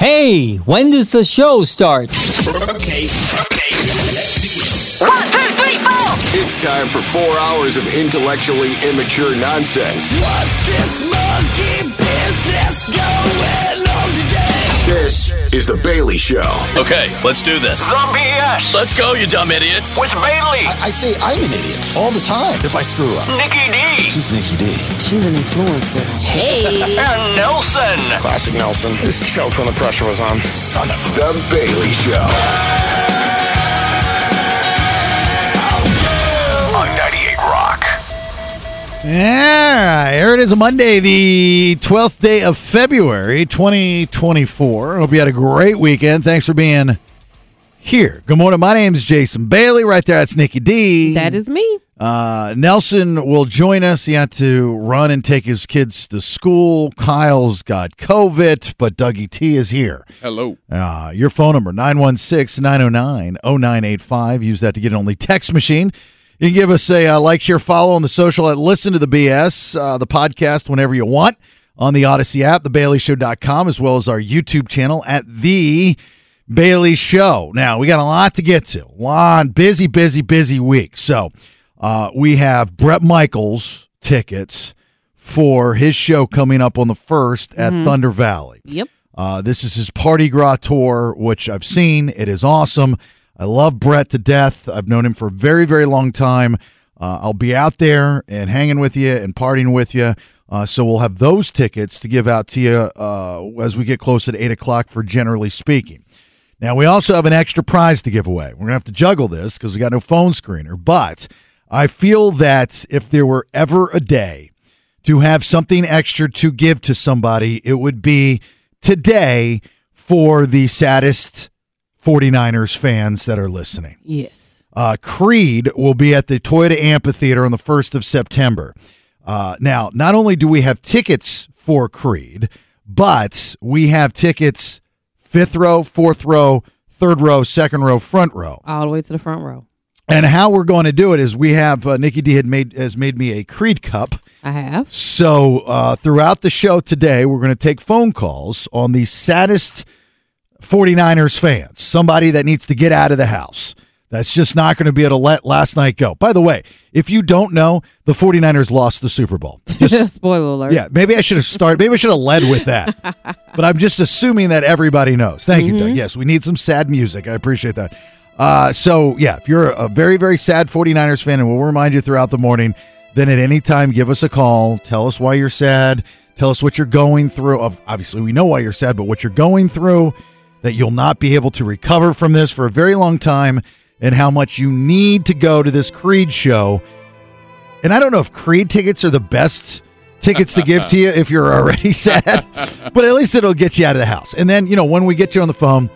Hey, when does the show start? Okay, okay, let's begin. One, two, three, four. It's time for four hours of intellectually immature nonsense. What's this monkey business going on today? This is The Bailey Show. Okay, let's do this. The BS Let's go, you dumb idiots. with Bailey, I say I'm an idiot all the time if I screw up. Nikki D, She's Nikki D. She's an influencer. Hey. and Nelson. Classic Nelson. This choked when the pressure was on. Son of a. The Bailey Show. On 98 Rock. Yeah, here it is, Monday, the 12th day of February, 2024. Hope you had a great weekend. Thanks for being here. Good morning. My name's Jason Bailey. Right there, that's Nikki D. That is me. Uh, Nelson will join us. He had to run and take his kids to school. Kyle's got COVID, but Dougie T is here. Hello. Uh, your phone number, 916 909 0985. Use that to get an only text machine. You can give us a uh, like, share, follow on the social at Listen to the BS, uh, the podcast, whenever you want on the Odyssey app, thebaileyshow.com, as well as our YouTube channel at The Bailey Show. Now, we got a lot to get to. One busy, busy, busy week. So uh, we have Brett Michaels tickets for his show coming up on the 1st at Thunder Valley. Yep. Uh, this is his party gras tour, which I've seen. It is awesome. I love Brett to death. I've known him for a very, very long time. Uh, I'll be out there and hanging with you and partying with you. Uh, so we'll have those tickets to give out to you uh, as we get close at eight o'clock for generally speaking. Now we also have an extra prize to give away. We're gonna have to juggle this because we got no phone screener. But I feel that if there were ever a day to have something extra to give to somebody, it would be today for the saddest 49ers fans that are listening. Yes. Uh, Creed will be at the Toyota Amphitheater on the 1st of September. Uh, now, not only do we have tickets for Creed, but we have tickets fifth row, fourth row, third row, second row, front row. All the way to the front row. And how we're going to do it is we have uh, Nikki D had made has made me a Creed cup. I have. So uh, throughout the show today, we're going to take phone calls on the saddest 49ers fans, somebody that needs to get out of the house. That's just not going to be able to let last night go. By the way, if you don't know, the 49ers lost the Super Bowl. Just Spoiler alert. yeah, maybe I should have started. Maybe I should have led with that. but I'm just assuming that everybody knows. Thank you, Doug. Yes, we need some sad music. I appreciate that. Uh, so, yeah, if you're a very, very sad 49ers fan, and we'll remind you throughout the morning, then at any time, give us a call. Tell us why you're sad. Tell us what you're going through. Of- Obviously, we know why you're sad, but what you're going through, that you'll not be able to recover from this for a very long time, and how much you need to go to this Creed show. And I don't know if Creed tickets are the best tickets to give to you if you're already sad, but at least it'll get you out of the house. And then, you know, when we get you on the phone,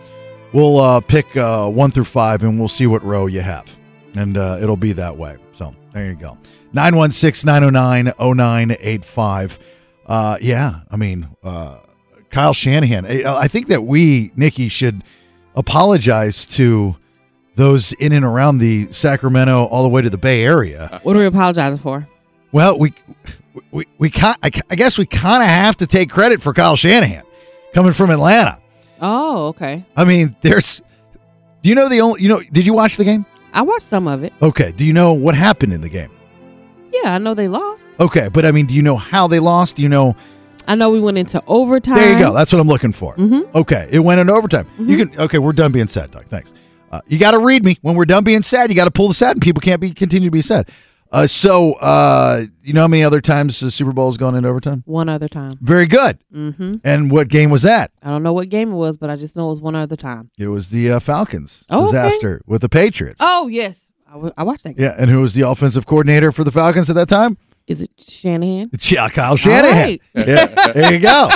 we'll uh, pick uh, one through five and we'll see what row you have. And uh, it'll be that way. So there you go. 916 909 0985. Yeah, I mean, uh, Kyle Shanahan. I, I think that we, Nikki, should apologize to those in and around the Sacramento all the way to the Bay Area. What are we apologizing for? Well, we we we can I I guess we kind of have to take credit for Kyle Shanahan coming from Atlanta. Oh, okay. I mean, there's do you know the only you know did you watch the game? I watched some of it. Okay, do you know what happened in the game? Yeah, I know they lost. Okay, but I mean, do you know how they lost? Do you know I know we went into overtime. There you go. That's what I'm looking for. Mm-hmm. Okay, it went in overtime. You can okay. We're done being sad, Doc. Thanks. Uh, you got to read me when we're done being sad. You got to pull the sad, and people can't be continue to be sad. Uh, so uh, you know how many other times the Super Bowl has gone into overtime? One other time. Very good. hmm And what game was that? I don't know what game it was, but I just know it was one other time. It was the uh, Falcons Oh, okay. disaster with the Patriots. Oh, yes. I, w- I watched that game. Yeah, and who was the offensive coordinator for the Falcons at that time? Is it Shanahan? Yeah, Kyle Shanahan. right. Yeah, there you go.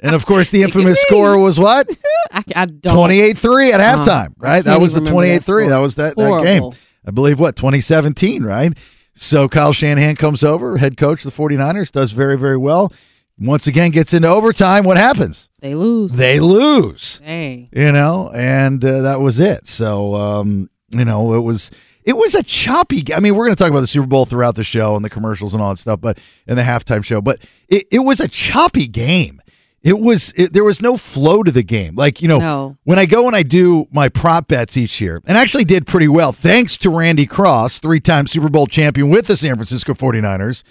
And of course, the infamous score was what? I, I don't. Uh-huh. 28 3 at halftime, right? can't That was the even remember 28 that 3. score. That was that, that Horrible. game. I believe what? 2017, right? So Kyle Shanahan comes over, head coach of the 49ers, does very, very well. Once again, gets into overtime. What happens? They lose. They lose. Dang. you know, and uh, that was it. So, um, you know, it was it was a choppy. g- I mean, we're going to talk about the Super Bowl throughout the show and the commercials and all that stuff, but and the halftime show, but it, it was a choppy game. it was it, there was no flow to the game. Like you know, No. when I go and I do my prop bets each year, and actually did pretty well thanks to Randy Cross, three-time Super Bowl champion with the San Francisco 49ers.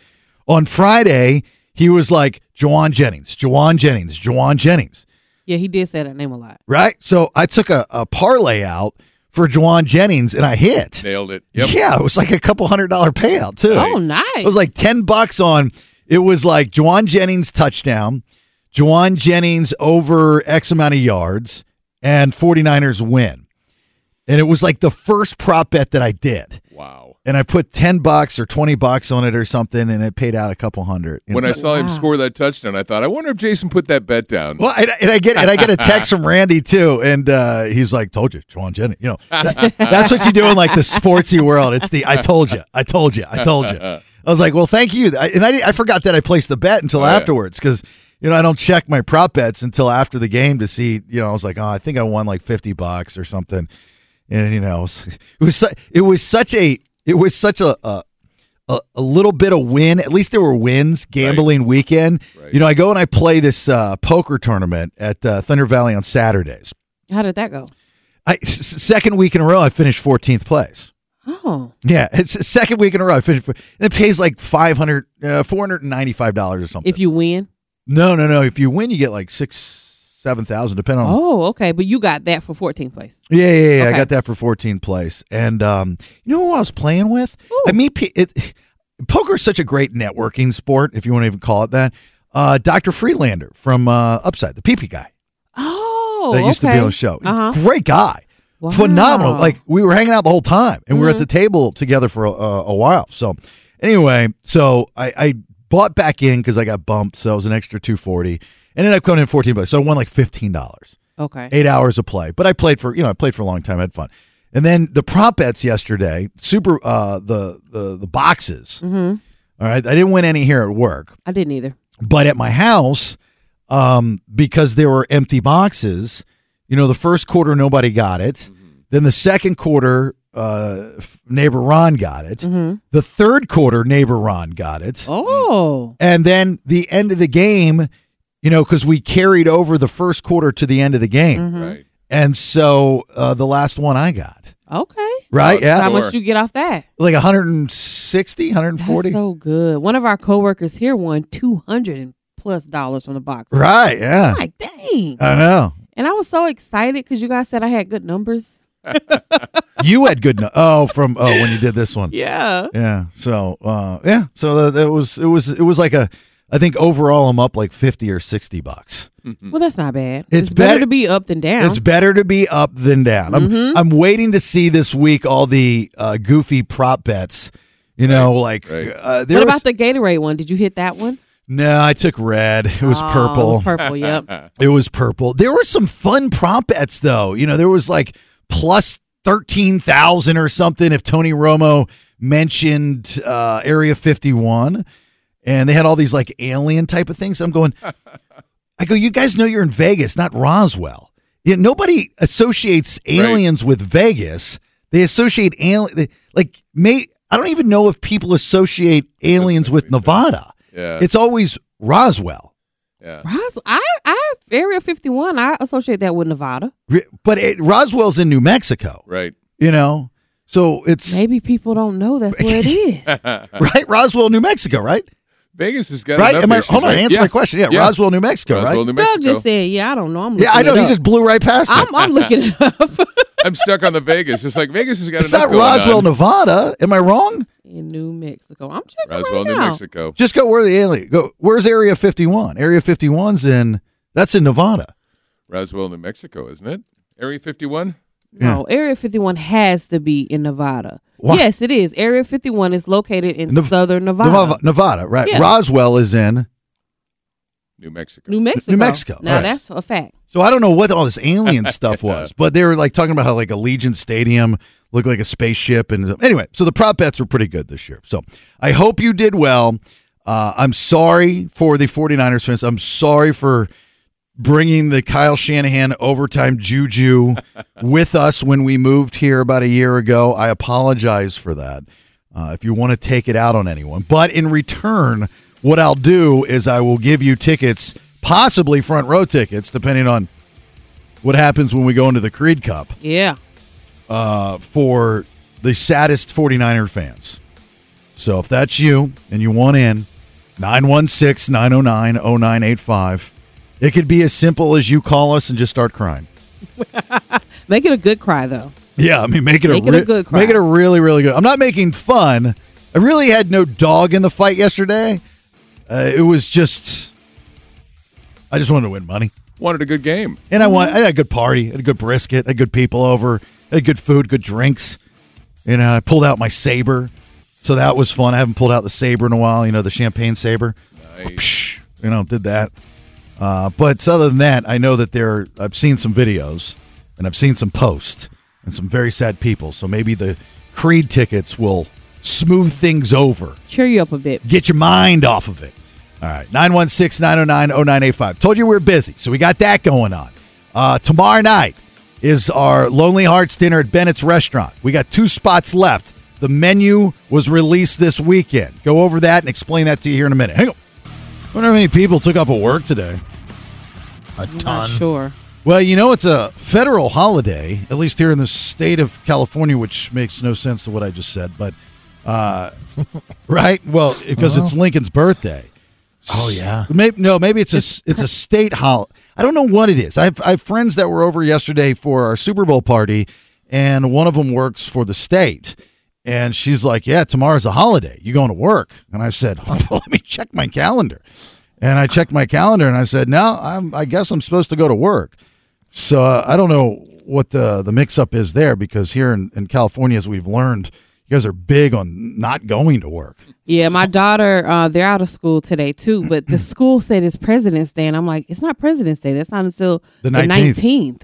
On Friday, he was like Jawan Jennings, Jawan Jennings, Jawan Jennings. Yeah, he did say that name a lot. Right? So I took a, a parlay out for Jawan Jennings and I hit. Nailed it. Yep. Yeah, it was like a couple hundred dollar payout too. Oh, nice. It was like ten bucks on. It was like Juwan Jennings touchdown, Juwan Jennings over X amount of yards, and 49ers win. And it was like the first prop bet that I did. Wow. And I put ten bucks or twenty bucks on it or something, and it paid out a couple hundred. When I saw him Wow. score that touchdown, I thought, I wonder if Jason put that bet down. Well, and, and I get and I get a text from Randy too, and uh, he's like, "Told you, Juwan Jennings." You know, that- that's what you do in like the sportsy world. It's the "I told you, I told you, I told you." I was like, "Well, thank you," I, and I, I forgot that I placed the bet until Oh, yeah. afterwards because you know I don't check my prop bets until after the game to see. You know, I was like, "Oh, I think I won like fifty bucks or something," and you know, it was it was, su- it was such a it was such a. a a, a little bit of win. At least there were wins gambling weekend. You know, I go and I play this uh, poker tournament at uh, Thunder Valley on Saturdays. How did that go? I, s- s- second week in a row, I finished 14th place. Oh, Yeah, it's the second week in a row. I finished. fo- and It pays like 500 uh, 495 dollars or something. if you win. no, no, no. If you win, you get like six, seven thousand, depending on. Oh, okay. But you got that for 14th place. Yeah, yeah, yeah. I Okay. got that for 14th place. And um, you know who I was playing with? I mean, pe- it, poker is such a great networking sport, if you want to even call it that. Uh, Dr. Freelander from uh, Upside, the PP guy Oh, that used to be okay. on the show. Uh-huh. Great guy. Wow. Mm-hmm. Phenomenal. Like we were hanging out the whole time and we were at the table together for a, a while. So anyway, so I, I bought back in because I got bumped. So it was an extra 240 and ended up coming in 14 bucks. So I won like $15 okay. eight hours of play. But I played for you know I played for a long time, had fun. And then the prop bets yesterday, super uh, the the the boxes. Mm-hmm. All right, I didn't win any here at work, I didn't either. but at my house, um, because there were empty boxes. You know, the first quarter nobody got it. Mm-hmm. Then the second quarter, uh, f- neighbor Ron got it. The third quarter, neighbor Ron got it. Mm-hmm. Oh, And then the end of the game, you know, because we carried over the first quarter to the end of the game. Mm-hmm. Right. And so uh, the last one I got, okay. right? Oh, yeah. How Sure. much you get off that? Like 160, That's 140. so good. One of our coworkers here won 200 and plus dollars from the box. right. Yeah. I'm like, dang. I know. and I was so excited because you guys said I had good numbers. You had good. No- oh, from oh when you did this one. Yeah. Yeah. So uh, yeah. So that, that was it was it was like a I think overall I'm up like 50 or 60 bucks. Mm-hmm. Well, that's not bad. Hmm. It's It's, better, better- to be up than down. It's better to be up than down. I'm Mm-hmm. I'm waiting to see this week all the uh, goofy prop bets. You know, like right. uh, there what was about the Gatorade one? Did you hit that one? no. I took red. It was Oh, It purple. was purple. Yep. It was purple. There were some fun prop bets though. You know, there was like plus thirteen thousand or something if Tony Romo mentioned uh, Area Fifty One, and they had all these like alien type of things. I'm going, I go, you guys know you're in Vegas, not Roswell. Yeah, nobody associates aliens with Vegas. They associate alien like may I don't even know if people associate aliens with Nevada. Yeah. It's always Roswell. yeah. Ros- I, I Area 51. I associate that with Nevada. Re- but it, Roswell's in New Mexico, Right. you know, so it's Maybe people don't know that's where it is. right Roswell, New Mexico, right? Vegas has got Right? enough Am I, issues, hold on, right? answer Yeah. my question. Yeah, Yeah. Roswell, New Mexico, Roswell, right? New Doug Mexico. just said, "Yeah, I don't know." I'm yeah, I looking know. it He up. just blew right past it. I'm, I'm looking it up. I'm stuck on the Vegas. It's like Vegas has got It's enough not going Roswell, on. Nevada. Am I wrong? in New Mexico. I'm checking Roswell, right New now. Mexico. Just go where the alien. Go. Where's Area 51? Area 51's in. That's in Nevada. Roswell, New Mexico, isn't it? Area 51? No, Area 51 has to be in Nevada. Why? Yes, it is. Area 51 is located in Nev- southern Nevada, Nevada, Nevada, right? Yeah. Roswell is in. New Mexico. New Mexico. New Mexico, Now all right. that's a fact. So I don't know what all this alien stuff was, but they were like talking about how like Allegiant Stadium looked like a spaceship, and anyway, so the prop bets were pretty good this year. So I hope you did well. Uh, I'm sorry for the 49ers fans. I'm sorry for bringing the Kyle Shanahan overtime juju with us when we moved here about a year ago. I apologize for that. Uh, if you want to take it out on anyone, but in return, what I'll do is I will give you tickets possibly front row tickets, depending on what happens when we go into the Creed Cup Yeah. uh, for the saddest 49er fans. So if that's you and you want in, 916 909 0985. It could be as simple as you call us and just start crying. Make it a good cry though. Yeah, I mean, make it, Make a, it a re- good cry. make it a really, really good. I'm not making fun. I really had no dog in the fight yesterday. Uh, it was just, I just wanted to win money, Wanted a good game. and I want I had a good party, I had a good brisket, I had good people over, I had good food, good drinks. You know, I pulled out my saber, so that was fun. I haven't pulled out the saber in a while. You know, the champagne saber. Psh, you know, did that. Uh, but other than that, I know that there. I've seen some videos, and I've seen some posts, and some very sad people. So maybe the Creed tickets will smooth things over. Cheer you up a bit. Get your mind off of it. All right, 916 909 0985. Told you we are busy, so we got that going on. Uh, tomorrow night is our Lonely Hearts dinner at Bennett's Restaurant. We got two spots left. The menu was released this weekend. Go over that and explain that to you here in a minute. Hang on. wonder how many people took off of work today. A I'm not sure. well, you know, it's a federal holiday, at least here in the state of California, which makes no sense to what I just said, but, uh, right? Well, because it's Lincoln's birthday. Uh-huh. Oh, yeah. Maybe, no, maybe it's a, it's a state holiday. I don't know what it is. I have, I have friends that were over yesterday for our Super Bowl party, and one of them works for the state. And she's like, Yeah, tomorrow's a holiday. You going to work? And I said, well, Let me check my calendar. And I checked my calendar and I said, No, I'm, I guess I'm supposed to go to work. So uh, I don't know what the, the mix up is there because here in, in California, as we've learned, you guys are big on not going to work. Yeah, my daughter, uh, they're out of school today too, but the school said it's President's Day, and I'm like, it's not President's Day. That's not until The the 19th.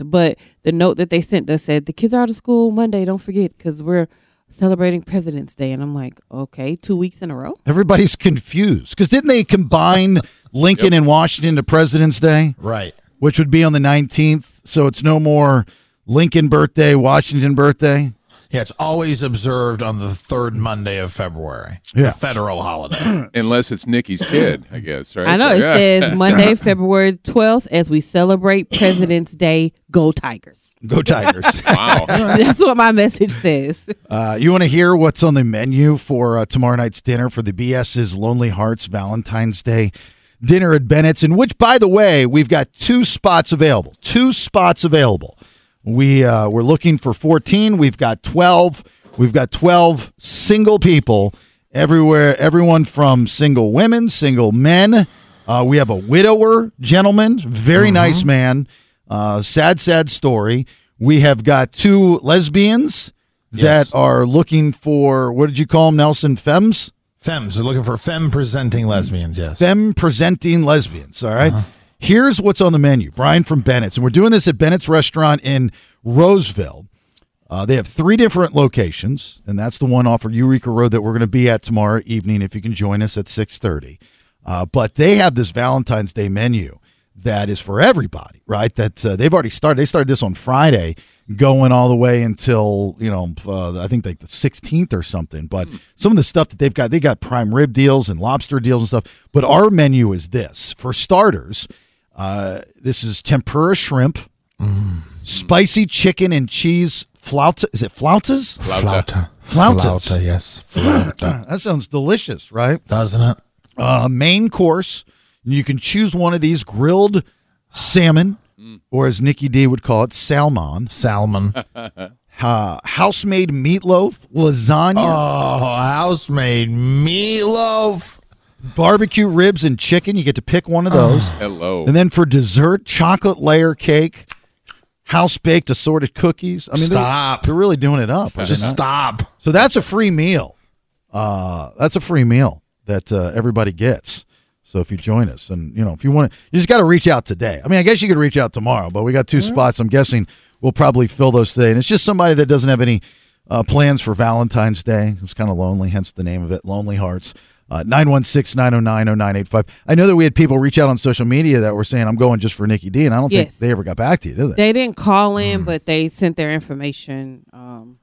19th. But the note that they sent us said, the kids are out of school Monday, don't forget, because we're celebrating President's Day. And I'm like, okay, two weeks in a row? Everybody's confused because didn't they combine Lincoln and Washington to President's Day? Right. Which would be on the 19th. So it's no more Lincoln birthday, Washington birthday. Yeah, it's always observed on the third Monday of February. Yeah. A federal holiday. Unless it's Nikki's kid, I guess, right? I know. So, It yeah. says Monday, February 12th, as we celebrate President's Day, go Tigers. Go Tigers. That's what my message says. Uh, you want to hear what's on the menu for uh, tomorrow night's dinner for the BS's Lonely Hearts Valentine's Day dinner at Bennett's, in which, by the way, we've got two spots available. Two spots available. We uh, we're looking for 14. We've got 12. We've got 12 single people everywhere. Everyone from single women, single men. Uh, we have a widower gentleman, very nice man. Uh, sad, sad story. We have got two lesbians that are looking for what did you call them, Nelson? Femmes? Femmes. They're looking for femme presenting lesbians, yes. Uh-huh. Femme presenting lesbians. All right? Here's what's on the menu. Brian from Bennett's. And we're doing this at Bennett's restaurant in Roseville. Uh, they have three different locations, and that's the one off of Eureka Road that we're going to be at tomorrow evening. If you can join us at six thirty, uh, but they have this Valentine's Day menu that is for everybody, right? That uh, they've already started. They started this on Friday, going all the way until you know uh, I think like the sixteenth or something. But some of the stuff that they've got, they got prime rib deals and lobster deals and stuff. But our menu is this for starters. Uh, this is tempura shrimp, Mm-hmm. spicy chicken and cheese flauta. Is it flautas? Flauta. Flautas. Flauta, yes. Flauta. that sounds delicious, right? Doesn't it? Uh, main course. You can choose one of these grilled salmon, or as Nikki D would call it, salmon. Salmon. Uh, house made meatloaf, lasagna. Oh, house made meatloaf. Ah, Barbecue ribs and chicken. You get to pick one of those. Hello. And then for dessert, chocolate layer cake, house baked assorted cookies. I mean, they're- Stop. They're, really doing it up. are they Just not? stop. So that's a free meal. Uh, that's a free meal that uh, everybody gets. So if you join us, and you know, if you want, to, you just got to reach out today. I mean, I guess you could reach out tomorrow, but we got 2 Mm-hmm. spots. I'm guessing we'll probably fill those today. And it's just somebody that doesn't have any uh, plans for Valentine's Day. It's kind of lonely, hence the name of it, Lonely Hearts. Uh, Nine one six nine zero nine zero nine eight five. I know that we had people reach out on social media that were saying, "I'm going just for Nikki D," and I don't Yes. think they ever got back to you, did they? They didn't call Mm. in, but they sent their information. Um,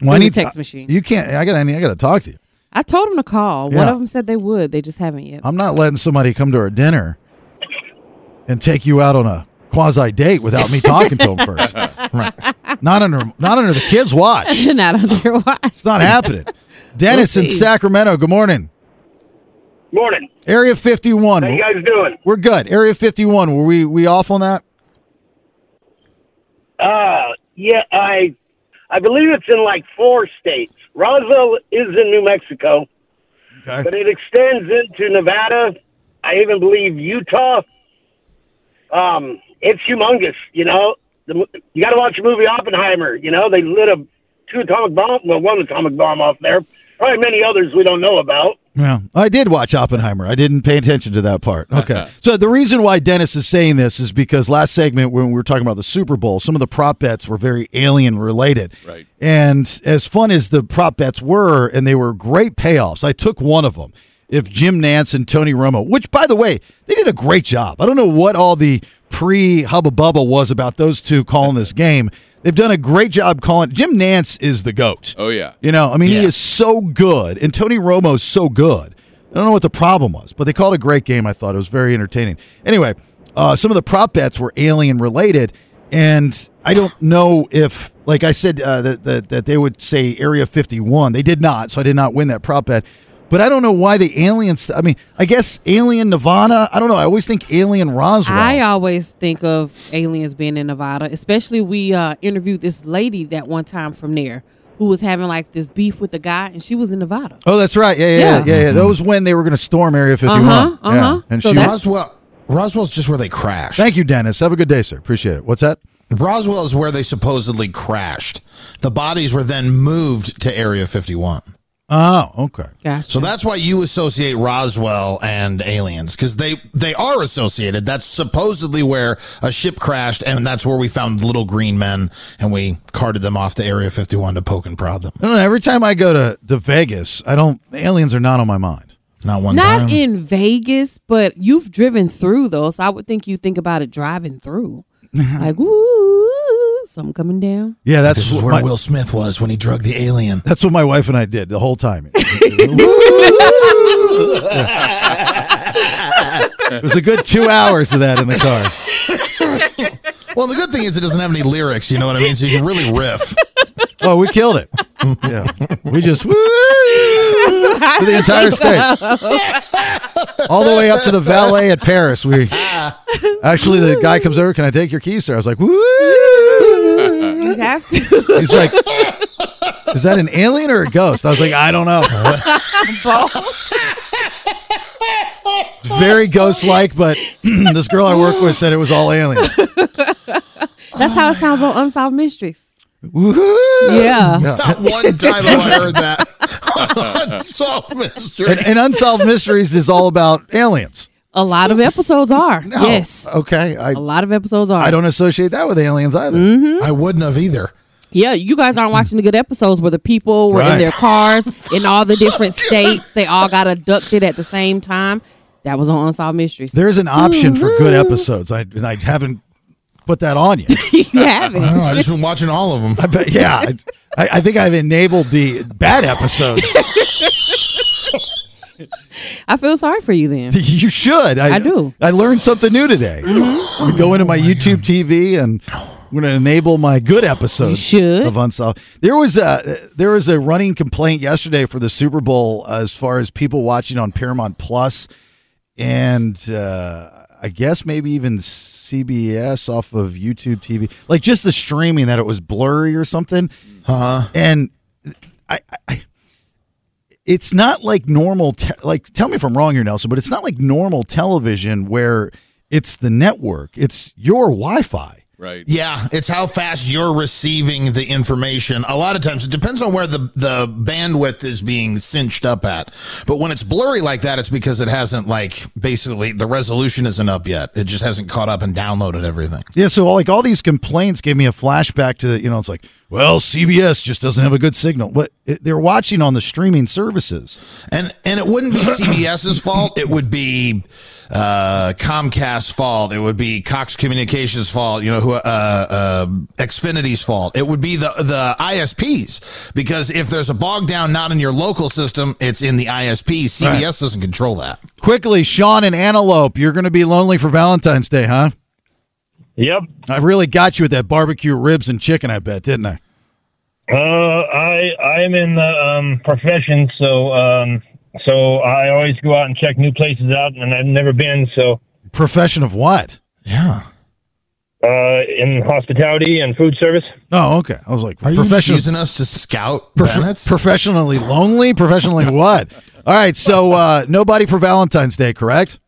Well, through I the need- text machine. You can't. I got. I, need- I got to talk to you. I told them to call. One Yeah. of them said they would. They just haven't yet. I'm not letting somebody come to our dinner and take you out on a quasi date without me talking to him first. Right. Not under not under the kids' watch. Not on their watch. It's not happening. Dennis in see. Sacramento. Good morning. Morning. Area 51. How you guys doing? We're good. Area 51. Were we we off on that? Uh, yeah, I, I believe it's in like four states. Roswell is in New Mexico, but it extends into Nevada. I even believe Utah. Um, it's humongous. You know, the, mo- you got to watch the movie Oppenheimer. You know, they lit a two atomic bomb, well, one atomic bomb off there. Probably many others we don't know about. Yeah, I did watch Oppenheimer. I didn't pay attention to that part. Okay. so the reason why Dennis is saying this is because last segment when we were talking about the Super Bowl, some of the prop bets were very alien related. Right. And as fun as the prop bets were, and they were great payoffs, I took one of them. If Jim Nance and Tony Romo, which by the way, they did a great job. I don't know what all the pre hubba bubba was about those two calling this game. They've done a great job calling. Jim Nance is the goat. Oh yeah. You know, I mean, he is so good, and Tony Romo's so good. I don't know what the problem was, but they called a great game. I thought it was very entertaining. Anyway, uh, some of the prop bets were alien related, and I don't know if, like I said, uh, that, that that they would say Area 51. They did not, so I did not win that prop bet. But I don't know why the aliens. I mean, I guess Alien Nirvana. I don't know. I always think Alien Roswell. I always think of aliens being in Nevada, especially we uh, interviewed this lady that one time from there who was having like this beef with a guy, and she was in Nevada. Oh, that's right. Yeah, yeah, yeah, yeah. yeah, Mm-hmm. That was when they were going to storm Area 51. Uh-huh, Yeah. uh-huh. And So she that's- Roswell, Roswell's just where they crashed. Thank you, Dennis. Have a good day, sir. Appreciate it. What's that? Roswell is where they supposedly crashed. The bodies were then moved to Area 51. Oh, okay. So that's why you associate Roswell and aliens because they they are associated. That's supposedly where a ship crashed, and that's where we found little green men, and we carted them off to Area 51 to poke and prod them. I don't know. Every time I go to, to Vegas, I don't. Aliens are not on my mind. Not one Not in Vegas, but you've driven through though, so I would think you think about it driving through, like ooh, something coming down. yeah, that's This is what where my- Will Smith was when he drugged the alien. That's what my wife and I did the whole time. it was a good two hours of that in the car. Well, the good thing is it doesn't have any lyrics. You know what I mean? So you can really riff. Oh, we killed it. Yeah, we just woo for the entire Oh. state, all the way up to the valet at Paris. We actually, the guy comes over. Can I take your keys, sir? I was like, woo. You have to. He's like, is that an alien or a ghost? I was like, I don't know. It's very ghost like, but this girl I work with said it was all aliens. That's how Oh it sounds on Unsolved Mysteries. Woo-hoo. Yeah. Not one time have I heard that. Unsolved mystery. And, and Unsolved Mysteries is all about aliens. A lot of episodes are. No. Yes. Okay. I, A lot of episodes are. Mm-hmm. I don't associate that with aliens either. I wouldn't have either. Yeah, you guys aren't watching the good episodes where the people were Hmm. Right. in their cars in all the different states. They all got abducted at the same time. That was on Unsolved Mysteries. There's an option for good episodes. I, and I haven't put that on yet. Mm-hmm. you I haven't. don't know. I just been watching all of them. I bet, yeah. I, I I think I've enabled the bad episodes. I feel sorry for you then. you should. I do. Mm-hmm. I learned something new today. I'm gonna go into Oh my YouTube TV and I'm going to enable my good episodes should. of Unsolved. There was a there was a running complaint yesterday for the Super Bowl as far as people watching on Paramount Plus and uh, I guess maybe even CBS off of YouTube TV, like just the streaming that it was blurry or something. Huh? And I, I it's not like normal te- like tell me if i'm wrong here nelson but it's not like normal television where it's the network it's your wi-fi Right. Yeah, it's how fast you're receiving the information. A lot of times it depends on where the, the bandwidth is being cinched up at. But when it's blurry like that, it's because it hasn't like basically the resolution isn't up yet. It just hasn't caught up and downloaded everything. yeah so like all these complaints gave me a flashback to you know it's like well cbs just doesn't have a good signal but it, they're watching on the streaming services And and it wouldn't be CBS's fault. It would be uh, Comcast's fault. It would be Cox Communications' fault. You know who? Uh, uh, Xfinity's fault. It would be the the ISPs because if there's a bog down not in your local system, it's in the ISP. CBS Right. doesn't control that. Quickly, Sean and Antelope, you're going to be lonely for Valentine's Day, huh? Yep. I really got you with that barbecue ribs and chicken, I bet, didn't I? Uh, I I'm in the um, profession, so um, so I always go out and check new places out, and I've never been. So Profession of what? uh, in hospitality and food service. Oh, okay. I was like, Are you professional. choosing us to scout professionally lonely? Professionally what? All right. So, uh, nobody for Valentine's Day, correct?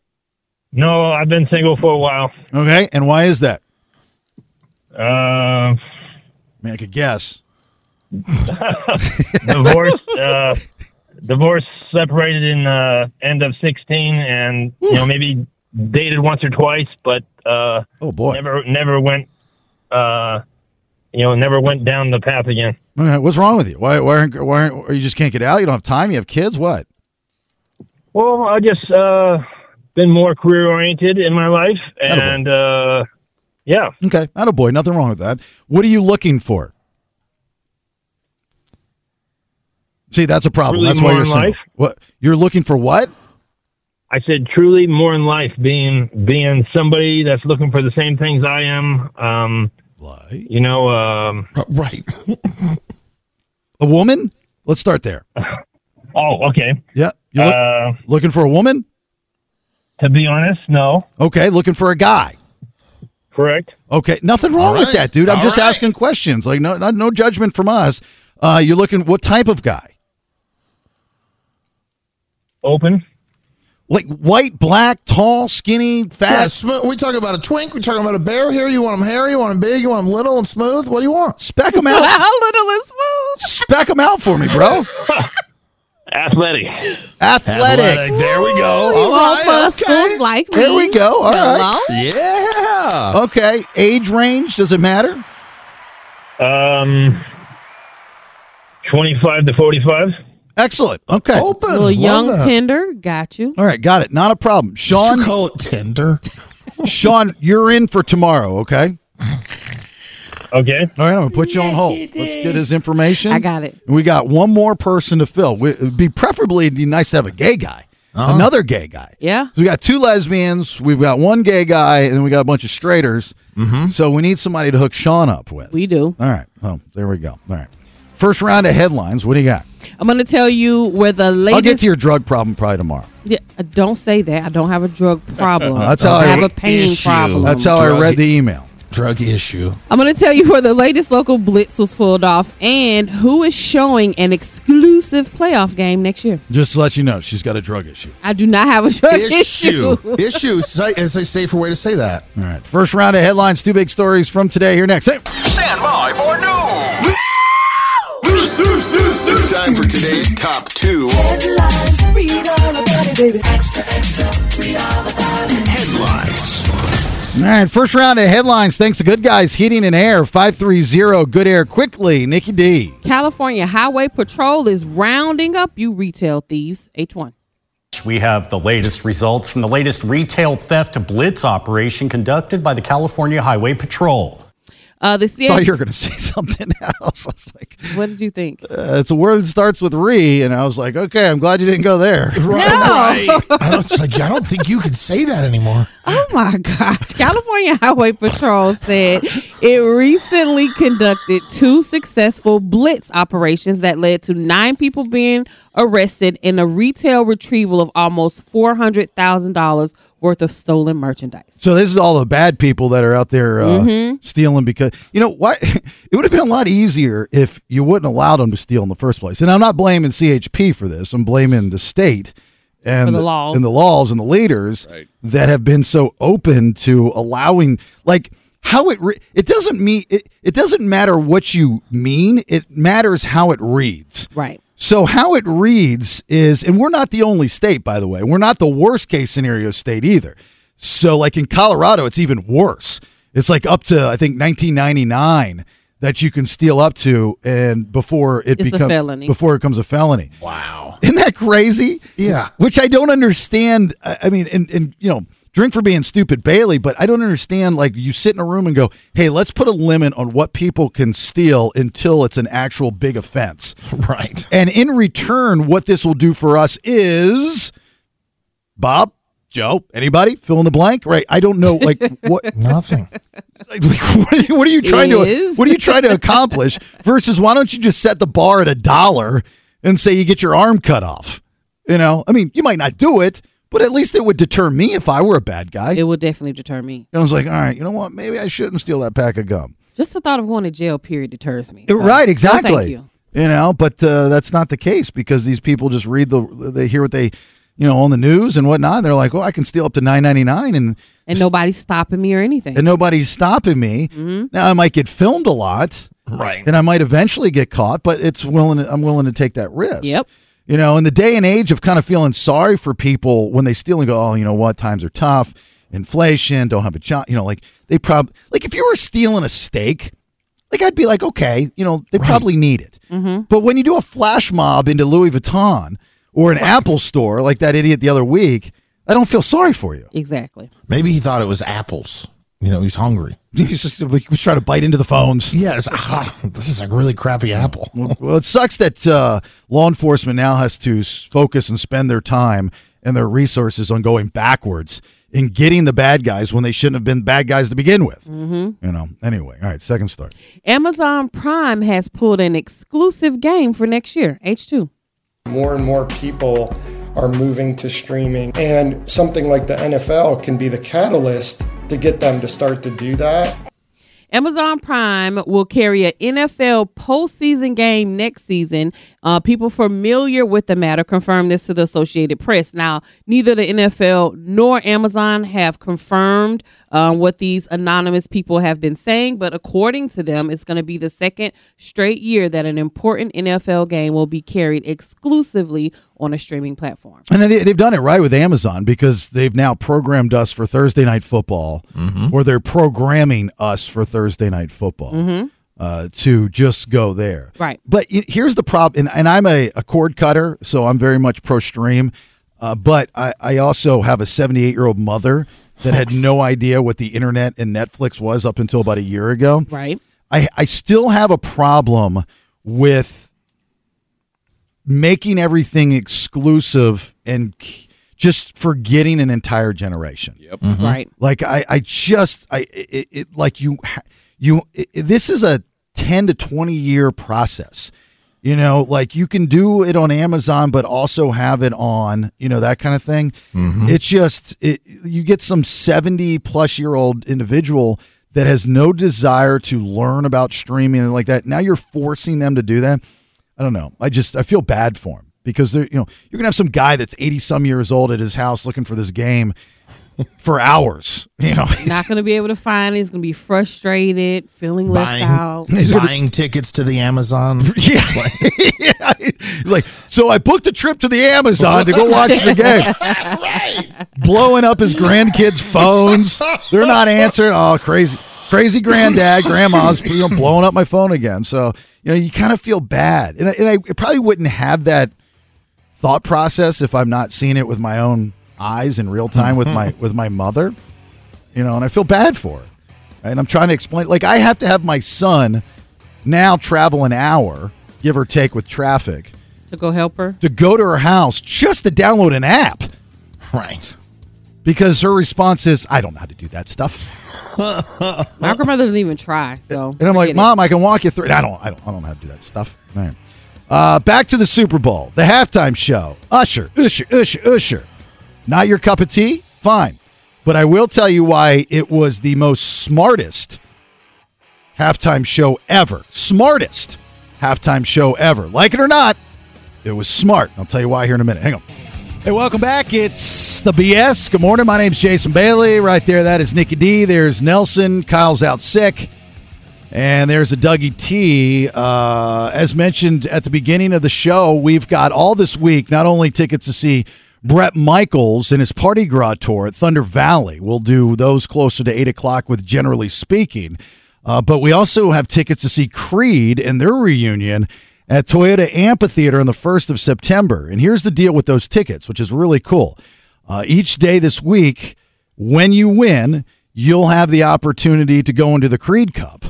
No, I've been single for a while. Okay. And why is that? Uh, I mean, I could guess. divorced, uh, divorced, separated in uh, end of sixteen, and you know maybe dated once or twice, but uh, oh boy, never never went, uh, you know, never went down the path again. All right, what's wrong with you? Why, why, aren't, why aren't, or you just can't get out? You don't have time? You have kids? What? Well, I just uh, been more career oriented in my life, and uh, yeah, Okay. Not a Oh, boy. Nothing wrong with that. What are you looking for? See, that's a problem. Really that's why more you're in single. life? What you're looking for? What? I said truly more in life, being being somebody that's looking for the same things I am. Um, you know, um, Uh, right? A woman? Let's start there. Oh, okay. Yeah. You look, Uh, looking for a woman? To be honest, no. Okay, looking for a guy. Correct. Okay, nothing wrong All with right. that, dude. I'm All just right. asking questions. Like no, no, no judgment from us. Uh, you're looking what type of guy? Open. Like white, black, tall, skinny, fat. Yeah, sm- we talking about a twink. We talking about a bear here. You want them hairy? You want them big? You want them little and smooth? What do you want? Speck them out. little and smooth. Spec them out for me, bro. Athletic. Athletic. There we Ooh, Oh, go. you All all right, for okay. schools like me. There we go. All right. Hello? Yeah. Okay. Age range does it matter? Um, twenty-five to forty-five. Excellent. Okay. Open. little young tender, got you. All right. Got it. Not a problem. Sean. call it tender. Sean, you're in for tomorrow. Okay. Okay. All right. I'm gonna put you on hold. Let's get his information. I got it. And we got one more person to fill. We- It'd be preferably it'd be nice to have a gay guy, Uh-huh. another gay guy. Yeah. So we got two lesbians, we've got one gay guy, and then we got a bunch of straighters. Mm-hmm. So we need somebody to hook Sean up with. We do. All right. Oh, there we go. All right. First round of headlines. What do you got? I'm gonna tell you where the I'll get latest. to your drug problem probably tomorrow. Yeah, don't say that. I don't have a drug problem. Uh-huh. That's how I I have a pain Issue. problem. That's how I Drug- read the email. Drug issue. I'm going to tell you where the latest local blitz was pulled off and who is showing an exclusive playoff game next year. Just to let you know, she's got a drug issue. I do not have a drug issue. issue. issue si- is a safer way to say that. All right. First round of headlines. Two big stories from today. Here next. Hey. Stand by for news. It's time for today's top two headlines. All right, first round of headlines. Thanks to Good Guys Heating and Air, 530 Good Air Quickly. Nikki D. California Highway Patrol is rounding up you retail thieves. H1. We have the latest results from the latest retail theft blitz operation conducted by the California Highway Patrol. Uh, the CH- thought you were going to say something else. I was like, What did you think? uh, it's a word that starts with re, and I was like, okay, I'm glad you didn't go there. Right. I don't it's like. I don't think you could say that anymore. Oh my gosh. California Highway Patrol said it recently conducted two successful blitz operations that led to nine people being arrested in a retail retrieval of almost $400,000 worth of stolen merchandise. So this is all the bad people that are out there uh, Mhm. stealing because you know what? it would have been a lot easier if you wouldn't allowed them to steal in the first place. And I'm not blaming CHP for this. I'm blaming the state and For the laws. and the laws and the leaders that have been so open to allowing like how it re- it doesn't mean it, it doesn't matter what you mean. It matters how it reads. Right. So how it reads is, and we're not the only state, by the way. We're not the worst case scenario state either. So like in Colorado, it's even worse. It's like up to I think 1999. that you can steal up to, and before it It's a becomes felony. before it becomes a felony. Wow. Isn't that crazy? Yeah. Which I don't understand. I I mean, and, and you know, drink for being stupid, Bailey, but I don't understand. Like, you sit in a room and go, hey, let's put a limit on what people can steal until it's an actual big offense. Right. And in return, what this will do for us is Bob, Joe, anybody fill in the blank? Right. I don't know. Like, what? Nothing. Like, what, are you, what are you trying to Is? what are you trying to accomplish versus why don't you just set the bar at a dollar and say you get your arm cut off you know i mean you might not do it but at least it would deter me if i were a bad guy it would definitely deter me i was like all right you know what maybe i shouldn't steal that pack of gum Just the thought of going to jail, period, deters me. It- So, right no, exactly thank you. know but uh, that's not the case because these people just read the they hear what they you know on the news and whatnot they're like well i can steal up to 999 and And nobody's stopping me or anything. and nobody's stopping me. Mm-hmm. Now I might get filmed a lot, Right. And I might eventually get caught, but it's willing. I'm willing to take that risk. Yep. You know, in the day and age of kind of feeling sorry for people when they steal and go, oh, you know what, times are tough, inflation, don't have a job. You know, like they probably like if you were stealing a steak, like I'd be like, okay, you know, they probably need it. But when you do a flash mob into Louis Vuitton or an Apple store like that idiot the other week, I don't feel sorry for you. Exactly. Maybe he thought it was apples. You know, he's hungry. He's just we try to bite into the phones. Yes. Ah, this is a really crappy apple. Well, it sucks that uh, law enforcement now has to s- focus and spend their time and their resources on going backwards and getting the bad guys when they shouldn't have been bad guys to begin with. Mm-hmm. You know. Anyway, all right. Second start. Amazon Prime has pulled an exclusive game for next year, H2. More and more people are moving to streaming, and something like the NFL can be the catalyst to get them to start to do that. Amazon Prime will carry a NFL postseason game next season. Uh, people familiar with the matter confirmed this to the Associated Press. Now, neither the NFL nor Amazon have confirmed um, what these anonymous people have been saying, but according to them, it's going to be the second straight year that an important NFL game will be carried exclusively on a streaming platform. And they, they've done it right with Amazon because they've now programmed us for Thursday night football, or they're programming us for Thursday night football uh, to just go there. Mm-hmm. Right. But y- here's the problem, and, and I'm a, a cord cutter, so I'm very much pro stream. Uh, but I, I also have a 78 year old mother that had no idea what the internet and Netflix was up until about a year ago. Right. I, I still have a problem with making everything exclusive and k- just forgetting an entire generation. Yep. Right. Like I, I just, I, it, it like you, ha- you. It, it- this is a ten to twenty year process. You know, like you can do it on Amazon, but also have it on, you know, that kind of thing. Mm-hmm. Mm-hmm. It's just, it, you get some 70 plus year old individual that has no desire to learn about streaming and like that. Now you're forcing them to do that. I don't know. I just, I feel bad for him because they're, you know, you're going to have some guy that's 80 some years old at his house looking for this game for hours, you know. Not going to be able to find it. He's going to be frustrated, feeling left Buying, out. buying tickets to the Amazon. Yeah. like, so I booked a trip to the Amazon to go watch the game. Blowing up his grandkids' phones. They're not answering. Oh, crazy. Crazy granddad, grandma's you know, blowing up my phone again. So, you know, you kind of feel bad. And I, and I probably wouldn't have that thought process if I'm not seeing it with my own eyes in real time with my with my mother. You know, and I feel bad for her. And I'm trying to explain like I have to have my son now travel an hour, give or take with traffic, To go help her. to go to her house just to download an app Right. because her response is, I don't know how to do that stuff. My grandmother doesn't even try. So And forget I'm like, it. Mom, I can walk you through it. I don't, I don't, I don't know how to do that stuff. All right. Uh, back to the Super Bowl, the halftime show. Usher, Usher, Usher, Usher. Not your cup of tea? Fine. But I will tell you why it was the most smartest halftime show ever. Smartest halftime show ever. Like it or not, it was smart. I'll tell you why here in a minute. Hang on. Hey, welcome back. It's the BS. Good morning. My name's Jason Bailey. Right there, that is Nikki D. There's Nelson. Kyle's out sick. And there's a Dougie T. Uh, as mentioned at the beginning of the show, we've got all this week not only tickets to see Brett Michaels and his Party Gras tour at Thunder Valley. We'll do those closer to 8 o'clock with Generally Speaking. Uh, but we also have tickets to see Creed and their reunion at Toyota Amphitheater on the 1st of September. And here's the deal with those tickets, which is really cool. Uh, each day this week, when you win, you'll have the opportunity to go into the Creed Cup.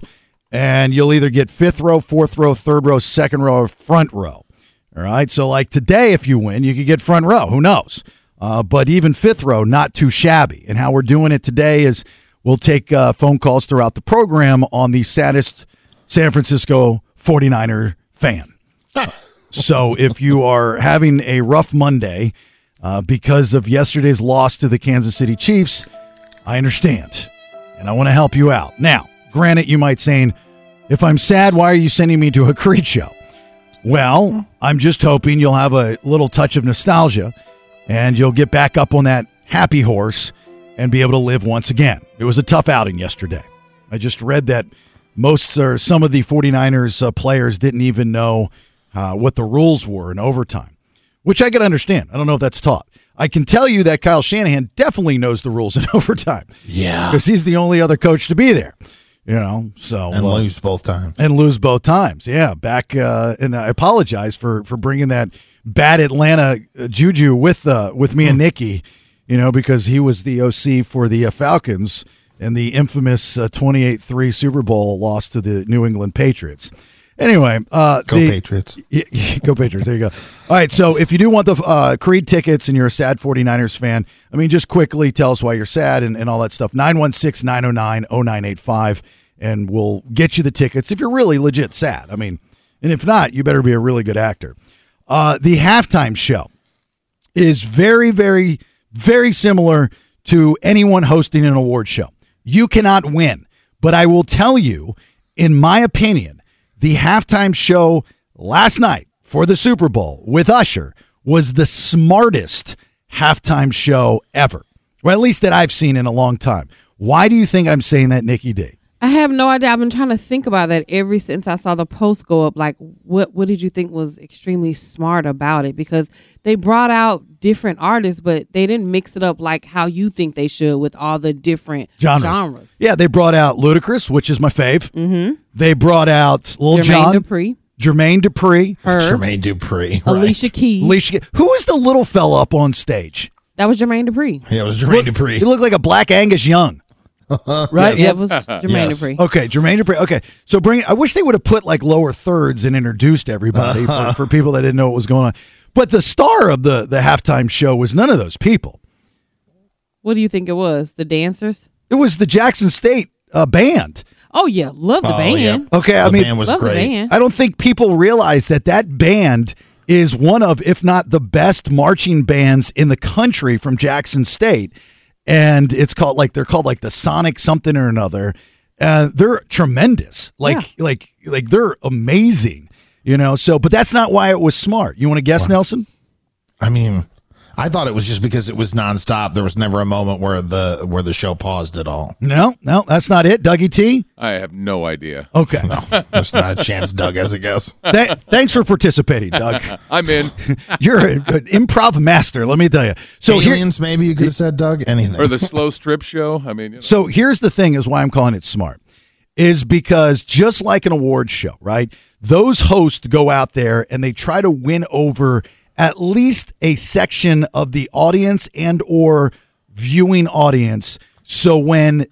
And you'll either get fifth row, fourth row, third row, second row, or front row. All right. So, like today, if you win, you could get front row. Who knows? Uh, but even fifth row, not too shabby. And how we're doing it today is we'll take uh, phone calls throughout the program on the saddest San Francisco 49er fan. so, if you are having a rough Monday uh, because of yesterday's loss to the Kansas City Chiefs, I understand. And I want to help you out. Now, granted, you might saying, if I'm sad, why are you sending me to a Creed show? Well, I'm just hoping you'll have a little touch of nostalgia and you'll get back up on that happy horse and be able to live once again. It was a tough outing yesterday. I just read that most or some of the 49ers uh, players didn't even know uh, what the rules were in overtime, which I could understand. I don't know if that's taught. I can tell you that Kyle Shanahan definitely knows the rules in overtime. Yeah. Because he's the only other coach to be there. You know, so and uh, lose both times. and lose both times. Yeah, back uh, and I apologize for for bringing that bad Atlanta uh, juju with uh, with me and Nikki, you know, because he was the OC for the uh, Falcons and the infamous uh, 28-3 Super Bowl loss to the New England Patriots. Anyway, uh, Go the, Patriots. yeah, yeah, go Patriots. There you go. All right. So if you do want the uh, Creed tickets and you're a sad 49ers fan, I mean, just quickly tell us why you're sad and, and all that stuff. 916 909 0985, and we'll get you the tickets if you're really legit sad. I mean, and if not, you better be a really good actor. Uh, the halftime show is very, very, very similar to anyone hosting an award show. You cannot win. But I will tell you, in my opinion, the halftime show last night for the Super Bowl with Usher was the smartest halftime show ever, or at least that I've seen in a long time. Why do you think I'm saying that, Nikki D? I have no idea. I've been trying to think about that ever since I saw the post go up. Like, what what did you think was extremely smart about it? Because they brought out different artists, but they didn't mix it up like how you think they should with all the different genres. Yeah, they brought out Ludacris, which is my fave. Mm-hmm. They brought out Lil Jermaine Jon, Dupri. Jermaine Dupri, Her. Jermaine Dupree. Alicia Keys. Alicia. Who was the little fella up on stage? That was Jermaine Dupri. Yeah, it was Jermaine He Dupree. looked like a black Angus Young, right? Yeah, that was Jermaine Dupri. Okay, Jermaine Dupri. Okay, so bring. I wish they would have put like lower thirds and introduced everybody for, for people that didn't know what was going on. But the star of the the halftime show was none of those people. What do you think it was? The dancers? It was the Jackson State uh, band. Oh yeah, love the band. Okay, I The mean, band was Love the great. band. I don't think people realize that that band is one of, if not the best marching bands in the country from Jackson State. And it's called like they're called like the Sonic something or another. Uh, they're tremendous. Like like like they're amazing. You know. So, but that's not why it was smart. You want to guess, Nelson? I mean, I thought it was just because it was nonstop. There was never a moment where the where the show paused at all. No, no, that's not it. Dougie T. I have no idea. Okay. There's Oh, not a chance Doug has a guess. Th- thanks for participating, Doug. I'm in. You're a- an improv master. Let me tell you. So here, Aliens, maybe you could have said Doug. Anything. Or the slow strip show. I mean, you know. So here's the thing is why I'm calling it smart is because just like an award show, right? Those hosts go out there and they try to win over at least a section of the audience and or viewing audience. So when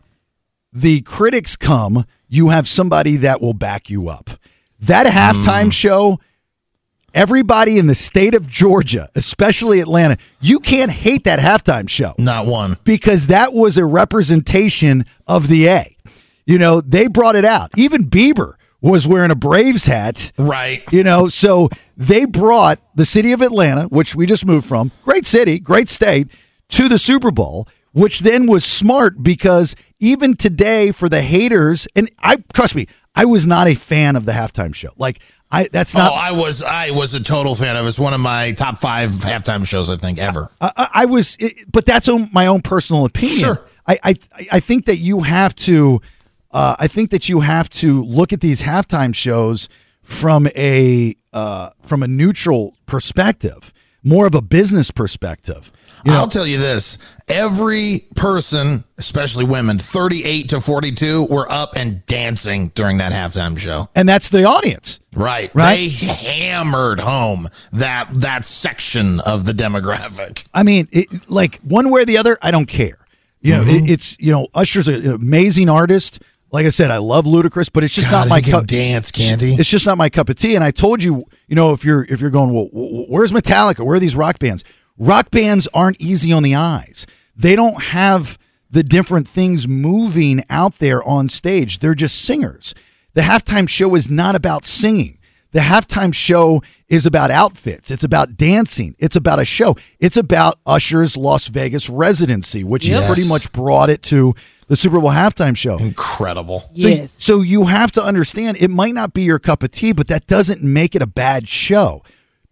the critics come, you have somebody that will back you up. That Mm. halftime show, everybody in the state of Georgia, especially Atlanta, you can't hate that halftime show Not one. because that was a representation of the A. You know, they brought it out. Even Bieber was wearing a Braves hat. Right. You know, so they brought the city of Atlanta, which we just moved from, great city, great state, to the Super Bowl, which then was smart because even today for the haters, and I trust me, I was not a fan of the halftime show. Like I that's not oh, I was I was a total fan. It was one of my top five halftime shows I think ever. I, I- I was, it, but that's own, my own personal opinion. Sure. I, I, I think that you have to, uh, I think that you have to look at these halftime shows from a uh, from a neutral perspective, more of a business perspective. I'll tell you this every person, especially women, 38 to 42, were up and dancing during that halftime show. And that's the audience. Right. Right? They hammered home that that section of the demographic. I mean, it, like one way or the other, I don't care. You know, Mm-hmm. it, it's you know, Usher's an amazing artist. Like I said, I love Ludacris, but it's just not God, my he can cup. dance, can't he? It's just not my cup of tea. And I told you, you know, if you're if you're going, well, wh- wh- where's Metallica? Where are these rock bands? Rock bands aren't easy on the eyes. They don't have the different things moving out there on stage. They're just singers. The halftime show is not about singing. The halftime show is about outfits. It's about dancing. It's about a show. It's about Usher's Las Vegas residency, which Yes. he pretty much brought it to the Super Bowl halftime show. Incredible. So, so you have to understand it might not be your cup of tea, but that doesn't make it a bad show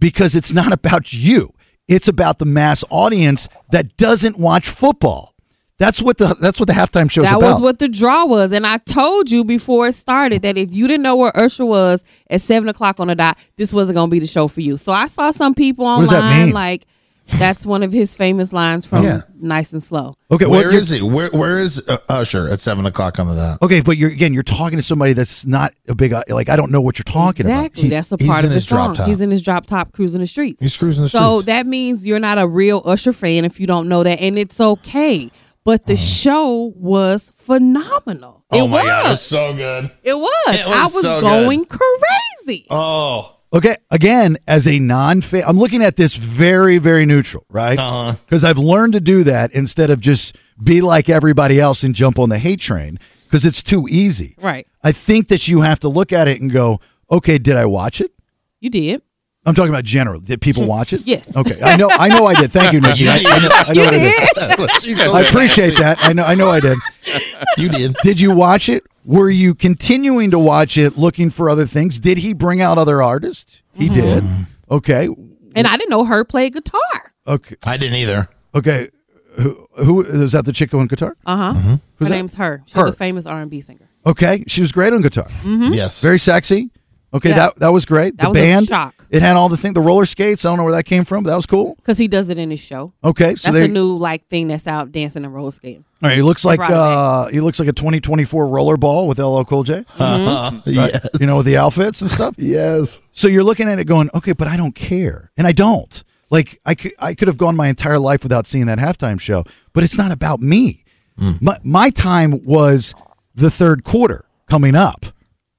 because it's not about you. It's about the mass audience that doesn't watch football. That's what the that's what the halftime show's that about. was what the draw was. And I told you before it started that if you didn't know where Usher was at seven o'clock on the dot, this wasn't gonna be the show for you. So I saw some people What does that online mean? like that's one of his famous lines from Yeah. Nice and Slow. Okay, well, where you're- is he? Where, where is uh, Usher at seven o'clock on the dot? okay, but you're again you're talking to somebody that's not a big like I don't know what you're talking about. Exactly. That's a he's part in of the his drop song. top. He's in his drop top cruising the streets. He's cruising the so streets. that means you're not a real Usher fan if you don't know that, and it's okay. But the Mm. show was phenomenal. oh it my was. god, it was so good. It was. It was I was so good. going crazy. Oh, Okay, again, as a non fan, I'm looking at this very, very neutral, right? Uh-huh. Because I've learned to do that instead of just be like everybody else and jump on the hate train because it's too easy. Right. I think that you have to look at it and go, okay, did I watch it? You did. I'm talking about general. Did people watch it? Yes. Okay. I know. I know. I did. Thank you, Nikki. I, I know, I, know I You did. She's did. so I appreciate fancy. that. I know. I know. I did. You did. Did you watch it? Were you continuing to watch it, looking for other things? Did he bring out other artists? He Mm-hmm. did. Okay. And I didn't know her play guitar. Okay. I didn't either. Okay. Who, who was that? The chick on guitar? Uh huh. Mm-hmm. Mm-hmm. Who's Her that? name's her. She's Her. a famous R and B singer. Okay, she was great on guitar. Mhm. Yes, very sexy. Okay, Yeah. that that was great. That the was a band, shock. it had all the thing. The roller skates. I don't know where that came from, but that was cool. Because he does it in his show. Okay, so that's they- a new like thing that's out dancing and roller skating. All right, he looks like Right. uh, he looks like a 2024 rollerball with LL Cool J. Mhm. Right? Yes. You know, with the outfits and stuff. yes. So you're looking at it going, okay, but I don't care, and I don't. Like I could I could have gone my entire life without seeing that halftime show, but it's not about me. My my time was the third quarter coming up.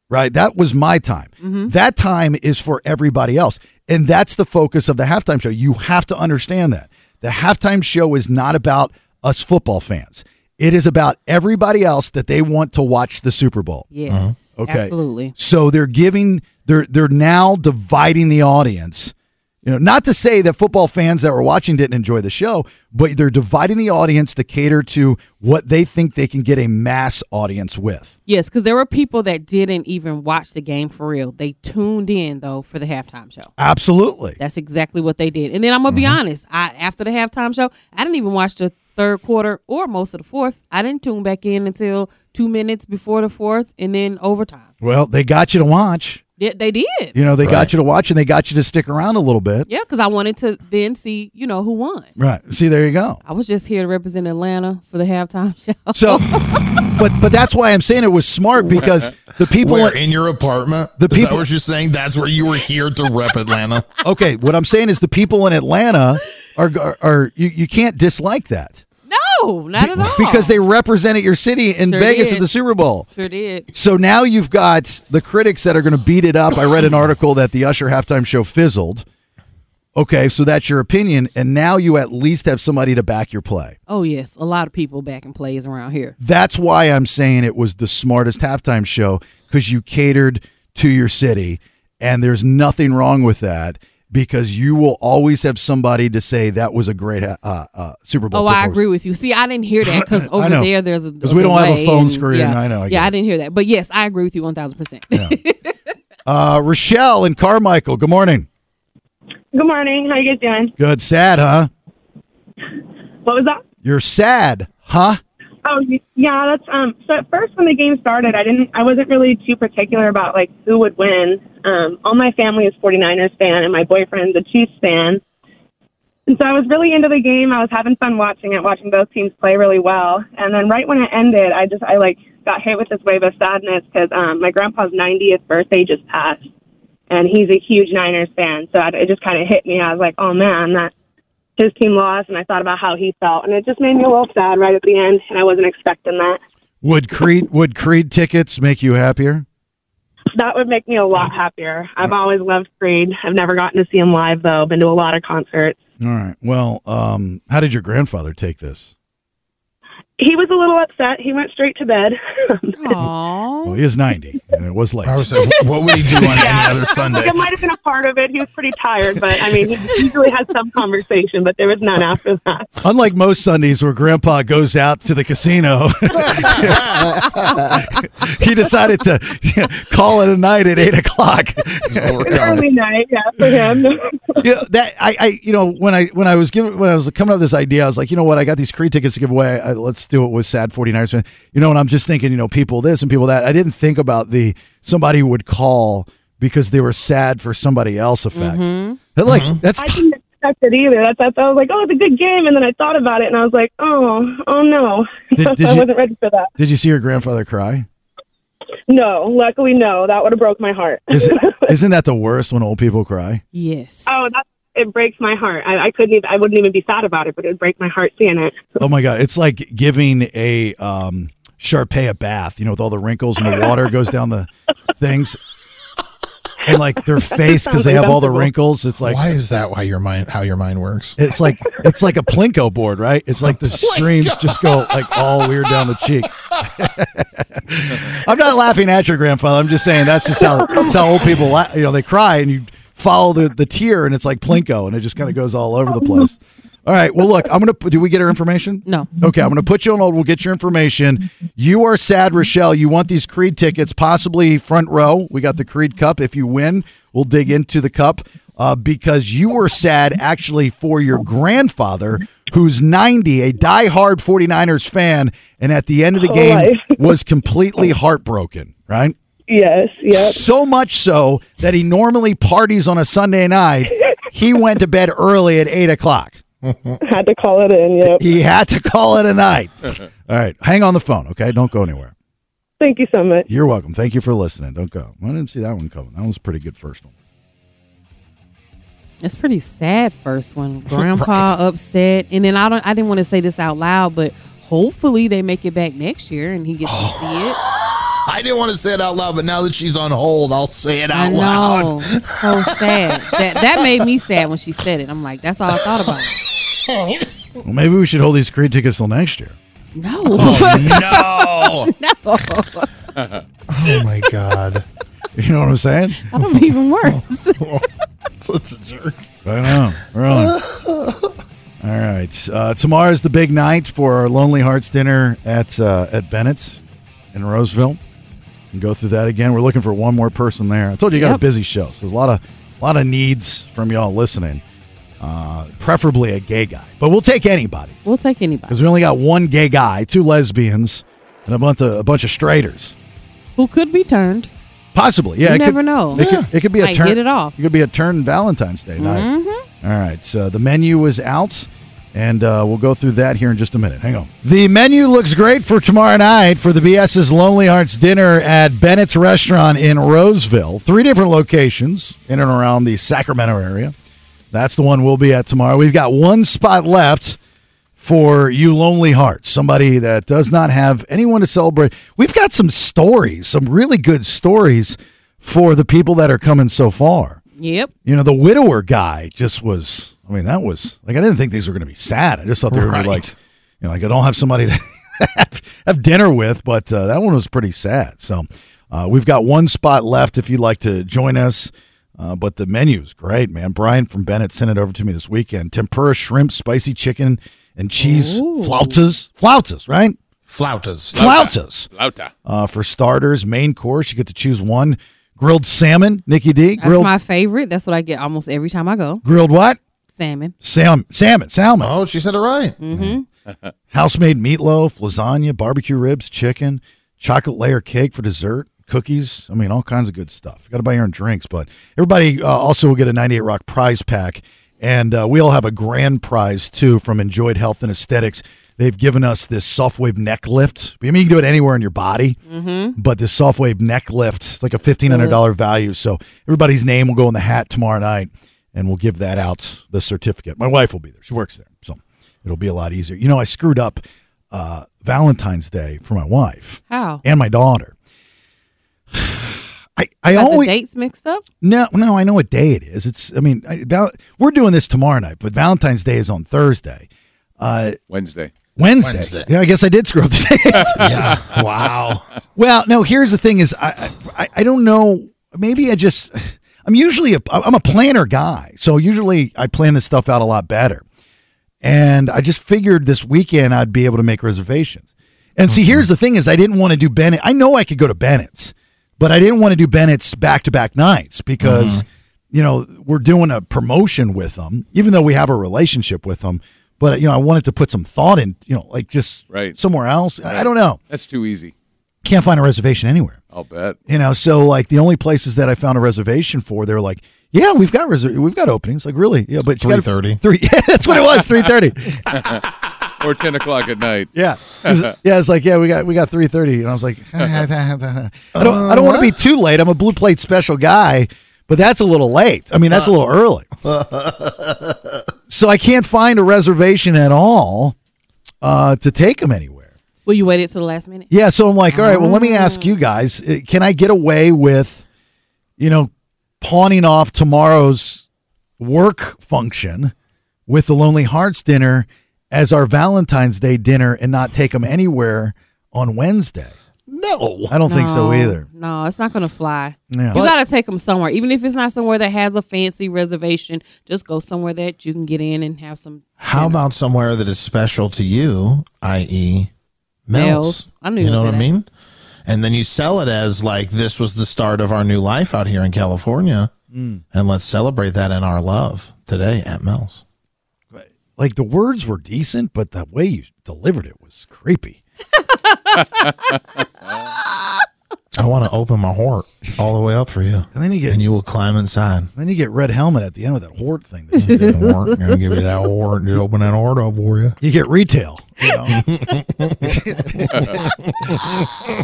Right? That was my time. That time is for everybody else. And that's the focus of the halftime show. You have to understand that. The halftime show is not about us football fans. It is about everybody else that they want to watch the Super Bowl. Yes. Okay. Absolutely. So they're giving they're they're now dividing the audience. You know, not to say that football fans that were watching didn't enjoy the show, but they're dividing the audience to cater to what they think they can get a mass audience with. Yes, because there were people that didn't even watch the game for real. They tuned in though for the halftime show. Absolutely. That's exactly what they did. And then I'm gonna Mm-hmm. be honest. I after the halftime show, I didn't even watch the third quarter or most of the fourth. I didn't tune back in until two minutes before the fourth, and then overtime. Well, they got you to watch. They, they did. You know, they got you to watch and they got you to stick around a little bit. Yeah, because I wanted to then see you know who won. Right. See, there you go. I was just here to represent Atlanta for the halftime show. So but but that's why I'm saying it was smart because the people Where, in your apartment. The The people people- were just saying that's where you were here to rep Atlanta. Okay, what I'm saying is the people in Atlanta are are, are you, you can't dislike that. No, not at all. because they represented your city in Oh. Sure Vegas did. at the Super Bowl. sure did. So now you've got the critics that are going to beat it up. I read an article that the Usher halftime show fizzled. Okay, so that's your opinion, and now you at least have somebody to back your play. Oh yes, a lot of people back and plays around here. That's why I'm saying it was the smartest halftime show because you catered to your city, and there's nothing wrong with that because you will always have somebody to say that was a great uh, uh, Super Bowl. Oh, I performance. agree with you. See, I didn't hear that because over know. there there's a 'Cause we don't have a delay phone and- screen. Yeah. I know, I get yeah, I it. didn't hear that, but yes, I agree with you one thousand percent. Uh, Rochelle and Carmichael. Good morning. Good morning. How you guys doing? Good. Sad, huh? What was that? You're sad, huh? Oh, y- yeah. That's um. So at first, when the game started, I didn't. I wasn't really too particular about like who would win. Um, all my family is 49ers fan, and my boyfriend's a Chiefs fan. And so I was really into the game. I was having fun watching it, watching both teams play really well. And then right when it ended, I just I like got hit with this wave of sadness because um, my grandpa's 90th birthday just passed, and he's a huge Niners fan. So I, it just kind of hit me. I was like, oh man, that his team lost, and I thought about how he felt, and it just made me a little sad right at the end. And I wasn't expecting that. Would Creed would Creed tickets make you happier? That would make me a lot happier. I've always loved Creed. I've never gotten to see him live though. Been to a lot of concerts. All right. Well, um, how did your grandfather take this? He was a little upset. He went straight to bed. Well, he is ninety, and it was late. I was like, what would he do on any other Sunday? Like it might have been a part of it. He was pretty tired, but I mean, he usually has some conversation, but there was none after that. Unlike most Sundays where Grandpa goes out to the casino, he decided to call it a night at eight o'clock. Early night, yeah, for him. yeah, that I, I, you know, when I when I was giving when I was coming up with this idea, I was like, you know what, I got these Creed tickets to give away. I, let's do it with sad 49ers. fan. You know, and I'm just thinking, you know, people this and people that. I didn't think about the somebody would call because they were sad for somebody else effect. That, like Mm-hmm. that's Mm-hmm. I didn't expect it either. That's, that's I was like, oh, it's a good game, and then I thought about it, and I was like, oh, oh no, Did- So did I you- wasn't ready for that. did you see your grandfather cry? No, luckily, no. That would have broke my heart. Is isn't that the worst when old people cry? Yes. Oh, that it breaks my heart. I, I couldn't. Even, I wouldn't even be sad about it, but it would break my heart seeing it. Oh my god, it's like giving a um Sharpay a bath, you know, with all the wrinkles and the water goes down the things. And like their face because they have all the wrinkles. It's like why is that? Why your mind? How your mind works? It's like it's like a plinko board, right? It's like the streams just go like all weird down the cheek. I'm not laughing at your grandfather. I'm just saying that's just how that's how old people la- you know they cry and you follow the the tear and it's like plinko and it just kind of goes all over the place. All right. Well, look, I'm gonna. p- Do we get her information? No. Okay, I'm gonna put you on hold. We'll get your information. You are sad, Rochelle. You want these Creed tickets, possibly front row. We got the Creed Cup. If you win, we'll dig into the cup uh, because you were sad actually for your grandfather, who's 90, a diehard 49ers fan, and at the end of the Whole game life. was completely heartbroken. Right. Oh. Yes. Yep. So much so that he normally parties on a Sunday night. He went to bed early at eight o'clock. Had to call it in. Yep. He had to call it a night. All right, hang on the phone, okay? Don't go anywhere. Thank you so much. You're welcome. Thank you for listening. Don't go. I didn't see that one coming. That one's a pretty good first one. It's pretty sad first one. Grandpa upset. And then I don't I didn't want to say this out loud, but hopefully they make it back next year and he gets to see it. I didn't want to say it out loud, but now that she's on hold, I'll say it I out loud. know. So sad. That that made me sad when she said it. I'm like, that's all I thought about. it. Well, maybe we should hold these Creed tickets till next year. No. Oh, no. oh my god, You know what I'm saying? That would be even worse. such a jerk. I know. Really. All right. Uh, tomorrow's the big night for our Lonely Hearts dinner at uh, at Bennett's in Roseville. And go through that again. We're looking for one more person there. I told you, you got a Yep. busy show, so there's a lot of a lot of needs from y'all listening. Uh, preferably a gay guy, but we'll take anybody. We'll take anybody. because we only got one gay guy, two lesbians, and a bunch of a bunch of straighters. Who could be turned? Possibly, yeah. You it never could, know. It could, it could be a Might turn. get it off. Mm-hmm. It could be a turn Valentine's Day night. All right. So the menu is out, and uh, we'll go through that here in just a minute. Hang on. The menu looks great for tomorrow night for the BS's Lonely Hearts dinner at Bennett's Restaurant in Roseville. Three different locations in and around the Sacramento area. That's the one we'll be at tomorrow. We've got one spot left for you lonely hearts, somebody that does not have anyone to celebrate. We've got some stories, some really good stories for the people that are coming so far. Yep. You know, the widower guy just was, I mean, that was like, I didn't think these were going to be sad. I just thought they were going to be like, you know, like I don't have somebody to have, have dinner with, but uh, that one was pretty sad. So uh, we've got one spot left if you'd like to join us. Uh, but the menu's great, man. Brian from Bennett sent it over to me this weekend. Tempura shrimp, spicy chicken, and cheese flautas. Flautas, right? Flautas. Flautas. Flauta. Uh, for starters, main course, you get to choose one. Grilled salmon, Nikki D. That's Grilled my favorite. That's what I get almost every time I go. grilled what? Salmon. Salmon. Salmon. Salmon. Oh, she said it right. Mm-hmm. House made meatloaf, lasagna, barbecue ribs, chicken, chocolate layer cake for dessert, cookies. I mean, all kinds of good stuff. got to buy your own drinks, but everybody uh, also will get a 98 Rock prize pack And uh, we all have a grand prize too from Enjoyed Health and Aesthetics. They've given us this soft wave neck lift. I mean, you can do it anywhere in your body, Mm-hmm. Mhm. but this soft wave neck lift, it's like a fifteen hundred dollar value. So everybody's name will go in the hat tomorrow night, and we'll give that out the certificate. My wife will be there; she works there, so it'll be a lot easier. You know, I screwed up uh, Valentine's Day for my wife How? and my daughter. I I Got always the dates mixed up. no, no, I know what day it is. It's, I mean, I, val- we're doing this tomorrow night, but Valentine's Day is on Thursday. Uh, Wednesday. Wednesday. Wednesday. Yeah, I guess I did screw up the dates. Yeah. Wow. Well, no, here's the thing: is I, I, I don't know. Maybe I just, I'm usually a, I'm a planner guy, so usually I plan this stuff out a lot better. And I just figured this weekend I'd be able to make reservations. And see, here's the thing: is I didn't want to do Bennett. I know I could go to Bennett's, but I didn't want to do Bennett's back to back nights because Mm-hmm. you know, we're doing a promotion with them, even though we have a relationship with them. But you know, I wanted to put some thought in, you know, like just Right. somewhere else. I I don't know. That's too easy. Can't find a reservation anywhere. I'll bet. You know, so like the only places that I found a reservation for, they're like, yeah, we've got reser- we've got openings. Like really, yeah, but you gotta- 3:30. three. Yeah, that's what it was. Three thirty. or ten o'clock at night. Yeah. 'Cause- yeah, it's like yeah, we got we got three thirty, and I was like, "Ah, I don't I don't want to be too late. I'm a blue plate special guy, but that's a little late. I mean, that's a little early. so I can't find a reservation at all uh, to take them anywhere. Well, you waited till the last minute. Yeah, so I'm like, all right, well, let me ask you guys: uh, Can I get away with, you know, pawning off tomorrow's work function with the Lonely Hearts dinner as our Valentine's Day dinner and not take them anywhere on Wednesday? No, I don't think so either. No, it's not gonna fly. Yeah. You gotta take them somewhere, even if it's not somewhere that has a fancy reservation. Just go somewhere that you can get in and have some How about somewhere that is special to you, i.e., Mel's? Mel's. I knew you you know would say what I that. mean. And then you sell it as like this was the start of our new life out here in California, Mm. and let's celebrate that in our love today at Mel's. Like the words were decent, but the way you delivered it was creepy. I want to open my heart all the way up for you, and then you get and you will climb inside. Then you get red helmet at the end with that horde thing. That you, did. Hort, I'm gonna give you that hort, just open that hort up for you. You get retail. you know?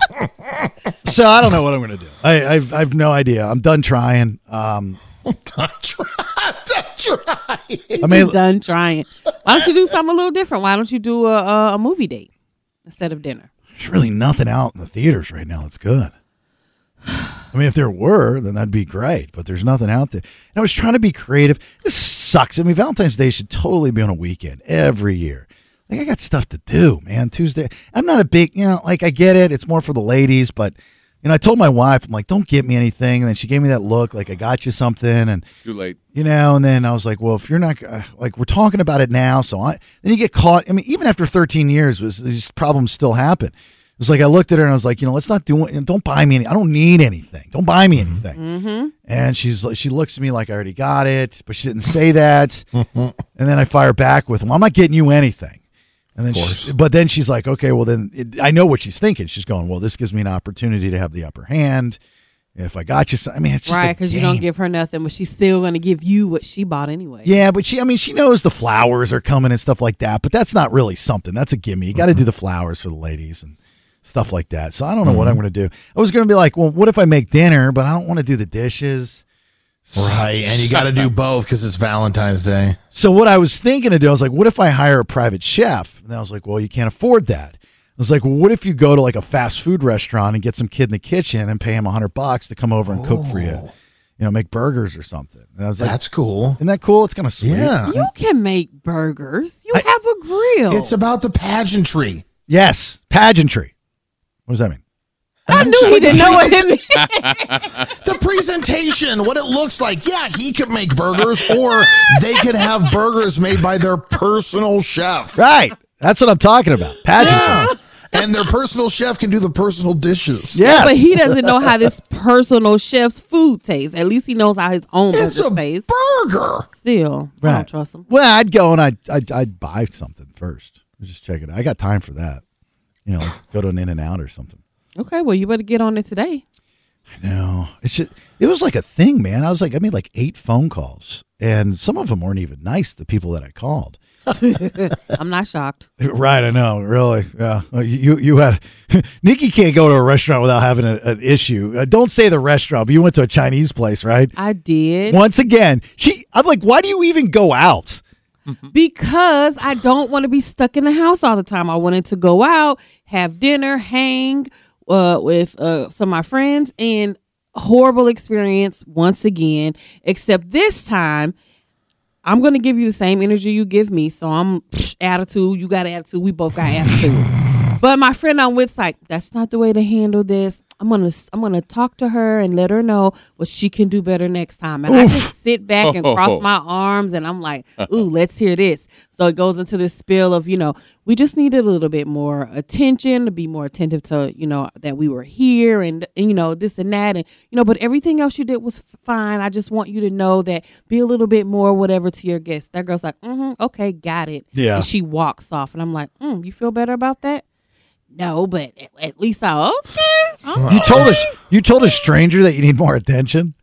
so I don't know what I'm gonna do. I, I've I've no idea. I'm done trying. Um, I mean, done trying. Why don't you do something a little different? Why don't you do a, a, a movie date instead of dinner? there's really nothing out in the theaters right now. That's good. I mean, if there were, then that'd be great. But there's nothing out there. And I was trying to be creative. This sucks. I mean, Valentine's Day should totally be on a weekend every year. Like I got stuff to do, man. Tuesday. I'm not a big, you know, like I get it. It's more for the ladies, but you know, I told my wife, I'm like, don't get me anything. And then she gave me that look, like I got you something. And Too late. you know and then i was like well if you're not uh, like we're talking about it now so i then you get caught i mean even after 13 years was these problems still happen it was like i looked at her and i was like you know let's not do it don't buy me any i don't need anything don't buy me anything Mm-hmm. and she's like she looks at me like i already got it but she didn't say that and then i fire back with well i'm not getting you anything and then Of she, but then she's like okay well then it, i know what she's thinking she's going well this gives me an opportunity to have the upper hand if i got you some- i mean it's just a Right, because you don't game. give her nothing, but she's still going to give you what she bought anyway. Yeah, but she, I mean, she knows the flowers are coming and stuff like that, but that's not really something. That's a gimme. You got Mm-hmm. to do the flowers for the ladies and stuff like that. So I don't know what I'm Mm-hmm. going to do. I was going to be like, well, what if I make dinner, but I don't want to do the dishes? Right, and you got to do both because it's Valentine's Day. So what I was thinking to do, I was like, what if I hire a private chef? And I was like, well, you can't afford that. I was like, well, what if you go to like a fast food restaurant and get some kid in the kitchen and pay him a hundred bucks to come over and cook for you? You know, make burgers or something. And I was like, Oh. That's cool. Isn't that cool? It's kind of sweet. You can make burgers. You have a grill. It's about the pageantry. Yes, pageantry. What does that mean? I knew he didn't know what it meant. the presentation, what it looks like. Yeah, he could make burgers, or they could have burgers made by their personal chef. Right. That's what I'm talking about. Pageantry. And their personal chef can do the personal dishes. Yeah, but he doesn't know how this personal chef's food tastes. At least he knows how his own It's burger a tastes. burger. Still, I Right. don't trust him. Well, I'd go and I'd, I'd I'd buy something first. Just check it. out. I got time for that. You know, like go to an In and Out or something. Okay, well, you better get on it today. I know. It's just, it was like a thing, man. I was like, I made like eight phone calls, and some of them weren't even nice. The people that I called. I'm not shocked. Right, I know. Really, yeah. Uh, You you had Nikki can't go to a restaurant without having a, an issue. Uh, don't say the restaurant, but you went to a Chinese place, right? I did. Once again, she. I'm like, why do you even go out? because I don't want to be stuck in the house all the time. I wanted to go out, have dinner, hang uh, with uh, some of my friends, and horrible experience once again. Except this time, I'm going to give you the same energy you give me. So I'm psh, attitude. You got attitude. We both got attitude. but my friend I'm with's like, that's not the way to handle this. I'm gonna I'm gonna talk to her and let her know what she can do better next time. And I just sit back and cross my arms and I'm like, ooh, let's hear this. So it goes into this spill of, you know, we just need a little bit more attention to be more attentive to, you know, that we were here and, and, you know, this and that. And, you know, but everything else you did was f- fine. I just want you to know that be a little bit more whatever to your guests. That girl's like, mm-hmm, okay, got it. Yeah. And she walks off. And I'm like, mm, you feel better about that? No, but at, at least I, okay. You told us. You told a stranger that you need more attention.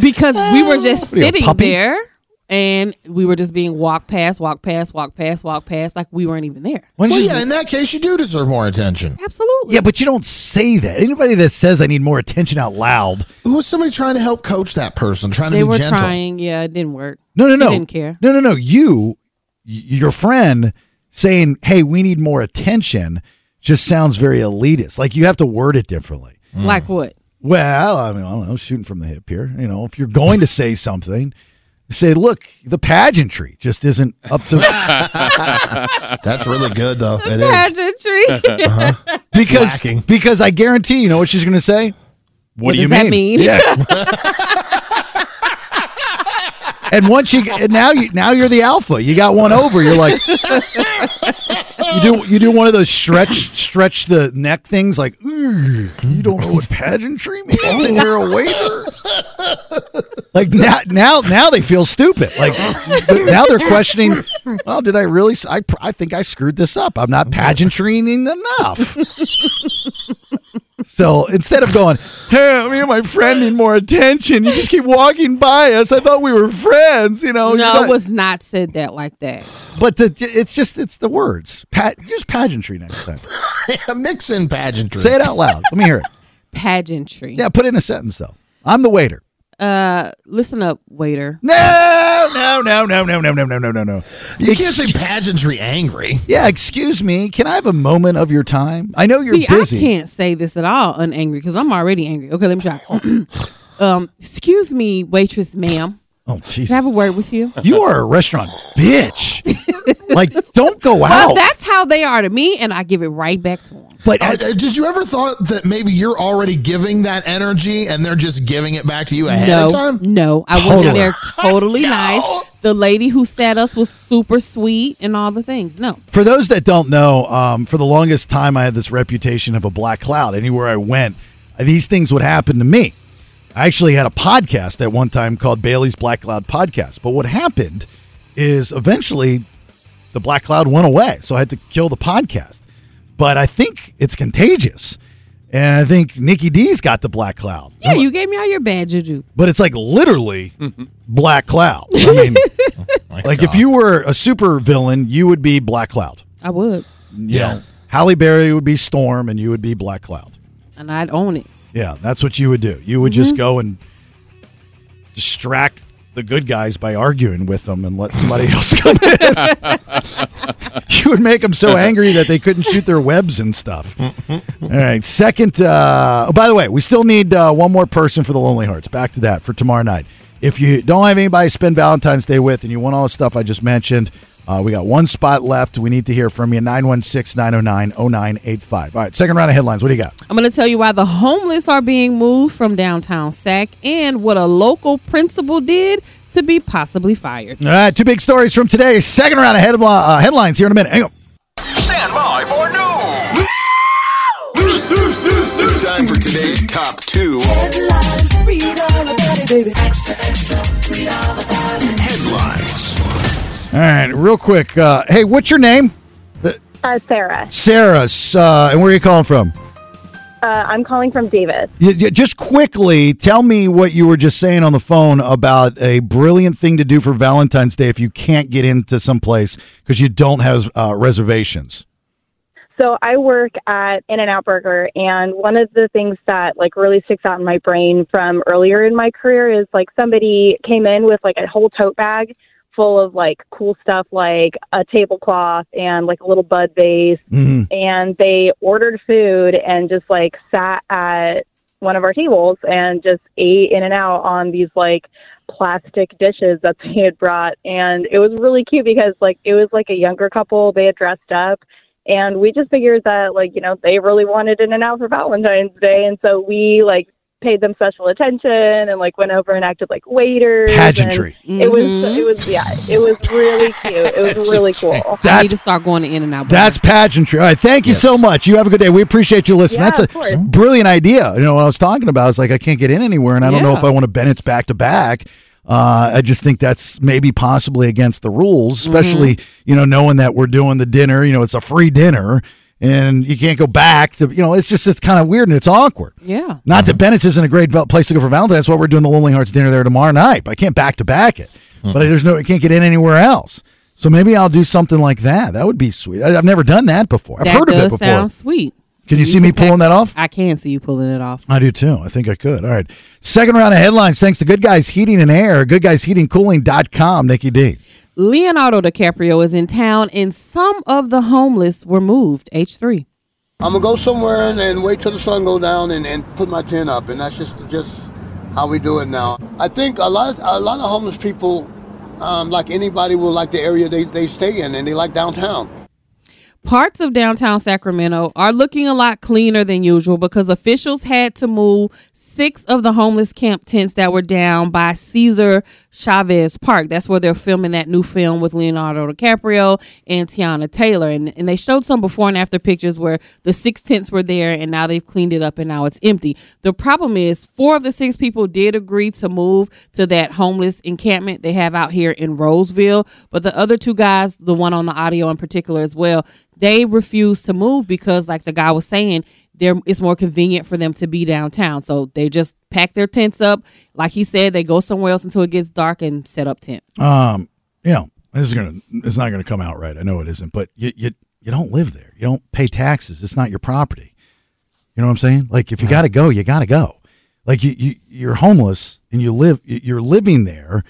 because we were just What are you, a sitting puppy? there and we were just being walked past, walked past, walked past, walked past, like we weren't even there. well, yeah, in that case, you do deserve more attention. Absolutely. Yeah, but you don't say that. Anybody that says I need more attention out loud. Was somebody trying to help coach that person? Trying to They be were gentle. trying. Yeah, it didn't work. No, no, She no. didn't care. No, no, no. You, y- your friend saying, "Hey, we need more attention," just sounds very elitist. Like you have to word it differently. Mm. Like what? Well, I mean, I don't know, shooting from the hip here. You know, if you're going to say something, say, "Look, the pageantry just isn't up to." That's really good, though. It is. Pageantry. Uh-huh. because Lacking. because I guarantee you know what she's going to say. What, does that mean? Yeah. and once you and now you now you're the alpha. You got one over. You're like you do you do one of those stretch stretch the neck things like "Ugh, you don't know what pageantry means and you're a waiter. Like now now now they feel stupid. Like but now they're questioning. Well, did I really? s- I pr- I think I screwed this up. I'm not pageantrying enough. So instead of going, hey, me and my friend need more attention, you just keep walking by us. I thought we were friends, you know. no, you're not- it was not said that like that. But the, it's just, it's the words. Pat, use pageantry next time. Mix in pageantry. Say it out loud. Let me hear it. Pageantry. Yeah, put it in a sentence, though. I'm the waiter. Uh, listen up, waiter. No, no, no, no, no, no, no, no, no, no, no. You can't say pageantry angry. Yeah, excuse me. Can I have a moment of your time? I know you're See, busy. I can't say this at all unangry because I'm already angry. Okay, let me try. um, excuse me, waitress, ma'am. Oh, Can I Jesus. have a word with you? You are a restaurant bitch. like, don't go Well, out. that's how they are to me, and I give it right back to them. But Uh, did you ever thought that maybe you're already giving that energy and they're just giving it back to you ahead no, of time? no, I Totally. wasn't there. Totally nice. The lady who sat us was super sweet and all the things. No, For those that don't know, um, for the longest time, I had this reputation of a black cloud. Anywhere I went, these things would happen to me. I actually had a podcast at one time called Bailey's Black Cloud Podcast. But what happened is eventually the black cloud went away. So I had to kill the podcast. But I think it's contagious. And I think Nikki D's got the black cloud. yeah, you gave me all your bad juju. But it's like literally black cloud. I mean, like if you were a super villain, you would be black cloud. I would, You know, Halle Berry would be Storm, and you would be Black Cloud. and I'd own it. Yeah, that's what you would do. You would just go and distract the good guys by arguing with them and let somebody else come in. you would make them so angry that they couldn't shoot their webs and stuff. All right, second. Uh, oh, by the way, we still need uh, one more person for the Lonely Hearts. Back to that for tomorrow night. If you don't have anybody to spend Valentine's Day with and you want all the stuff I just mentioned, uh, we got one spot left. We need to hear from you 916 909 0985. All right, second round of headlines. What do you got? I'm going to tell you why the homeless are being moved from downtown Sac and what a local principal did to be possibly fired. All right, two big stories from today. Second round of head, uh, headlines here in a minute. Hang on. Stand by for news. News, news, news, news. It's time for today's top two. Headlines. All right, real quick. Uh, hey, what's your name? Uh, Sarah, Sarah. s- Uh, and where are you calling from? Uh, I'm calling from Davis. Y- y- Just quickly, tell me what you were just saying on the phone about a brilliant thing to do for Valentine's Day if you can't get into some place because you don't have uh, reservations. So I work at In and Out Burger, and one of the things that like really sticks out in my brain from earlier in my career is like somebody came in with like a whole tote bag full of like cool stuff, like a tablecloth and like a little bud vase, Mm-hmm. Mm-hmm. and they ordered food and just like sat at one of our tables and just ate in and out on these like plastic dishes that they had brought and it was really cute because like it was like a younger couple they had dressed up and we just figured that like you know they really wanted in and out for valentine's day and so we like paid them special attention and like went over and acted like waiters and Pageantry. it was it was yeah it was really cute it was really cool I need to start going to In and Out. That's pageantry. All right, thank you so much. You have a good day. We appreciate you listening. Yeah, That's a of course. brilliant idea. You know what I was talking about? It's like I can't get in anywhere, and I don't know Yeah. if I want to Bennett's back to back. Uh, I just think that's maybe possibly against the rules, Mm-hmm. especially you know knowing that we're doing the dinner. You know, it's a free dinner, and you can't go back to. You know, it's just it's kind of weird and it's awkward. Yeah. Not that Bennett's isn't a great val- place to go for Valentine's. That's why we're doing the Lonely Hearts dinner there tomorrow night. But I can't back to back it. But there's no, I can't get in anywhere else. So maybe I'll do something like that. That would be sweet. I, I've never done that before. I've that heard of does it before. sound sweet. Can you see me pulling that off? I can see you pulling it off. I do too. I think I could. All right. Second round of headlines. Thanks to Good Guys Heating and Air, goodguysheatingcooling.com. Nikki D. Leonardo DiCaprio is in town, and some of the homeless were moved. H three. I'm gonna go somewhere and, and wait till the sun go down and, and put my tent up, and that's just just how we do it now. I think a lot of, a lot of homeless people, um, like anybody, will like the area they, they stay in, and they like downtown. Parts of downtown Sacramento are looking a lot cleaner than usual because officials had to move six of the homeless camp tents that were down by Cesar Chavez Park. That's where they're filming that new film with Leonardo DiCaprio and Tiana Taylor. And, and they showed some before and after pictures where the six tents were there and now they've cleaned it up and now it's empty. The problem is, four of the six people did agree to move to that homeless encampment they have out here in Roseville. But the other two guys, the one on the audio in particular as well, they refuse to move because, like the guy was saying, there it's more convenient for them to be downtown. So they just pack their tents up. Like he said, they go somewhere else until it gets dark and set up tent. Um, you know, this is gonna it's not gonna come out right. I know it isn't, but you you you don't live there. You don't pay taxes. It's not your property. You know what I'm saying? Like if you gotta go, you gotta go. Like you, you you're homeless and you live you- you're living there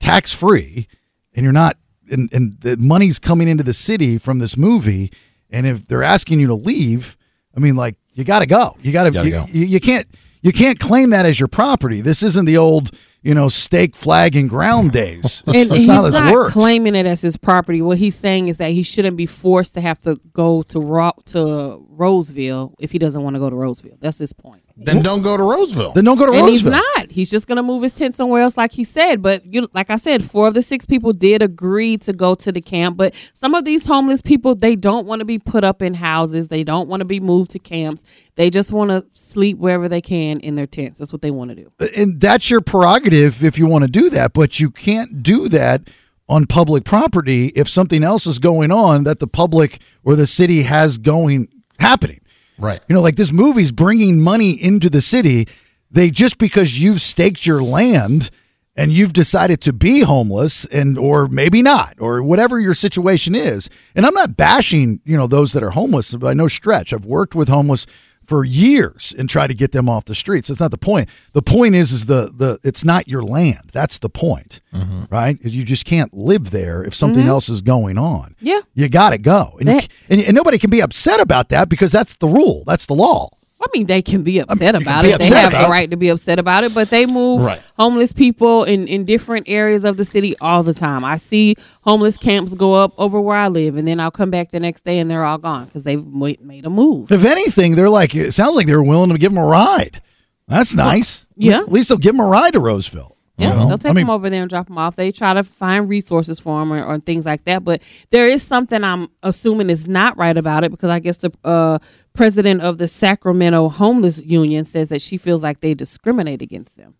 tax free and you're not and, and the money's coming into the city from this movie and if they're asking you to leave, I mean like you gotta go. You gotta, Gotta you, go. you, you can't you can't claim that as your property. This isn't the old, you know, stake flag and ground days. And, That's, and that's he's not how this not works. claiming it as his property. What he's saying is that he shouldn't be forced to have to go to Ro- to Roseville if he doesn't want to go to Roseville. That's his point. Then don't go to Roseville. Then don't go to and Roseville. he's not. He's just gonna move his tent somewhere else, like he said. But you, like I said, four of the six people did agree to go to the camp. But some of these homeless people, they don't want to be put up in houses. They don't want to be moved to camps. They just want to sleep wherever they can in their tents. That's what they want to do. and that's your prerogative if you want to do that, but you can't do that on public property if something else is going on that the public or the city has going happening. Right. You know, like this movie's bringing money into the city. They just because you've staked your land and you've decided to be homeless and or maybe not or whatever your situation is. And I'm not bashing, you know, those that are homeless by no stretch. I've worked with homeless for years and tried to get them off the streets. That's not the point. The point is is the the it's not your land. That's the point. Right? You just can't live there if something Mhm. else is going on. Yeah. You got to go. And, you, and, and nobody can be upset about that because that's the rule. That's the law. I mean, they can be upset about be it. upset they have about the it. right to be upset about it, but they move Right. homeless people in, in different areas of the city all the time. I see homeless camps go up over where I live, and then I'll come back the next day and they're all gone because they've ma- made a move. If anything, they're like, it sounds like they're willing to give them a ride. That's nice. Yeah. At least they'll give them a ride to Roseville. Yeah, you know? they'll take I mean, them over there and drop them off. They try to find resources for them or, or things like that. But there is something I'm assuming is not right about it because I guess the uh, president of the Sacramento Homeless Union says that she feels like they discriminate against them,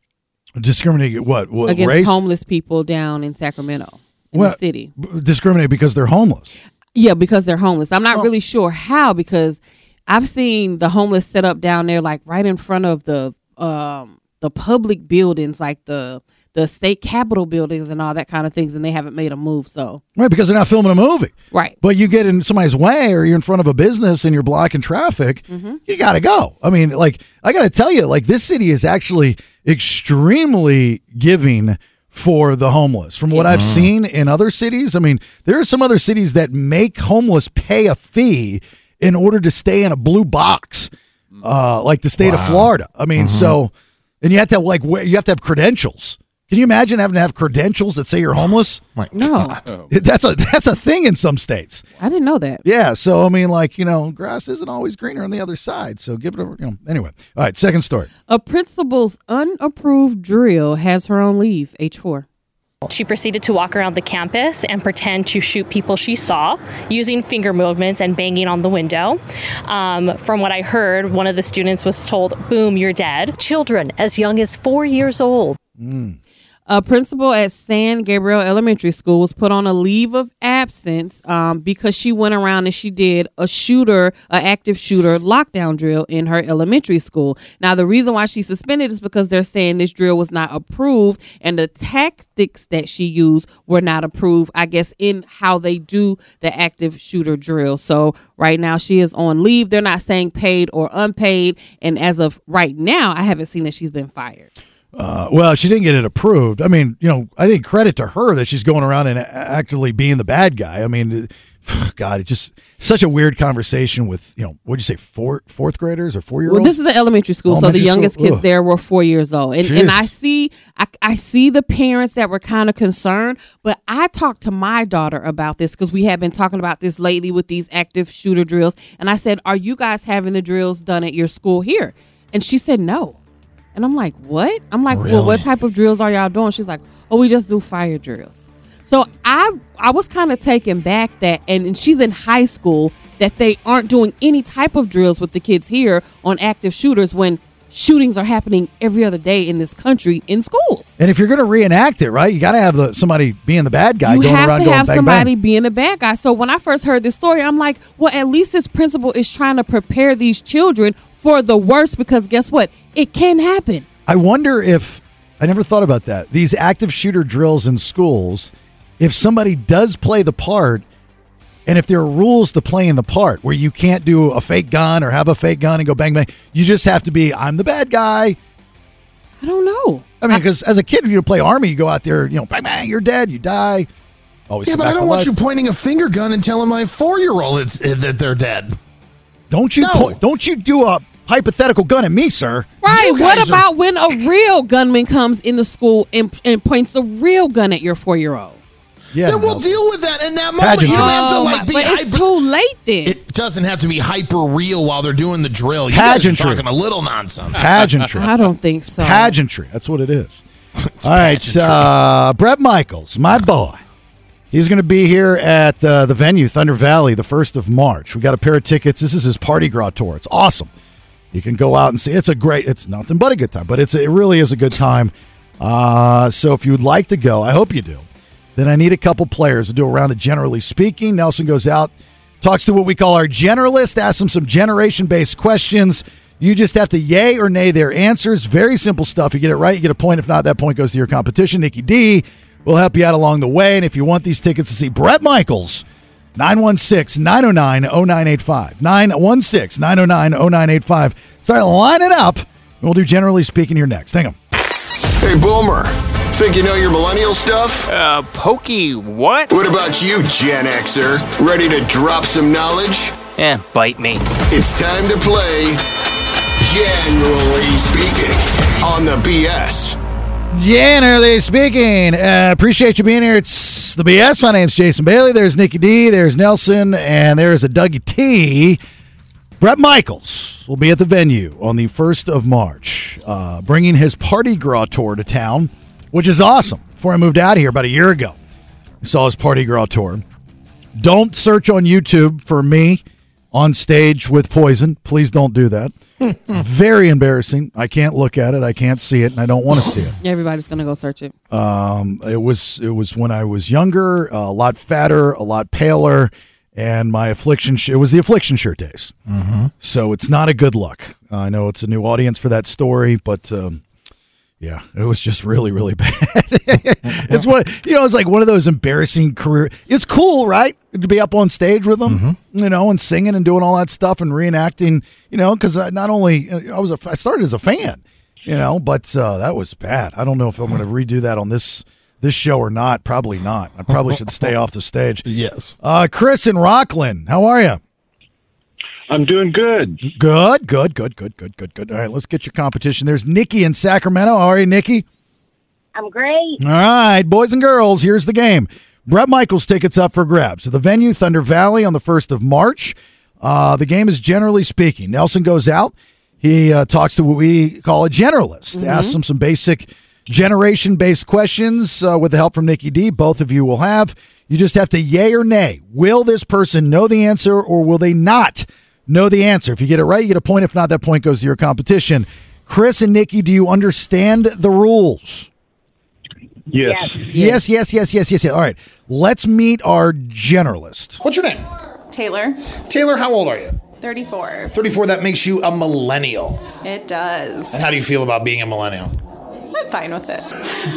discriminate what? what against race? homeless people down in Sacramento, in Well, the city. b- Discriminate because they're homeless. Yeah, because they're homeless. I'm not really sure how because I've seen the homeless set up down there, like right in front of the um the public buildings, like the the state capitol buildings and all that kind of things, and they haven't made a move. So Right, because they're not filming a movie. Right. But you get in somebody's way or you're in front of a business and you're blocking traffic, Mm-hmm. you got to go. I mean, like, I got to tell you, like, this city is actually extremely giving for the homeless. From what I've seen in other cities, I mean, there are some other cities that make homeless pay a fee in order to stay in a blue box, uh, like the state of Florida. I mean, so, and you have to have, like, where- you have to have credentials. Can you imagine having to have credentials that say you're homeless? no, That's a that's a thing in some states. I didn't know that. Yeah, so I mean, like you know, grass isn't always greener on the other side. So give it a you know. Anyway, all right. Second story. A principal's unapproved drill has her on leave. H four. She proceeded to walk around the campus and pretend to shoot people she saw using finger movements and banging on the window. Um, from what I heard, one of the students was told, Boom, you're dead. Children as young as four years old. Mm. A principal at San Gabriel Elementary School was put on a leave of absence um, because she went around and she did a shooter, a active shooter lockdown drill in her elementary school. Now, the reason why she's suspended is because they're saying this drill was not approved and the tactics that she used were not approved, I guess, in how they do the active shooter drill. So, right now, she is on leave. They're not saying paid or unpaid. And as of right now, I haven't seen that she's been fired. Uh, well, she didn't get it approved. I mean, you know, I think credit to her that she's going around and a- actively being the bad guy. I mean, God, it just such a weird conversation with you know, what'd you say, four, fourth graders or four year olds? Well, this is an elementary school, so Elementary the youngest school? kids Ugh. there were four years old, and, and Jesus. I see, I, I see the parents that were kind of concerned, but I talked to my daughter about this because we have been talking about this lately with these active shooter drills, and I said, "Are you guys having the drills done at your school here?" And she said, "No," and I'm like, "What?" I'm like, "Well, what type of drills are y'all doing?" She's like, "Oh, we just do fire drills." So I I was kind of taken back that and, and she's in high school that they aren't doing any type of drills with the kids here on active shooters when shootings are happening every other day in this country in schools. and if you're going to reenact it, right, you got to have the, somebody being the bad guy You going have around to going have bang somebody bang. being a bad guy. So when I first heard this story, I'm like, well, at least this principal is trying to prepare these children for the worst because guess what? It can happen. I wonder if I never thought about that. These active shooter drills in schools, if somebody does play the part, and if there are rules to playing the part where you can't do a fake gun or have a fake gun and go bang bang, you just have to be I'm the bad guy. I don't know. I mean, because as a kid, you play army, you go out there, you know, bang bang, you're dead, you die. Always. yeah, come but back I don't to want life. you pointing a finger gun and telling my four year old it's uh, that they're dead. Don't you? No. po- don't you do a hypothetical gun at me, sir? Right. You What guys are- about when a real gunman comes in the school and, and points a real gun at your four year old? Yeah. then we'll deal with that in that moment. You don't have to Oh, like my- be. but it's hyper- too late then. it doesn't have to be hyper real while they're doing the drill. You guys are Pageantry. talking a little nonsense. Uh-huh. Pageantry. I don't think so. Pageantry. That's what it is. All right, uh, Brett Michaels, my boy. He's going to be here at uh, the venue, Thunder Valley, the 1st of March. We got a pair of tickets. This is his party gras tour. It's awesome. You can go out and see. It's a great, it's nothing but a good time, but it's it really is a good time. Uh, so if you'd like to go, I hope you do, then I need a couple players to do a round of generally speaking. Nelson goes out, talks to what we call our generalist, asks them some generation based questions. You just have to yay or nay their answers. Very simple stuff. You get it right, you get a point. If not, that point goes to your competition. Nikki D will help you out along the way. And if you want these tickets to see Brett Michaels, 916 909 0985. 916 909 0985. Start lining up. And we'll do generally speaking here next. Hang on. Hey, Boomer. Think you know your millennial stuff? Uh, pokey what? What about you, Gen Xer? Ready to drop some knowledge? Eh, bite me. It's time to play Generally Speaking on the BS. Generally speaking, uh, appreciate you being here. It's the BS. My name's Jason Bailey. There's Nikki D. There's Nelson, and there is a Dougie T. Brett Michaels will be at the venue on the first of March, uh, bringing his Party Gras tour to town, which is awesome. Before I moved out here about a year ago, I saw his Party Gras tour. Don't search on YouTube for me on stage with poison. Please don't do that. Very embarrassing. I can't look at it. I can't see it, and I don't want to see it. Everybody's gonna go search it. Um, it was it was when I was younger, a lot fatter, a lot paler, and my affliction sh- it was the affliction shirt days. So it's not a good luck. I know it's a new audience for that story, but um, yeah, it was just really really bad. it's one you know it's like one of those embarrassing career. It's cool, right, to be up on stage with them, you know, and singing and doing all that stuff and reenacting, you know, because not only uh, I was a, I started as a fan, you know, but uh, that was bad. I don't know if I'm going to redo that on this. This show or not? Probably not. I probably should stay off the stage. Yes. Uh, Chris in Rockland, how are you? I'm doing good. Good, good, good, good, good, good, good. All right, let's get your competition. There's Nikki in Sacramento. How are you, Nikki? I'm great. All right, boys and girls, here's the game. Brett Michaels tickets up for grabs. So the venue, Thunder Valley, on the 1st of March. Uh, the game is generally speaking. Nelson goes out. He uh, talks to what we call a generalist, asks him some basic generation based questions uh, with the help from Nikki D. Both of you will have. You just have to yay or nay. Will this person know the answer or will they not know the answer? If you get it right, you get a point. If not, that point goes to your competition. Chris and Nikki, do you understand the rules? Yes. Yes, yes, yes, yes, yes, yes. All right. Let's meet our generalist. What's your name? Taylor, Taylor, how old are you? 34. 34, that makes you a millennial. It does. And how do you feel about being a millennial? I'm fine with it.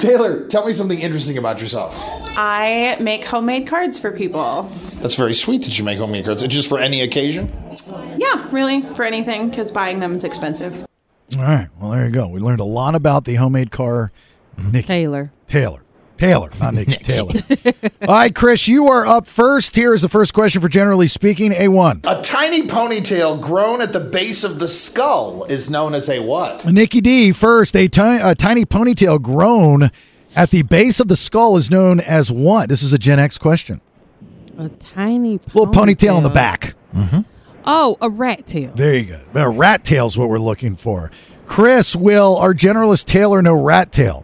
Taylor, tell me something interesting about yourself. I make homemade cards for people. That's very sweet that you make homemade cards. Just for any occasion? Yeah, really, for anything, because buying them is expensive. All right. Well, there you go. We learned a lot about the homemade car. Nikki. Taylor. Taylor. Taylor, not Nikki. Taylor. All right, Chris, you are up first. Here is the first question for generally speaking. A1. A tiny ponytail grown at the base of the skull is known as a what? Nikki D first. A, ti- a tiny ponytail grown at the base of the skull is known as what? This is a Gen X question. A tiny ponytail. Little ponytail on the back. Oh, a rat tail. There you go. A rat tail's what we're looking for. Chris, will our generalist Taylor know rat tail?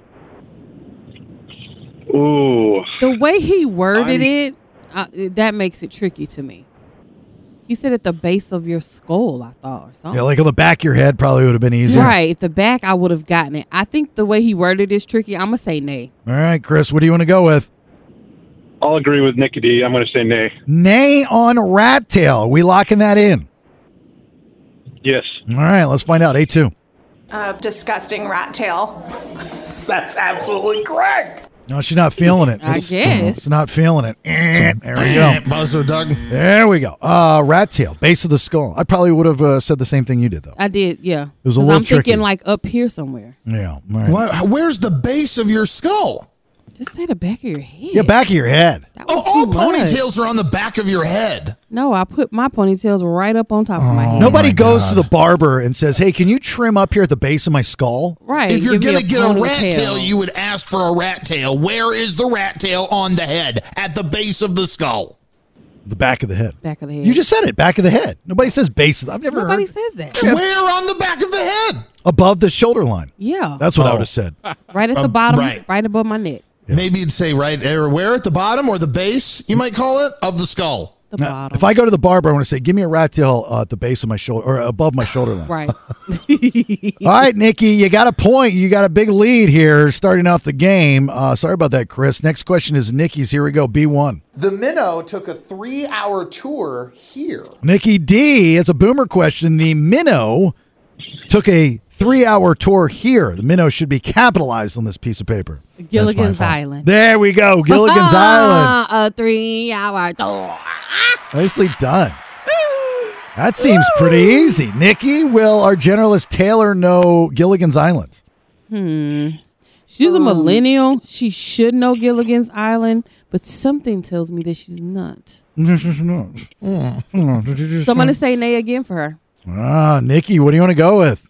Ooh. The way he worded I'm- it, uh, that makes it tricky to me. He said at the base of your skull, I thought, or something. Yeah, like on the back of your head probably would have been easier. Right, at the back, I would have gotten it. I think the way he worded is tricky. I'm gonna say nay. All right, Chris, what do you want to go with? I'll agree with Nikki D. I'm going to say nay. Nay on rat tail. Are we locking that in? Yes. All right, let's find out. A2. Uh, disgusting rat tail. That's absolutely correct. No, she's not feeling it. I It's- guess. It's not feeling it. Eh, There we go. Buzzard Doug. There we go. Uh, rat tail, base of the skull. I probably would have uh, said the same thing you did, though. I did, yeah. It was a I'm little tricky. thinking like up here somewhere. Yeah. all right. Why, where's the base of your skull? Just say the back of your head. Yeah, back of your head. Oh, all ponytails are on the back of your head. No, I put my ponytails right up on top of my Oh head. Oh. Nobody goes to the barber and says, hey, can you trim up here at the base of my skull? Right. if you're give me gonna get a rat ponytail. tail, you would ask for a rat tail. Where is the rat tail on the head? At the base of the skull. The back of the head. Back of the head. You just said it, back of the head. Nobody says base. of the- I've never Nobody heard says that. Where on the back of the head? above the shoulder line. Yeah. That's what I Oh. would have said. right at Uh, the bottom, right. right. above my neck. Maybe you'd say right there, where at the bottom or the base, you might call it, of the skull. The Now, bottom. if I go to the barber, I want to say, give me a rat tail uh, at the base of my shoulder or above my shoulder line. Right. All right, Nikki, you got a point. You got a big lead here starting off the game. Uh, sorry about that, Chris. Next question is Nikki's. Here we go. B1. The minnow took a three hour tour here. Nikki D is a boomer question. The minnow took a three hour tour here. The minnow should be capitalized on this piece of paper. Gilligan's Island. There we go. Gilligan's Island. A three hour tour. Nicely done. That seems pretty easy. Nikki, will our generalist Taylor know Gilligan's Island? Hmm. She's Oh. a millennial. She should know Gilligan's Island, but something tells me that she's not. Mm. Somebody say nay again for her. Ah, Nikki, what do you want to go with?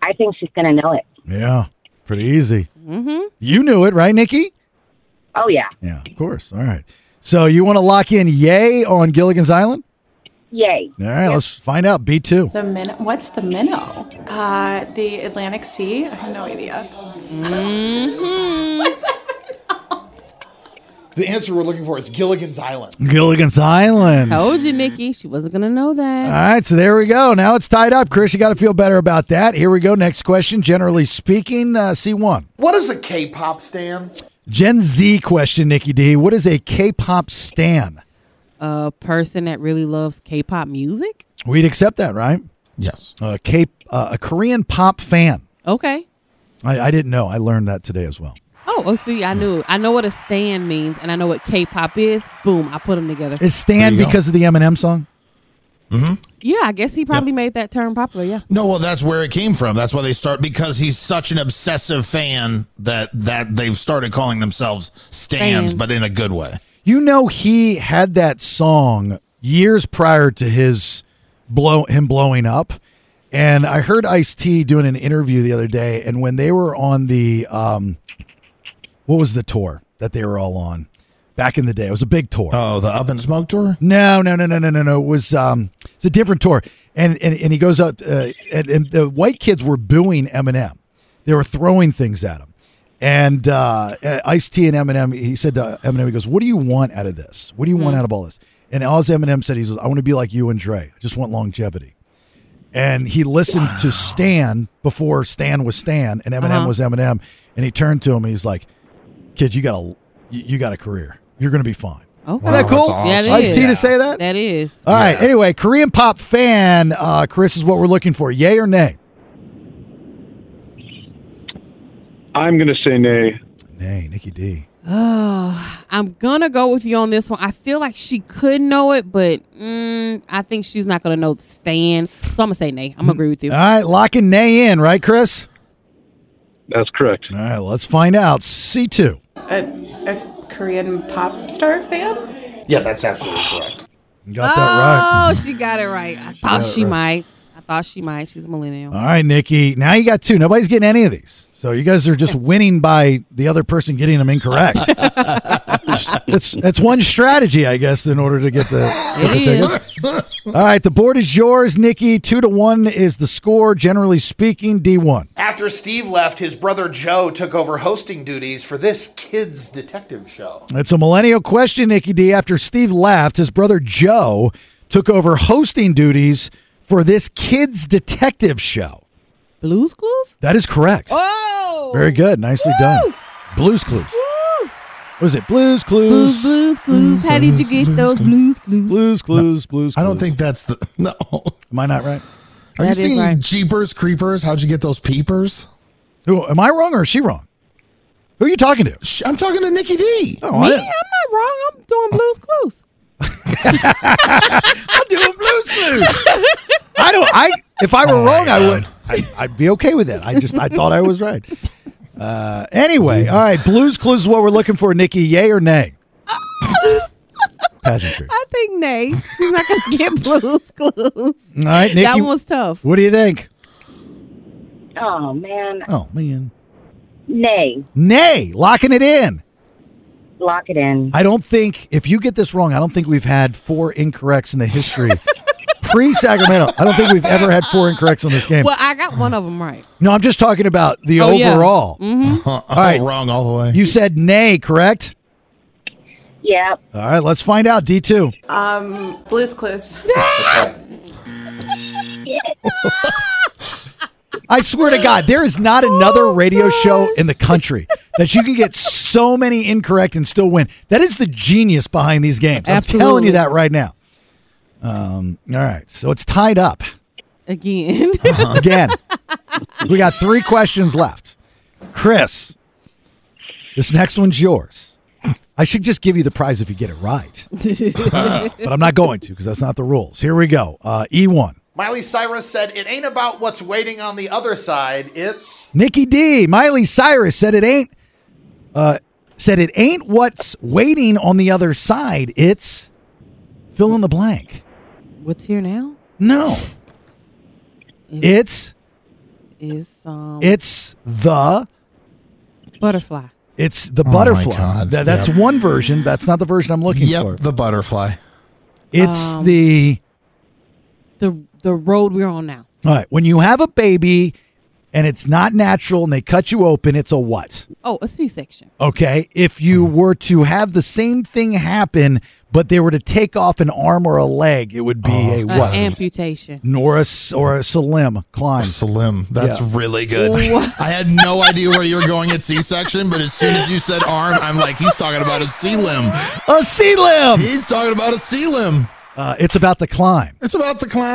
I think she's gonna know it. Yeah, pretty easy. Mm-hmm. You knew it, right, Nikki? Oh yeah. Yeah, of course. All right. So you want to lock in yay on Gilligan's Island? Yay. All right, let's find out. B2. The minnow. What's the minnow? Uh, the Atlantic Sea. I have no idea. Mm-hmm. The answer we're looking for is Gilligan's Island. Gilligan's Island. Told you, Nikki. She wasn't gonna know that. All right, so there we go. Now it's tied up. Chris, you got to feel better about that. Here we go. Next question. Generally speaking, uh, C1. What is a K pop stand? Gen Z question, Nikki D. What is a K pop stan? a person that really loves K-pop music. We'd accept that, right? Yes. A K, uh, a Korean pop fan. Okay. I, I didn't know. I learned that today as well. Oh, oh, see, I knew. I know what a stand means, and I know what K-pop is. Boom, I put them together. Is Stan because of the Eminem song? Mm-hmm. Yeah, I guess he probably made that term popular. Yeah. No, well, that's where it came from. That's why they start because he's such an obsessive fan that that they've started calling themselves stands, Fans. but in a good way. You know, he had that song years prior to his blow him blowing up. And I heard Ice T doing an interview the other day, and when they were on the um, what was the tour that they were all on back in the day? It was a big tour. Oh, the Up and Smoke tour? No, no, no, no, no, no, no. It was um, it's a different tour. And and, and he goes up, uh, and, and the white kids were booing Eminem. They were throwing things at him. And uh, Ice T and Eminem, he said to Eminem, he goes, "What do you want out of this? What do you want out of all this?" And all Eminem said, he says, "I want to be like you and Dre. I just want longevity." and he listened to Stan before Stan was Stan and Eminem Uh-huh. was Eminem, and he turned to him and he's like, "Kid, you got a you- you got a career. You're gonna be fine." Okay. Isn't that cool? Yeah, I just need to say that. That is. All right. Anyway, Korean pop fan, uh, Chris is what we're looking for. Yay or nay? I'm going to say nay. Nay, Nikki D. Oh, I'm gonna go with you on this one. I feel like she could know it, but mm, I think she's not gonna know the stand. So I'm gonna say nay. I'm gonna agree with you. All right, locking nay in, right, Chris? That's correct. All right, let's find out. C two. A, a Korean pop star fan? Yeah, that's absolutely correct. Got that right. Oh, she got it right. I got thought it she right. might. I thought she might. She's a millennial. All right, Nikki. Now you got two. Nobody's getting any of these. So you guys are just winning by the other person getting them incorrect. that's that's one strategy, I guess, in order to get the, get the tickets. All right, the board is yours, Nikki. Two to one is the score, generally speaking. D one. After Steve left, his brother Joe took over hosting duties for this kids' detective show. It's a millennial question, Nikki D. After Steve left, his brother Joe took over hosting duties for this kids' detective show. Blues Clues? That is correct. Oh! Very good. Nicely done. Blues Clues. Was it Blues Blues, Clues? blues, clues. How did you get those blues, clues? Blues Clues. Blues. I don't think that's the no. Am I not right? That Are you is seeing right. Jeepers Creepers? How'd you get those peepers? Who am I wrong or is she wrong? Who are you talking to? Sh- I'm talking to Nikki D. Oh, Me? I I'm didn't- not wrong. I'm doing Blues Clues. I'm doing Blues Clues. I don't. I if I were Oh, wrong, I would. I, I'd be okay with that. I just I thought I was right. Uh, anyway, all right. Blues Clues is what we're looking for, Nikki. Yay or nay? Pageantry. I think nay. She's not gonna get Blues Clues. All right, Nikki. That one was tough. What do you think? Oh, man. Oh man. Nay. Nay, locking it in. Lock it in. I don't think if you get this wrong, I don't think we've had four incorrects in the history pre Sacramento. I don't think we've ever had four incorrects on this game. Well, I got one of them right. No, I'm just talking about the Oh, yeah. overall. Mhm. All right. wrong all the way. You said nay, correct? Yep. All right, let's find out. D2. Um, Blues Clues. I swear to God, there is not another radio show in the country that you can get so many incorrect and still win. That is the genius behind these games. I'm telling Absolutely. you that right now. Um, all right, so it's tied up Again. again. we got three questions left. Chris, this next one's yours. I should just give you the prize if you get it right, but I'm not going to because that's not the rules. Here we go. Uh, E1. Miley Cyrus said, It ain't about what's waiting on the other side, it's. Nikki D. Miley Cyrus said it ain't. Uh, said it ain't what's waiting on the other side. It's fill in the blank. What's here now? No. It's Is um it's the butterfly. it's the Oh my butterfly. God. That- that's Yep. one version. That's not the version I'm looking Yep, for. the butterfly. It's Um, the The the road we're on now. all right. When you have a baby, and it's not natural and they cut you open, it's a what? Oh, a C-section. Okay. If you were to have the same thing happen, but they were to take off an arm or a leg, it would be a An what? amputation. Nor a s- or a Salim climb. Salim. That's really good. What? I had no idea where you were going at C-section, but as soon as you said arm, I'm like, he's talking about a C-limb. A C-limb. He's talking about a C-limb. Uh, it's about the climb. It's about the climb.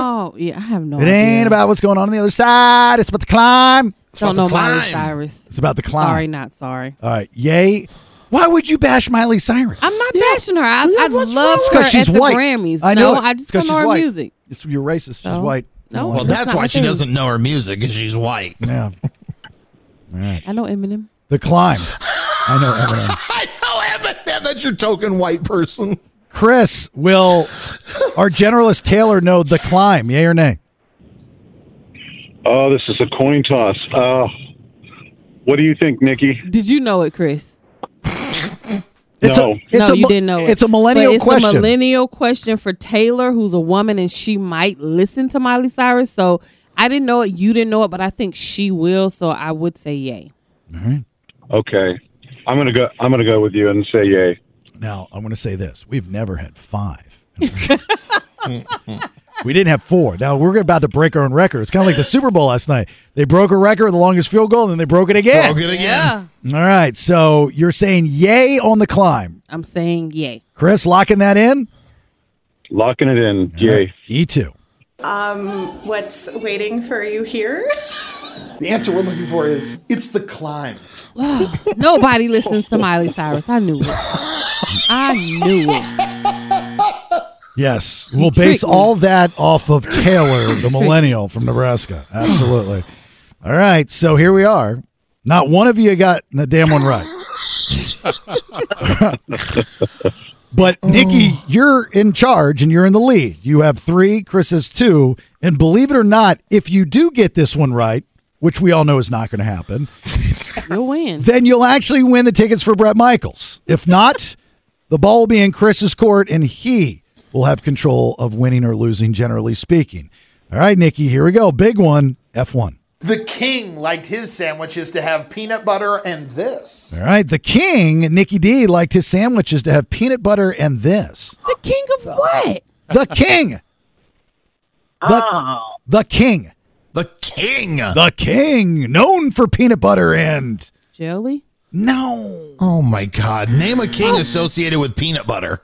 Oh, yeah, I have no it idea. ain't about what's going on on the other side. It's about the climb. It's Don't know about the Miley climb. Cyrus. It's about the climb. Sorry, not sorry. All right. Yay. Why would you bash Miley Cyrus? I'm not bashing her. I, I love It's her 'cause at she's the white. Grammys. I no, know it. I just It's 'cause don't know she's her white. music. It's, you're racist. She's No. white. No, Well, that's that's not why my she thing. doesn't know her music because she's white. Yeah. All right. I know Eminem. The climb. I know Eminem. Yeah, that's your token white person. Chris, will our generalist Taylor know the climb? Yay or nay? Oh, this is a coin toss. Uh, what do you think, Nikki? Did you know it, Chris? It's no. no, a you mi- didn't know it. it's a millennial But it's question. a millennial question for Taylor, who's a woman, and she might listen to Miley Cyrus. So I didn't know it. You didn't know it, but I think she will. So I would say yay. okay, I'm gonna go. I'm gonna go with you and say yay. Now, I'm going to say this. We've never had five. we didn't have four. Now, we're about to break our own record. It's kind of like the Super Bowl last night. They broke a record, the longest field goal, and then they broke it again. Broke it again. All right. So you're saying yay on the climb. I'm saying yay. Chris, locking that in? Locking it in. Yay. E2. Um, what's waiting for you here? The answer we're looking for is it's the climb. Nobody listens to Miley Cyrus. I knew it. I knew it. Yes. We'll base all that off of Taylor, the millennial from Nebraska. Absolutely. All right. So here we are. Not one of you got the damn one right. but Nikki, you're in charge and you're in the lead. You have three, Chris has two. And believe it or not, if you do get this one right, which we all know is not going to happen, You'll win. then you'll actually win the tickets for Brett Michaels. If not, the ball will be in Chris's court and he will have control of winning or losing, generally speaking. All right, Nikki, here we go. Big one, F1. The king liked his sandwiches to have peanut butter and this. All right, the king, Nikki D, liked his sandwiches to have peanut butter and this. The king of what? The king. The, the king. The king. The king, known for peanut butter and. Jelly? No. Oh my God. Name a king associated with peanut butter.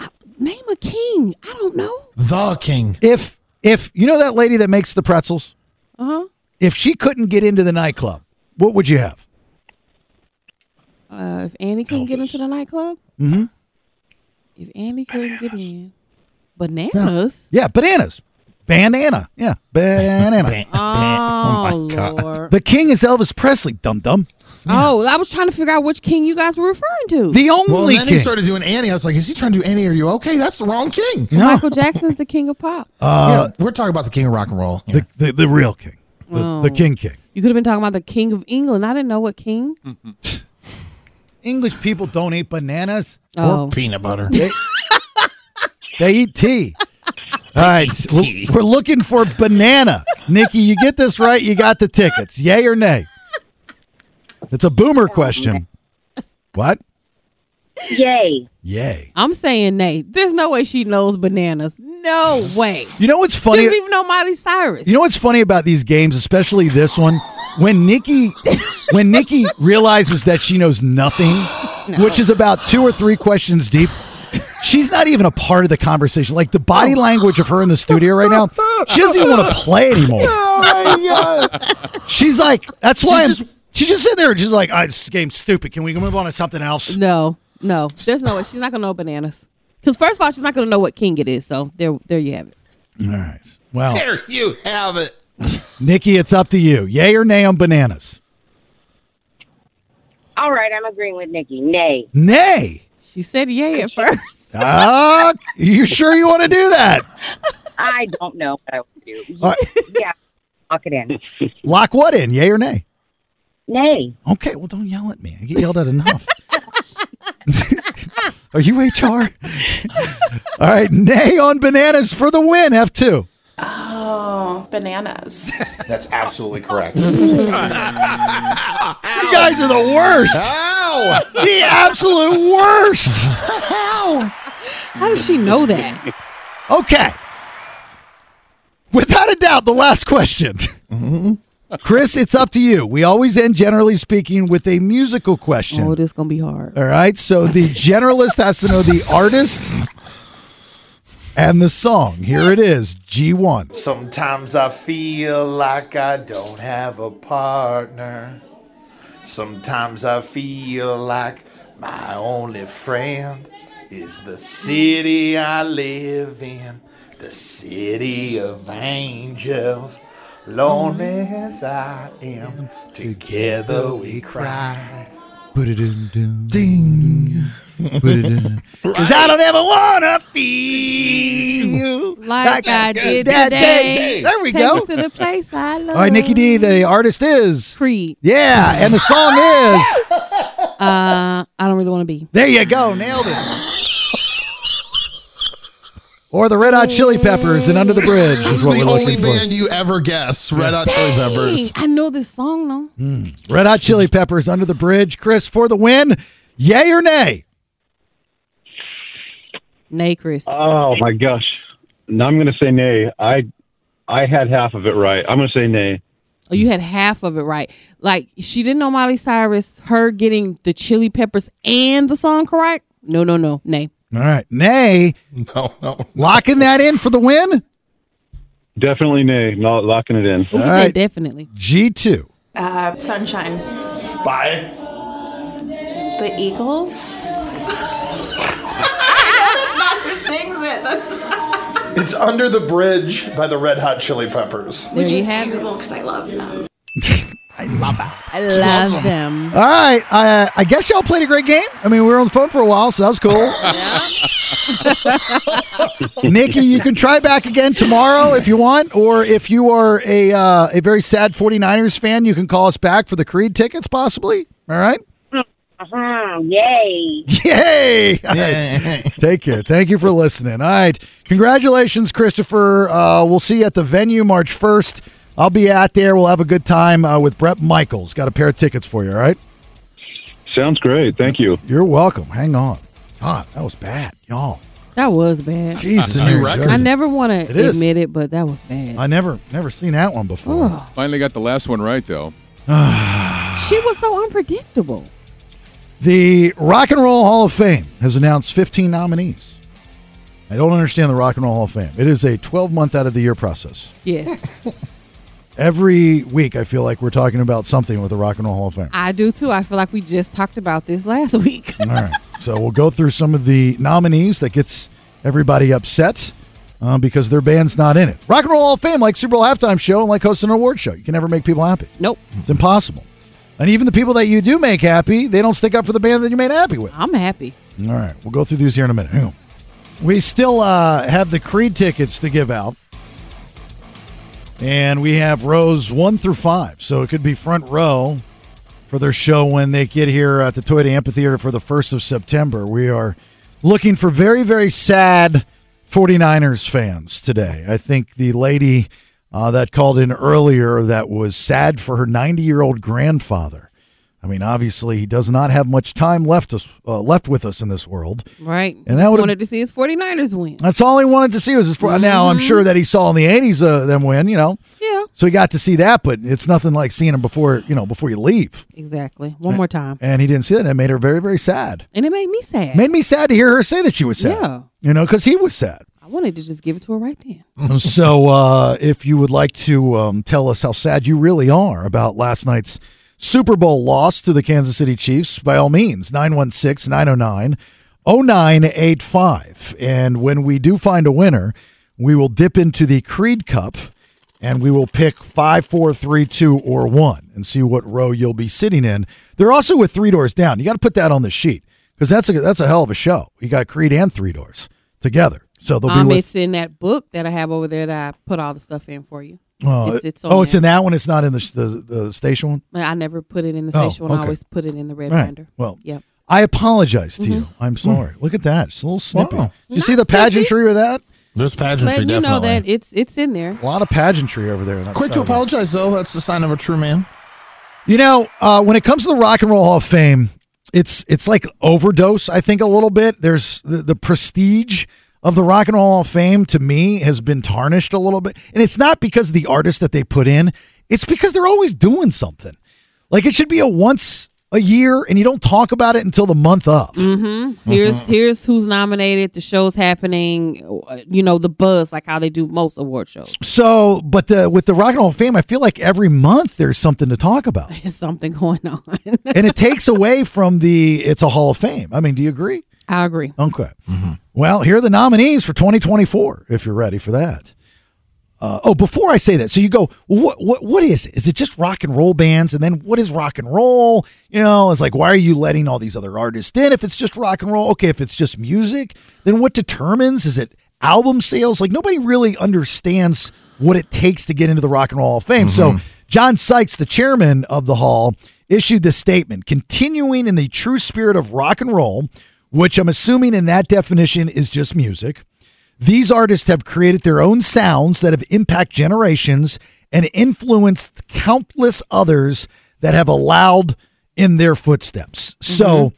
Uh, Name a king. I don't know. The king. If, if, you know that lady that makes the pretzels? Uh huh. If she couldn't get into the nightclub, what would you have? Uh, if Annie couldn't get into the nightclub, Mm-hmm. if Annie couldn't get in, bananas. Yeah, bananas. Banana. Yeah, banana. Oh, Lord. The king is Elvis Presley, dum dum. Oh, I was trying to figure out which king you guys were referring to. The only Well, then he king. started doing Annie. I was like, is he trying to do Annie? Are you okay? That's the wrong king. Michael Jackson's the king of pop. Uh, Yeah, we're talking about the king of rock and roll. The, the, the real king. The, Oh. the king king. You could have been talking about the king of England. I didn't know what king. English people don't eat bananas Oh. Or peanut butter. They, they eat tea. All right, we're, we're looking for banana. Nikki, you get this right, you got the tickets. Yay or nay? It's a boomer question. What? Yay. Yay. I'm saying nay. There's no way she knows bananas. No way. You know what's She funny? doesn't even know Miley Cyrus. You know what's funny about these games, especially this one, when Nikki when Nikki realizes that she knows nothing, which is about two or three questions deep. She's not even a part of the conversation. Like the body language of her in the studio right now, she doesn't even want to play anymore. She's like, that's why I'm. She's just sitting there. and She's like, "Ah, this game's stupid. Can we move on to something else? No, no. There's no way. She's not gonna know bananas. Because first of all, she's not gonna know what king it is. So there, there you have it. All right. Well, There you have it. Nikki, it's up to you. Yay or nay on bananas? All right, I'm agreeing with Nikki. Nay. Nay. She said yay at first. Ah, you sure you want to do that? I don't know what I would do. All right. Yeah. Lock it in. Lock what in? Yay or nay? Nay. Okay, well, don't yell at me. I get yelled at enough. Are you HR? All right, nay on bananas for the win, F2. Oh, know. Bananas. Uh, That's absolutely correct. You guys are the worst. Ow! The absolute worst. How? How does she know that? Okay. Without a doubt, the last question. Chris, it's up to you. We always end, generally speaking, with a musical question. Oh, this is going to be hard. All right. So the generalist has to know the artist and the song. Here it is G1. Sometimes I feel like I don't have a partner. Sometimes I feel like my only friend is the city I live in, the city of angels. Lonely as I am, together we cry. Put it in. Ding. Put it in. Cause I don't ever wanna feel Like I did that today. day. There we Take go. me to the place I love. All right, Nikki D, the artist is. Creed. Yeah, and the song is. Uh, I don't really want to be. There you go. Nailed it. Or the Red Hot Chili Peppers and Under the Bridge is what the we're only looking for. band you ever guess, Red Hot Chili Peppers. I know this song though. Red Hot Chili Peppers under the bridge. Chris for the win. Yay or nay? Nay, Chris. Oh my gosh. No, I'm going to say nay. I I had half of it right. I'm going to say nay. Oh, you had half of it right. Like she didn't know Miley Cyrus. Her getting the Chili Peppers and the song correct. No, no, no. Nay. All right. Nay. No, no. Locking that in for the win. Definitely nay. Not locking it in. All right. Definitely. G2. Uh, sunshine. Bye. The Eagles. It's Under the Bridge by the Red Hot Chili Peppers. Which is terrible because I love them. I love it. I love them. All right. Uh, I guess y'all played a great game. I mean, we were on the phone for a while, so that was cool. Nikki, you can try back again tomorrow if you want, or if you are a uh, a very sad 49ers fan, you can call us back for the Creed tickets, possibly. All right. Uh-huh. Yay. Yay! All right. Take care. Thank you for listening. All right. Congratulations, Christopher. Uh, we'll see you at the venue March 1st. I'll be out there. We'll have a good time uh, with Brett Michaels. Got a pair of tickets for you, all right? Sounds great. Thank you. You're welcome. Hang on. God, that was bad, y'all. That was bad. Jesus, It's a new Mary record. Jo. I never want It to is. admit it, but that was bad. I never, never seen that one before. Ugh. Finally got the last one right, though. Ah. She was so unpredictable. The Rock and Roll Hall of Fame has announced 15 nominees. I don't understand the Rock and Roll Hall of Fame. It is a 12 month out of the year process. Yes, Every week, I feel like we're talking about something with the Rock and Roll Hall of Fame. I do too. I feel like we just talked about this last week. All right. So we'll go through some of the nominees that gets everybody upset uh, because their band's not in it. Rock and Roll Hall of Fame, like Super Bowl halftime show and like hosting an award show, you can never make people happy. Nope, it's impossible. And even the people that you do make happy, they don't stick up for the band that you made happy with. I'm happy. All right, we'll go through these here in a minute. Hang on. We still uh, have the Creed tickets to give out. And we have rows one through five. So it could be front row for their show when they get here at the Toyota Amphitheater for the 1st of September. We are looking for very, very sad 49ers fans today. I think the lady uh, that called in earlier that was sad for her 90 year old grandfather. I mean, obviously, he does not have much time left us uh, left with us in this world. Right. And that would've- wanted to see his 49ers win. That's all he wanted to see was his. fr- Now I'm sure that he saw in the '80s uh, them win. You know. Mm-hmm. Yeah. So he got to see that, but it's nothing like seeing him before you know before you leave. Exactly. One more time. And he didn't see that. And it made her very very sad. And it made me sad. Made me sad to hear her say that she was sad. Yeah. You know, because he was sad. I wanted to just give it to her right then. so uh, if you would like to um, tell us how sad you really are about last night's Super Bowl loss to the Kansas City Chiefs, by all means, 916 909 0985. And when we do find a winner, we will dip into the Creed Cup and we will pick five, four, three, two, or one and see what row you'll be sitting in. They're also with three doors down. You got to put that on the sheet because that's a, that's a hell of a show. You got Creed and three doors together. So they'll be Um, with it's in that book that I have over there that I put all the stuff in for you. Oh, it's, it's on oh, it's there. in that one. It's not in the the, the station one. I never put it in the Oh, station one. I okay. always put it in the red All right. binder. Well, yep. I apologize to you. Mhm. I'm sorry. Look at that. It's a little snippy. Wow. Did you see the pageantry with that? There's pageantry, Letting you definitely. know that it's it's in there. A lot of pageantry over there. Quick to apologize, though. That's the sign of a true man. You know, uh, when it comes to the Rock and Roll Hall of Fame, it's it's like overdose. I think a little bit. There's the, the prestige of the Rock and Roll Hall of Fame to me has been tarnished a little bit, and it's not because of the artists that they put in. It's because they're always doing something. Like it should be a once a year, and you don't talk about it until the month of. Mm-hmm. Here's here's who's nominated. The show's happening. uh, You know the buzz, like how they do most award shows. So, but the with the Rock and Roll Hall of Fame, I feel like every month there's something to talk about. There's something going on. and it takes away from the it's a Hall of Fame. I mean, do you agree? I agree. Okay. Well, here are the nominees for 2024. If you're ready for that. Uh, oh, before I say that, so you go, well, what what what is it? Is it just rock and roll bands? And then what is rock and roll? You know, it's like why are you letting all these other artists in if it's just rock and roll? Okay, if it's just music, then what determines is it album sales? Like nobody really understands what it takes to get into the Rock and Roll Hall of Fame. So John Sykes, the chairman of the hall, issued this statement, continuing in the true spirit of rock and roll, which I'm assuming in that definition is just music. These artists have created their own sounds that have impacted generations and influenced countless others that have allowed in their footsteps. So,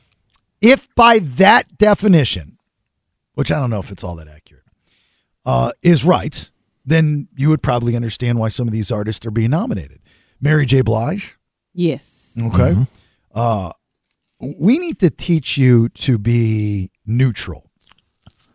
if by that definition, which I don't know if it's all that accurate, uh, is right, then you would probably understand why some of these artists are being nominated. Mary J. Blige, Yes. Okay. Uh, we need to teach you to be neutral.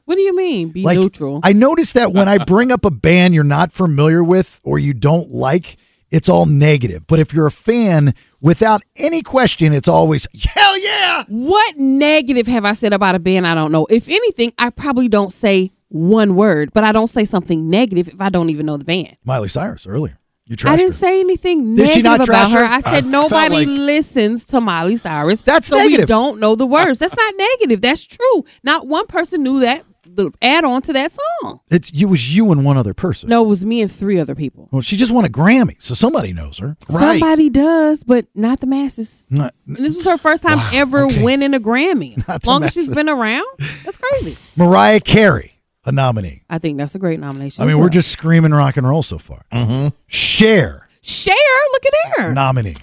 What do you mean? Be neutral. I noticed that when I bring up a band you're not familiar with or you don't like, it's all negative. But if you're a fan, without any question, it's always Hell yeah! What negative have I said about a band I don't know? If anything, I probably don't say one word, but I don't say something negative if I don't even know the band. Miley Cyrus earlier. You I trashed didn't her. say anything Did she negative not about trash her. her? I I said felt nobody like- listens to Miley Cyrus. That's so we negative. don't know the words. That's not negative. That's true. Not one person knew that the add on to that song. It's you it was you and one other person. No, it was me and three other people. Well, she just won a Grammy, so somebody knows her. Somebody does, but not the masses. Not- And this was her first time ever winning a Grammy. Not the long as she's masses. been around, that's crazy. Mariah Carey, a nominee. I think that's a great nomination. I as mean, we're well. just screaming rock and roll so far. Mm-hmm. Share share. Look at her. nominee.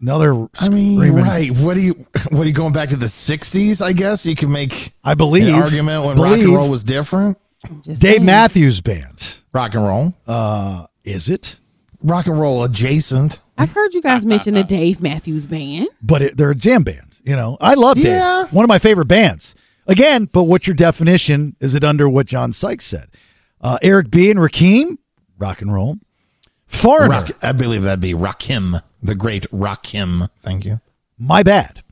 Another I mean, screaming. right? What do you? What are you going back to the '60s? I guess you can make. I believe- an argument when rock believe- and roll was different. Dave Matthews Band. Rock and roll. Uh, is it rock and roll adjacent? I've heard you guys mention the Dave Matthews Band. But it, they're a jam band. You know, I love Dave. Yeah. One of my favorite bands. Again, but what's your definition? Is it under what John Sykes said? Uh, Eric B. and Rakim, rock and roll. Foreigner. Rock, I believe that'd be Rakim, the great Rakim. Thank you. Mm-hmm. My bad.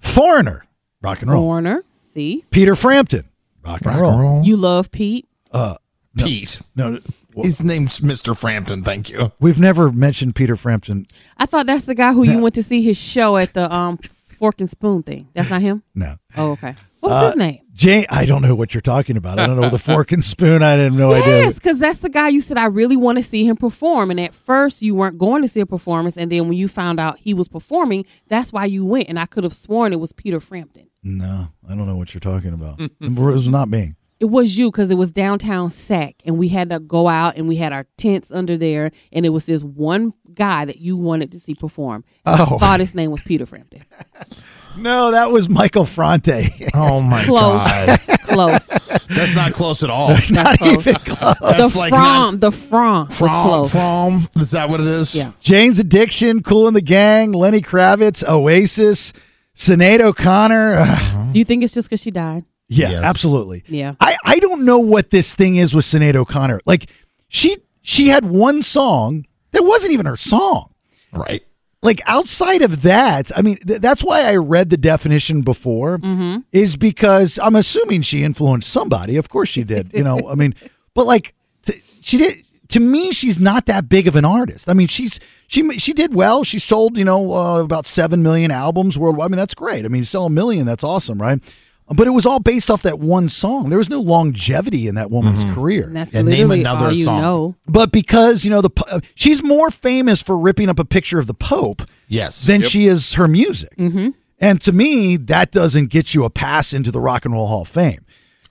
Foreigner, rock and roll. Warner. See, Peter Frampton, rock and roll. you love Pete. Uh, no, Pete. No, no, His name's Mr. Frampton. Thank you. we've never mentioned Peter Frampton. I thought that's the guy who you went to see his show at the um fork and spoon thing. That's not him. No. Oh, okay. What's Uh, his name? Jane, I don't know what you're talking about. I don't know the fork and spoon. I didn't know I Yes, did. because that's the guy you said I really want to see him perform, and at first you weren't going to see a performance, and then when you found out he was performing, that's why you went. And I could have sworn it was Peter Frampton. No, I don't know what you're talking about. it was not me. It was you because it was downtown Sac, and we had to go out and we had our tents under there, and it was this one guy that you wanted to see perform. And I Oh. thought his name was Peter Frampton. No, that was Michael Fronte. Oh my Close. god, close. That's not close at all. Not even close. the from the from was From, close. from, is that what it is? Yeah. Jane's Addiction, Cool in the Gang, Lenny Kravitz, Oasis, Sinead O'Connor. Uh-huh. Ugh. Do you think it's just because she died? yeah, absolutely. Yeah. I, I don't know what this thing is with Sinead O'Connor. Like she she had one song that wasn't even her song. Right. Like outside of that, I mean, th- that's why I read the definition before Mm-hmm. Mm-hmm. is because I'm assuming she influenced somebody. Of course she did. You know, I mean, but like t- she did. To me, she's not that big of an artist. I mean, she's she she did well. She sold you know uh, about seven million albums worldwide. I mean, that's great. I mean, sell a million, that's awesome, right? But it was all based off that one song. There was no longevity in that woman's And career. Mm-hmm. that's And name literally another all you song. know. But because you know the po- uh, she's more famous for ripping up a picture of the Pope, yes, than Yep. she is her music. And to me, that doesn't get you a pass into the Rock and Roll Hall of Fame.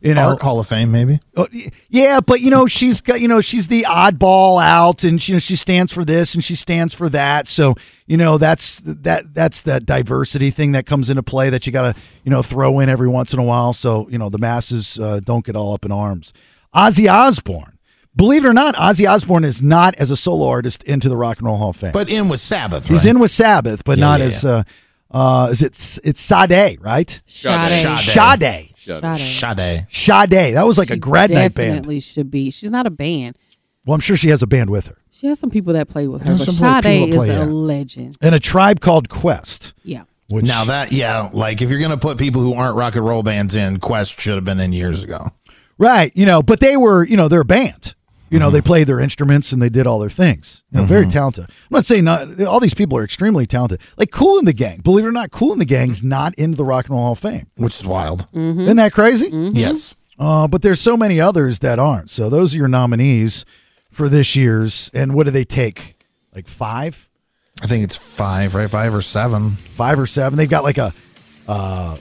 You know, Art Hall of Fame, maybe. Oh, y- yeah, but you know she's got you know she's the oddball out, and you know she stands for this and she stands for that. So you know that's that that's that diversity thing that comes into play that you got to you know throw in every once in a while. So you know the masses uh, don't get all up in arms. Ozzy Osbourne, believe it or not, Ozzy Osbourne is not as a solo artist into the Rock and Roll Hall of Fame. But in with Sabbath, he's right? in with Sabbath, but Yeah, not yeah, as uh, uh, is it it's Sade, right? Sade. Sade. Sade. Sade. Sade. Sade. That was like a grad night band. Definitely should be. She's not a band. Well, I'm sure she has a band with her. She has some people that play with her, There's but some people that Sade is play, yeah. a legend. And a tribe called Quest. Yeah. Which- now that yeah, like if you're gonna put people who aren't rock and roll bands in, Quest should have been in years ago. Right. You know, but they were, you know, they're a band. You know, they Mm-hmm. played their instruments and they did all their things. You know, Very talented. I'm not saying not, all these people are extremely talented. Like Cool in the Gang, believe it or not, Cool in the Gang's not into the Rock and Roll Hall of Fame. Which is wild. Mm-hmm. Isn't that crazy? Yes. Uh, but there's so many others that aren't. So those are your nominees for this year's. And what do they take? Like five? I think it's five, right? Five or seven. Five or seven. They've got like a, uh,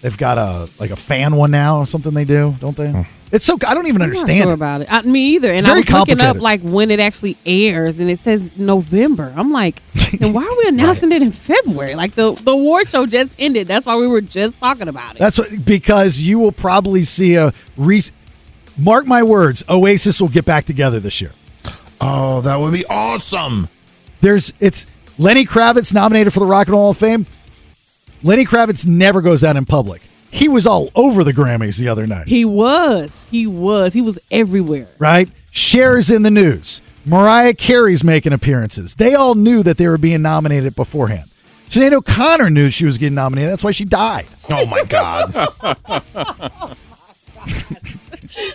they've got a like a fan one now or something. They do, don't Hmm. they? It's so I don't even I'm not understand. sure it. about it. I, me either. It's And I very was looking up complicated. like when it actually airs, and it says November. I'm like, and why are we announcing it in February? Like the the award show just ended. That's why we were just talking about it. That's what, because you will probably see a re. Mark my words, Oasis will get back together this year. Oh, that would be awesome. There's it's Lenny Kravitz nominated for the Rock and Roll Hall of Fame. Lenny Kravitz never goes out in public. He was all over the Grammys the other night, He was. He was. He was everywhere. right? Cher's in the news. Mariah Carey's making appearances. They all knew that they were being nominated beforehand. Sinead O'Connor knew she was getting nominated. That's why she died. Oh my god.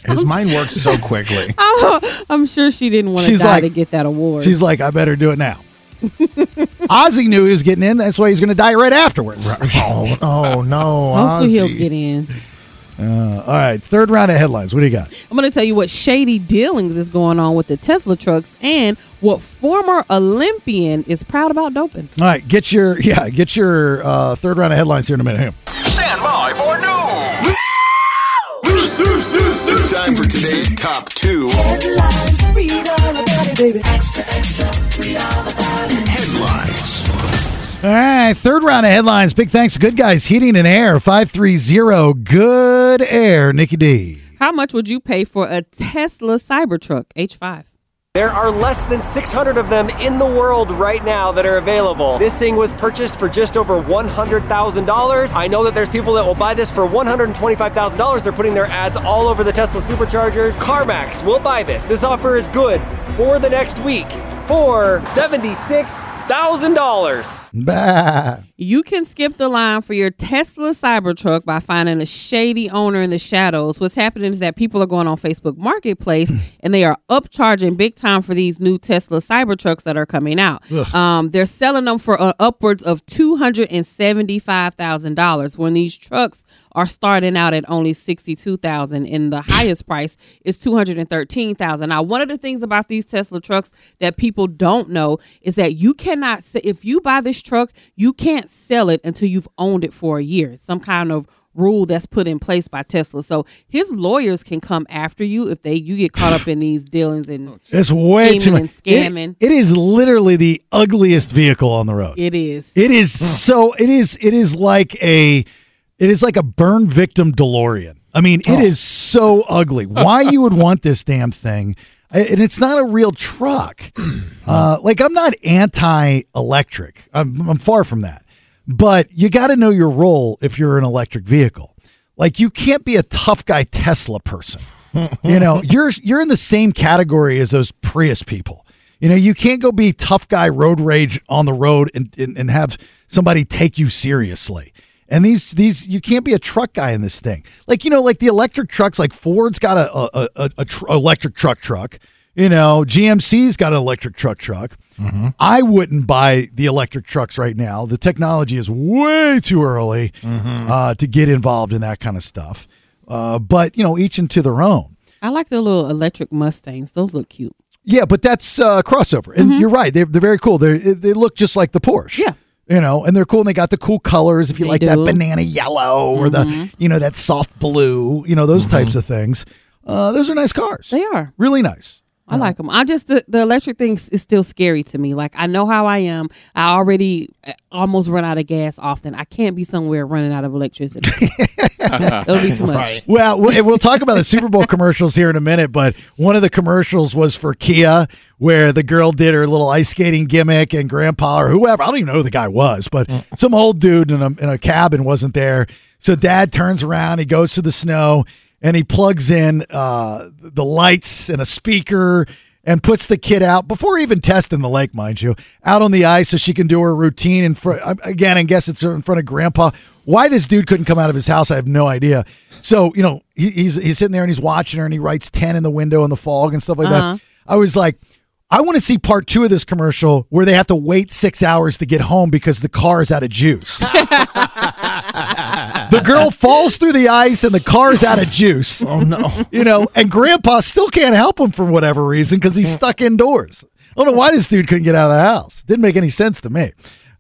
His mind works so quickly. I'm, I'm sure she didn't want to She's die like- to get that award. She's like, I better do it now. Ozzy knew he was getting in. That's why he's going to die right afterwards. Oh, oh no, hopefully he'll Ozzy. get in. Uh, all right, third round of headlines. What do you got? I'm going to tell you what shady dealings is going on with the Tesla trucks and what former Olympian is proud about doping. All right, get your yeah, get your uh, third round of headlines here in a minute. Here. Stand by for news. It's time for today's top two headlines. All right, third round of headlines. Big thanks to Good Guys Heating and Air five three zero Good Air. Nikki D. How much would you pay for a Tesla Cybertruck H5? There are less than 600 of them in the world right now that are available. This thing was purchased for just over $100,000. I know that there's people that will buy this for $125,000. They're putting their ads all over the Tesla superchargers. CarMax will buy this. This offer is good for the next week for $76,000. Bah. You can skip the line for your Tesla Cybertruck by finding a shady owner in the shadows. What's happening is that people are going on Facebook Marketplace and they are upcharging big time for these new Tesla Cybertrucks that are coming out. Ugh. Um, they're selling them for uh, upwards of two hundred and seventy-five thousand dollars. When these trucks are starting out at only sixty-two thousand, and the highest price is two hundred and thirteen thousand. Now, one of the things about these Tesla trucks that people don't know is that you cannot, se- if you buy this truck, you can't sell it until you've owned it for a year. Some kind of rule that's put in place by Tesla. So his lawyers can come after you if they you get caught up in these dealings and It's scheming way too much. and scamming. It- it is literally the ugliest vehicle on the road. it is. It is so. It is. It is like a. It is like a burn victim DeLorean. I mean, it is so ugly. Why you would want this damn thing? I- And it's not a real truck. Uh, like I'm not anti-electric. I'm, I'm far from that. But you got to know your role if you're an electric vehicle. Like you can't be a tough guy Tesla person. you know, you're you're in the same category as those Prius people. You know, you can't go be tough guy road rage on the road and, and, and have somebody take you seriously. And these these you can't be a truck guy in this thing. Like you know, like the electric trucks. Like Ford's got a a, a, a, tr- electric truck truck. You know, GMC's got an electric truck truck. I wouldn't buy the electric trucks right now. The technology is way too early uh, to get involved in that kind of stuff. Uh, but you know, each and to their own. I like the little electric Mustangs. Those look cute. Mm-hmm. Yeah, but that's uh, crossover, and you're right. They're, they're very cool. They they look just like the Porsche. Yeah, You know, and they're cool and they got the cool colors. If you like that banana yellow or Mm-hmm. the, you know, that soft blue, you know, those types of things. Uh, those are nice cars. They are. Really nice. I like them. I just the, the electric thing s- is still scary to me. Like I know how I am. I already uh, almost run out of gas often. I can't be somewhere running out of electricity. It'll be too much. Well, we'll we'll talk about the Super Bowl commercials here in a minute, but one of the commercials was for Kia, where the girl did her little ice skating gimmick, and Grandpa or whoever I don't even know who the guy was, but some old dude in a, in a cabin wasn't there. So Dad turns around, he goes to the snow, and he plugs in uh, the lights and a speaker. And puts the kid out before even testing the lake, mind you, out on the ice so she can do her routine in front. Again, I guess it's in front of grandpa. Why this dude couldn't come out of his house, I have no idea. So you know, he, he's he's sitting there and he's watching her, and he writes ten in the window in the fog and stuff like Uh-huh. that. I was like, I want to see part two of this commercial where they have to wait six hours to get home because the car is out of juice. the girl falls through the ice and the car's out of juice. Oh no! You know, and Grandpa still can't help him for whatever reason because he's stuck indoors. I don't know why this dude couldn't get out of the house. Didn't make any sense to me.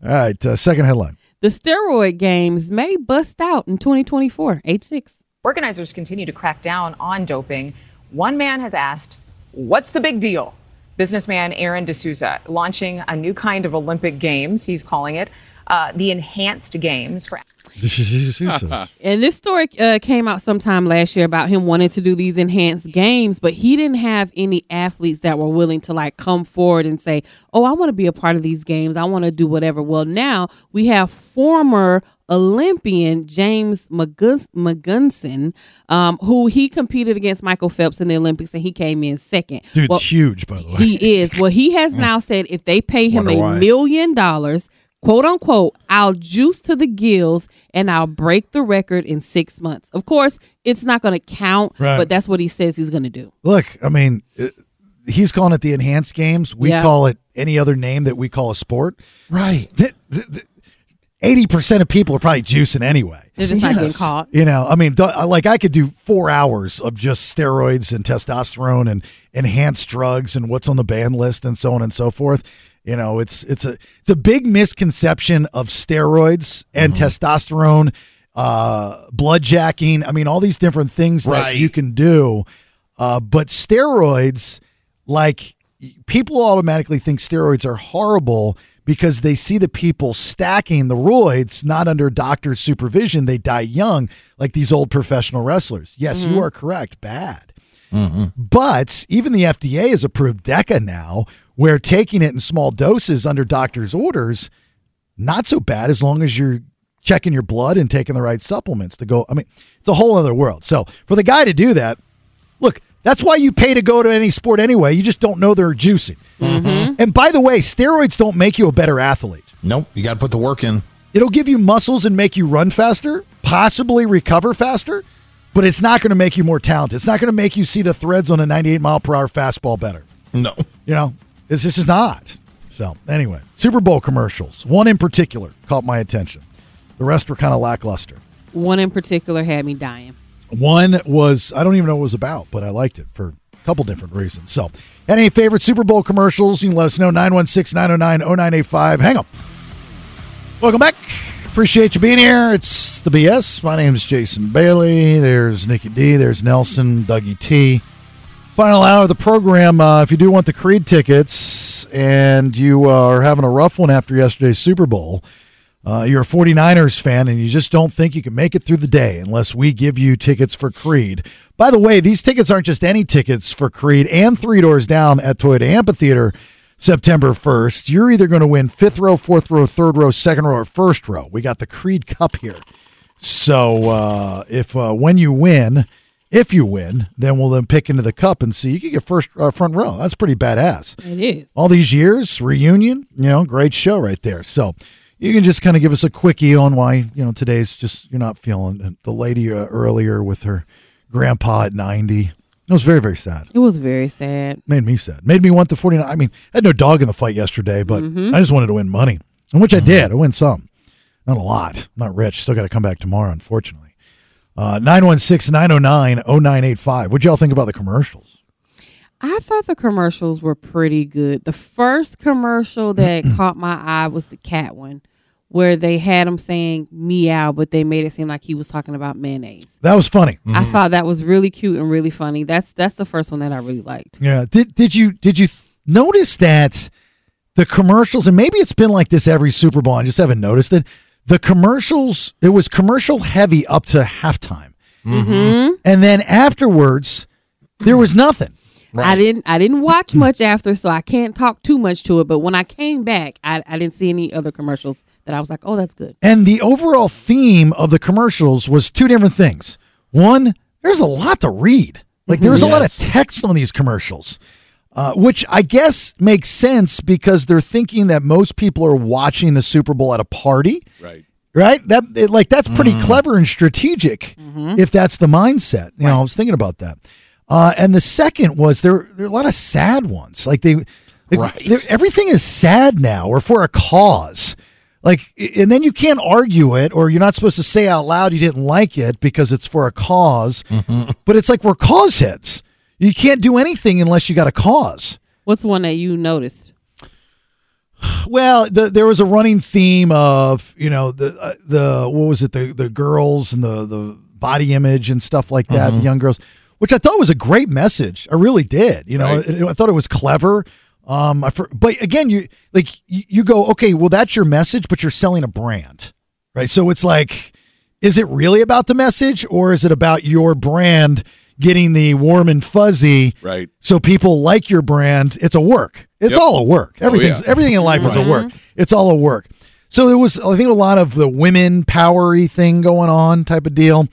All right, uh, second headline. The steroid games may bust out in 2024. 8 6. Organizers continue to crack down on doping. One man has asked, What's the big deal? Businessman Aaron D'Souza launching a new kind of Olympic Games, he's calling it, uh, the Enhanced Games for And this story uh, came out sometime last year about him wanting to do these enhanced games, but he didn't have any athletes that were willing to like come forward and say, "Oh, I want to be a part of these games. I want to do whatever." Well, now we have former Olympian James McGus- McGunson, um, who he competed against Michael Phelps in the Olympics, and he came in second. Dude's Well, huge, by the way. He is. Well, he has now said if they pay him Mm. Wonder a why. million dollars, quote unquote, I'll juice to the gills and I'll break the record in six months. Of course, it's not going to count, Right. but that's what he says he's going to do. Look, I mean, uh, he's calling it the enhanced games. We Yeah. call it any other name that we call a sport. Right. Eighty percent of people are probably juicing anyway. They're just not getting caught. You know, I mean, don't- like I could do four hours of just steroids and testosterone and enhanced drugs and what's on the ban list and so on and so forth. You know, it's it's a it's a big misconception of steroids and testosterone, uh, blood jacking. I mean, all these different things that Right. you can do. Uh, but steroids, like people automatically think steroids are horrible because they see the people stacking the roids not under doctor's supervision. They die young, like these old professional wrestlers. Yes, you are correct. Bad. Mm-hmm. But even the FDA has approved DECA now, where taking it in small doses under doctor's orders, not so bad as long as you're checking your blood and taking the right supplements to go. I mean, it's a whole other world. So for the guy to do that, look, that's why you pay to go to any sport anyway. You just don't know they're juicing. And by the way, steroids don't make you a better athlete. Nope, you got to put the work in. It'll give you muscles and make you run faster, possibly recover faster, but it's not going to make you more talented. It's not going to make you see the threads on a 98 mile per hour fastball better. No. You know, it's this is not. So anyway, Super Bowl commercials. One in particular caught my attention. The rest were kind of lackluster. One in particular had me dying. One was I don't even know what it was about, but I liked it for a couple different reasons. So, any favorite Super Bowl commercials, you can let us know 916-909-0985. Hang up. Welcome back. Appreciate you being here. It's the BS. My name's Jason Bailey. There's Nikki D. There's Nelson, Dougie T. Final hour of the program. Uh, if you do want the Creed tickets and you uh, are having a rough one after yesterday's Super Bowl, uh, you're a 49ers fan and you just don't think you can make it through the day unless we give you tickets for Creed. By the way, these tickets aren't just any tickets for Creed and Three Doors Down at Toyota Amphitheater September 1st. You're either going to win fifth row, fourth row, third row, second row, or first row. We got the Creed Cup here. So uh, if uh, when you win, if you win, then we'll then pick into the cup and see. You can get first uh, front row. That's pretty badass It is. all these years reunion you know great show right there so you can just kind of give us a quickie on why you know today's just you're not feeling the lady uh, earlier with her grandpa at 90 it was very very sad It was very sad. made me sad made me want the 49 i mean i had no dog in the fight yesterday but Mhm. i just wanted to win money and Mm-hmm. which i did i win some not a lot I'm not rich still got to come back tomorrow unfortunately uh 916-909-0985 what'd y'all think about the commercials I thought the commercials were pretty good. The first commercial that caught my eye was the cat one, where they had him saying meow, but they made it seem like he was talking about mayonnaise. That was funny. I thought that was really cute and really funny. That's that's the first one that I really liked. Yeah. Did did you did you th- notice that the commercials and maybe it's been like this every Super Bowl. I just haven't noticed it. The commercials it was commercial heavy up to halftime, Mhm. and then afterwards there was nothing. I didn't I didn't watch much after, so I can't talk too much to it. But when I came back, I, I didn't see any other commercials that I was like, oh, that's good. And the overall theme of the commercials was two different things. One, there's a lot to read. Like there was a lot of text on these commercials, uh, which I guess makes sense because they're thinking that most people are watching the Super Bowl at a party, Right. right? That it, like that's pretty clever and strategic if that's the mindset. You know, I was thinking about that. Uh, and the second was there, there are a lot of sad ones. Like they, like, they're- everything is sad now or for a cause. Like, and then you can't argue it, or you're not supposed to say out loud you didn't like it because it's for a because But it's like we're cause heads. You can't do anything unless you got a cause. What's one that you noticed? Well, the, there was a running theme of you know the uh, the what was it the the girls and the the body image and stuff like that, the young girls, which I thought was a great message. I really did. You know, I- I thought it was clever. Um, I, for- but again, you like you, you go okay, well that's your message, but you're selling a brand, right? So it's like, is it really about the message or is it about your brand? Getting the warm and fuzzy, Right. So people like your brand. It's a work. It's Yep. all a work. Oh, Everything's yeah. everything in life is a Mm-hmm. work. Right. It's all a work. So there was, I think, a lot of the women powery thing going on, type of deal.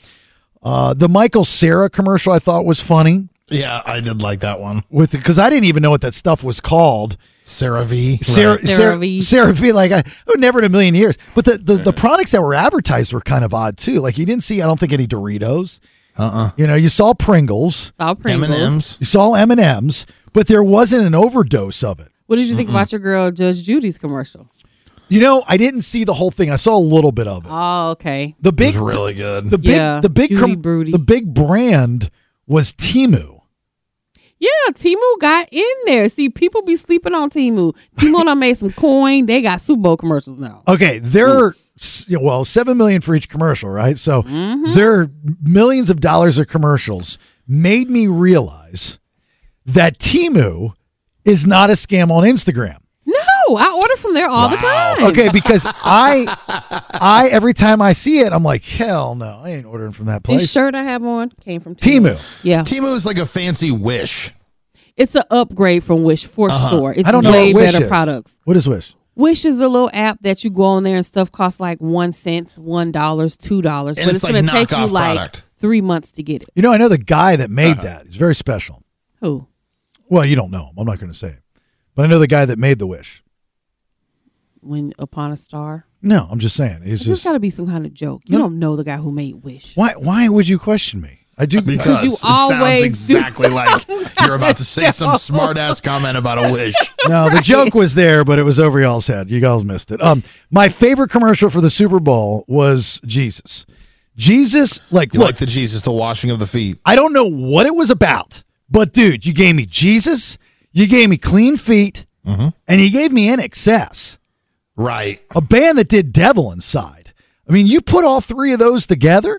Uh, the Michael Sarah commercial I thought was funny Yeah, I did like that one. with because I didn't even know what that stuff was called. Sarah V. Sarah, Right. Sarah V. Sarah V. Like I oh, never in a million years. But the, the the products that were advertised were kind of odd too. Like you didn't see, I don't think any Doritos. Uh uh Uh-uh. You know, you saw Pringles. Saw Pringles. M&Ms. You saw M and M's, but there wasn't an overdose of it. What did you think about your girl Judge Judy's commercial? You know, I didn't see the whole thing. I saw a little bit of it. Oh, okay. The big really good. The big Yeah, the big Judy com- the big brand was Timu. Yeah, Timu got in there. See, people be sleeping on Timu. Timu done made some coin. They got Super Bowl commercials now. Okay, they're s- well, 7 million for each commercial, right? So Mm-hmm. their millions of dollars of commercials made me realize that Timu is not a scam on Instagram. No, I order from there all the time. Okay, because I I every time I see it, I'm like, "Hell no, I ain't ordering from that This place." shirt I have on came from Timu. Timu. Yeah. Timu is like a fancy Wish. Uh-huh. It's an upgrade from Wish for sure. It's I don't know way what Wish better is. products. What is Wish? Wish is a little app that you go on there and stuff costs like one cent, one dollars, two dollars, And but it's it's, like gonna take you knockoff like product. three months to get it. You know, I know the guy that Uh-huh. made that. He's very special. Who? Well, you don't know him. I'm not going to say it. But I know the guy that made the wish. When upon a star. No, I'm just saying. It's He's just just got to be some kind of joke. You don't know the guy who made Wish. why why would you question me? I do Because you it always sounds do exactly like you're about to say some No. smart ass comment about a wish. No, the joke was there, but it was over y'all's head. You guys missed it. Um, my favorite commercial for the Super Bowl was Jesus. Jesus, like, You look, like the Jesus, the washing of the feet. I don't know what it was about, but dude, you gave me Jesus, you gave me clean feet, Mm-hmm. and you gave me in excess. Right. A band that did Devil Inside. I mean, you put all three of those together,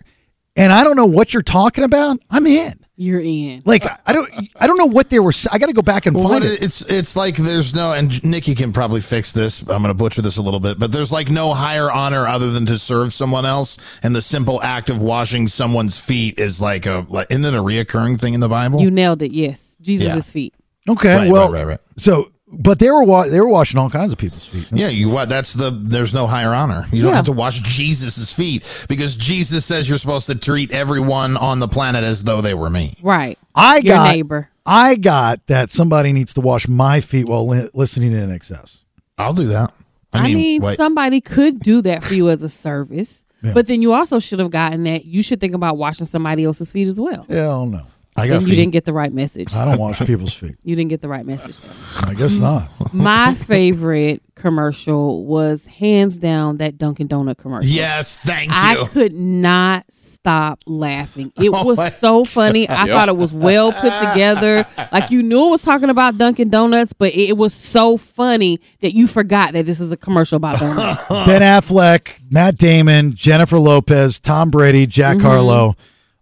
and I don't know what you're talking about. I'm in. You're in. Like I don't, I don't know what they were. s- I got to go back and Well, find what it. it- it's it's like there's no and Nikki can probably fix this. I'm going to butcher this a little bit, but there's like no higher honor other than to serve someone else, and the simple act of washing someone's feet is like a like isn't it a reoccurring thing in the Bible? You nailed it. Yes, Jesus' Yeah. feet. Okay, Right, well, right, right, right. so but they were wa- they were washing all kinds of people's feet. Yeah, you what? That's the there's no higher honor. You don't Yeah. have to wash Jesus's feet because Jesus says you're supposed to treat everyone on the planet as though they were me. Right. I Your got neighbor. I got that somebody needs to wash my feet while li- listening to in excess. I'll do that. I mean, wait. somebody could do that for you as a service, Yeah. but then you also should have gotten that. You should think about washing somebody else's feet as well. Hell no. I got Then feet. you didn't get the right message. I don't wash people's feet. You didn't get the right message. I guess not. My favorite commercial was hands down that Dunkin' Donut commercial. Yes, thank I you. could not stop laughing. It Oh my was so funny. I God. thought it was well put together. Like you knew it was talking about Dunkin' Donuts, but it, it was so funny that you forgot that this is a commercial about donuts. Ben Affleck, Matt Damon, Jennifer Lopez, Tom Brady, Jack Mhm. Harlow,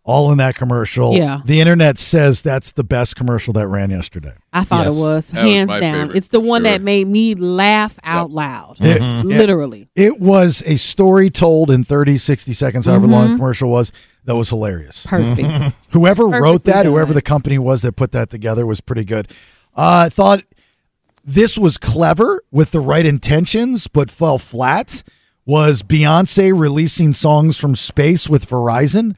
all in that commercial. Yeah. The internet says that's the best commercial that ran yesterday. I thought Yes. it was That was hands my down. favorite, It's the one that made me laugh out loud. It- it- Literally. It, was a story told in 30, 60 seconds, however long the commercial was, that was hilarious. Mm-hmm. Perfect. Mhm. whoever wrote Perfectly that, whoever the company was that put that together, was pretty good. Uh, I thought this was clever with the right intentions, but fell flat. Was Beyonce releasing songs from space with Verizon?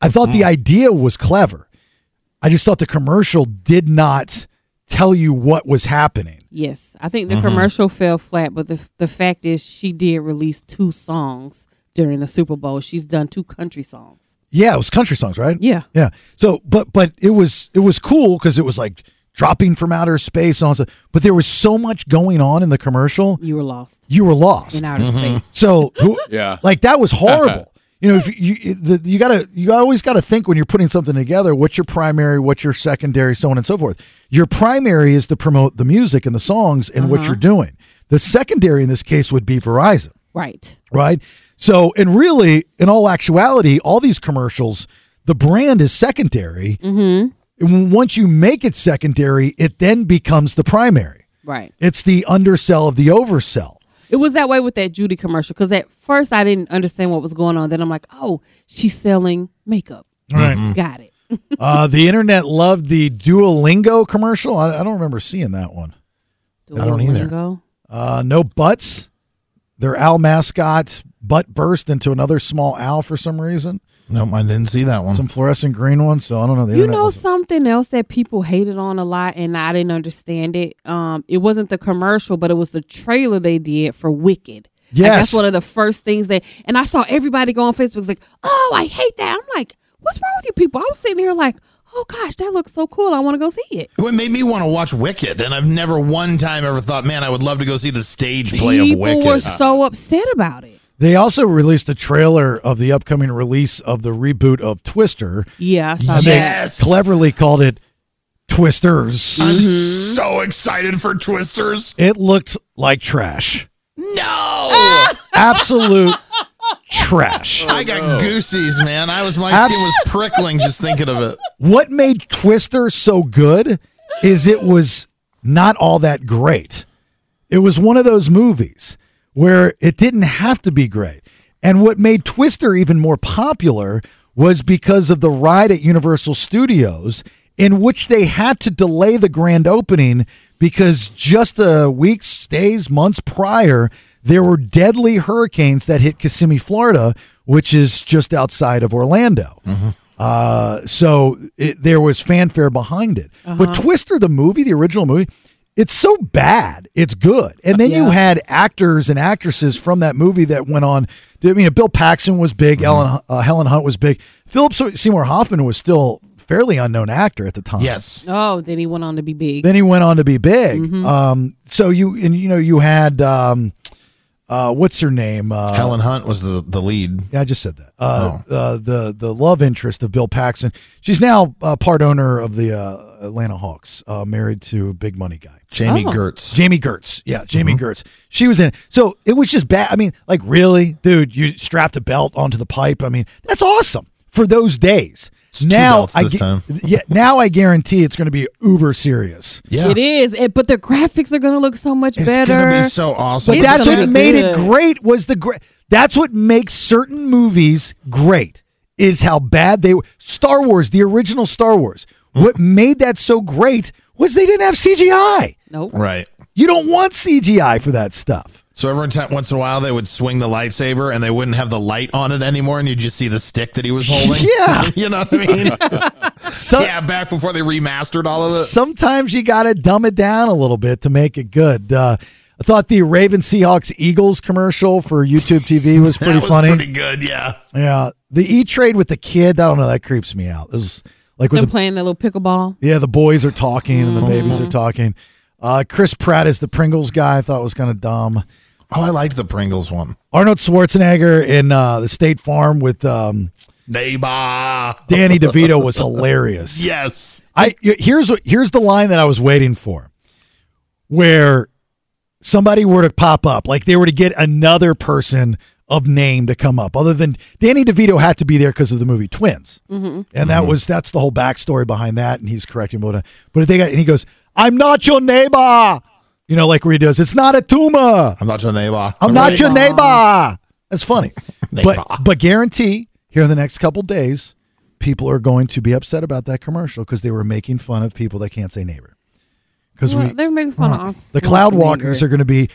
I thought the idea was clever. I just thought the commercial did not tell you what was happening. Yes, I think the Mhm. commercial fell flat, but the the fact is she did release two songs during the Super Bowl. She's done two country songs. Yeah, it was country songs, right? Yeah. Yeah. So, but but it was it was cool because it was like dropping from outer space and all that. stuff. But there was so much going on in the commercial. You were lost. You were lost In outer Mhm. space. So, who, Yeah. like that was horrible. you know, if you you- the, you gotta you always gotta think when you're putting something together. What's your primary? What's your secondary? So on and so forth. Your primary is to promote the music and the songs and what Uh-huh. you're doing. The secondary in this case would be Verizon Right. right? So, and really, in all actuality, all these commercials, the brand is secondary. Mm-hmm. And once you make it secondary, it then becomes the primary. Right. It's the undersell of the oversell. It was that way with that Judy commercial because at first I didn't understand what was going on. Then I'm like, oh, she's selling makeup. Right. Got it. uh, the internet loved the Duolingo commercial. I, I don't remember seeing that one. I don't either. Duolingo? Uh, no butts. Their owl mascot butt burst into another small owl for some reason. Nope, I didn't see that one. Some fluorescent green one. So I don't know. The you internet know was- something else that people hated on a lot, and I didn't understand it. Um, it wasn't the commercial, but it was the trailer they did for Wicked. Like, Yes. that's one of the first things that, and I saw everybody go on Facebook was like, "Oh, I hate that." I'm like, "What's wrong with you people?" I was sitting here like, "Oh gosh, that looks so cool. I want to go see it." It made me want to watch Wicked, and I've never one time ever thought, man, I would love to go see the stage play of people Wicked. were so upset about it. They also released a trailer of the upcoming release of the reboot of Twister. Yeah, I saw And that. they cleverly called it Twisters. I'm so excited for Twisters. It looked like trash. No! Absolute trash. I got goosies, man. I was my Oh, Abs- skin was prickling just thinking of it. What made Twister so good is it was not all that great. It was one of those movies where it didn't have to be great. And what made Twister even more popular was because of the ride at Universal Studios, in which they had to delay the grand opening because just a weeks, days, months prior, there were deadly hurricanes that hit Kissimmee, Florida, which is just outside of Orlando. Mm-hmm. Uh, so it, there was fanfare behind it. But Twister, the movie, the original movie, it's so bad, it's good. And then you had actors and actresses from that movie that went on. I mean, Bill Paxton was big, Ellen, uh, Helen Hunt was big, Philip Seymour Hoffman was still fairly unknown actor at the time. Yes. Oh, then he went on to be big. Then he went on to be big. Mhm. Um, so you and you know you had um, uh, what's her name? Uh, Helen Hunt was the, the lead. Yeah, I just said that. Uh, Oh. uh, the the love interest of Bill Paxton. She's now uh, part owner of the uh, Atlanta Hawks, uh, married to a big money guy, Jamie Oh. Gertz. Mm-hmm. Jamie Gertz, yeah, Jamie Gertz. She was in. it. So it was just bad. I mean, like really, dude, you strapped a belt onto the pipe. I mean, that's awesome for those days. now belts I this gu- time. yeah, now I guarantee it's going to be uber serious. It is, it, but the graphics are going to look so much better. But It's that's gonna what be made it good. great was the great. That's what makes certain movies great is how bad they were. Star Wars, the original Star Wars. What made that so great was they didn't have CGI. Nope. Right. You don't want CGI for that stuff. So every time, once in a while, they would swing the lightsaber, and they wouldn't have the light on it anymore, and you would just see the stick that he was holding. Yeah. you know what I mean? yeah, back before they remastered all of it. Sometimes you got to dumb it down a little bit to make it good. Uh, I thought the Raven Seahawks Eagles commercial for YouTube TV was pretty that was funny. Pretty good, yeah. Yeah, the E Trade with the kid. I don't know. That creeps me out. There's Like with They're the playing the little pickleball. Yeah, the boys are talking and the babies are talking. Uh, Chris Pratt is the Pringles guy. I thought was kind of dumb. Oh, I liked the Pringles one. Arnold Schwarzenegger in uh, the State Farm with um, Neighbor. Danny DeVito was hilarious. Yes. I y- here's what here's the line that I was waiting for, where somebody were to pop up, like they were to get another person of name to come up, other than Danny DeVito had to be there because of the movie Twins. Mm-hmm. And that was that's the whole backstory behind that. And he's correcting Boda. But if they got and he goes, I'm not your neighbor. You know, like where he does, it's not a tumor. I'm not your neighbor. I'm not your neighbor. That's funny. but but guarantee here in the next couple days, people are going to be upset about that commercial because they were making fun of people that can't say neighbor. Because Well, we they're making fun of us. the cloud walkers are going to be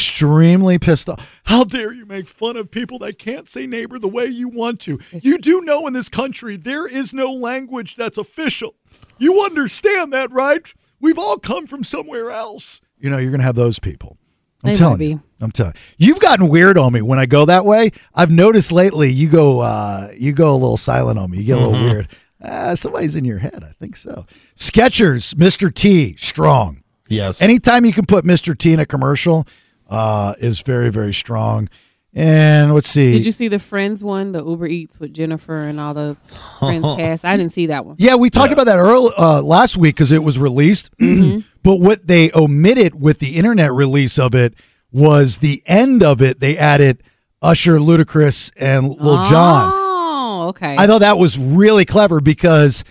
extremely pissed off. How dare you make fun of people that can't say neighbor the way you want to? You do know in this country there is no language that's official. You understand that, right? We've all come from somewhere else. You know, you're going to have those people. I'm They will telling be. you. I'm telling you. You've gotten weird on me when I go that way. I've noticed lately you go uh you go a little silent on me. You get a little Mm-hmm. Mhm. weird. Uh, somebody's in your head. I think so. Skechers, Mr. T, strong. Yes. Anytime you can put Mr. T in a commercial uh, is very, very strong. And let's see. Did you see the Friends one, the Uber Eats with Jennifer and all the Friends cast? I didn't see that one. Yeah, we talked about that earl uh, last week because it was released. Mm-hmm. But what they omitted with the internet release of it was the end of it. They added Usher, Ludacris, and Lil Jon. Oh, okay. I thought that was really clever because,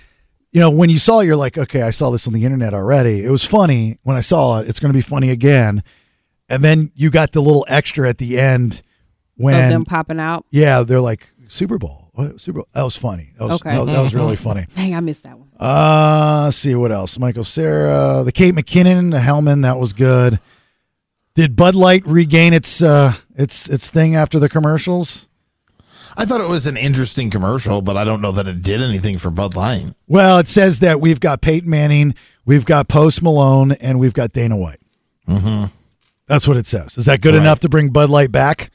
you know, when you saw it, you're like, okay, I saw this on the internet already. It was funny when I saw it. It's going to be funny again. And then you got the little extra at the end of them when, popping out. yeah, they're like, Super Bowl. What? Super Bowl. That was funny. That was, okay, Mm-hmm. that- that was really funny. Dang, I missed that one. Uh, let's see what else. Michael Sarah, the Kate McKinnon, the Hellman, that was good. Did Bud Light regain its uh its its thing after the commercials? I thought it was an interesting commercial, but I don't know that it did anything for Bud Light. Well, it says that we've got Peyton Manning, we've got Post Malone, and we've got Dana White. Mm-hmm. That's what it says. Is that good Right. enough to bring Bud Light back?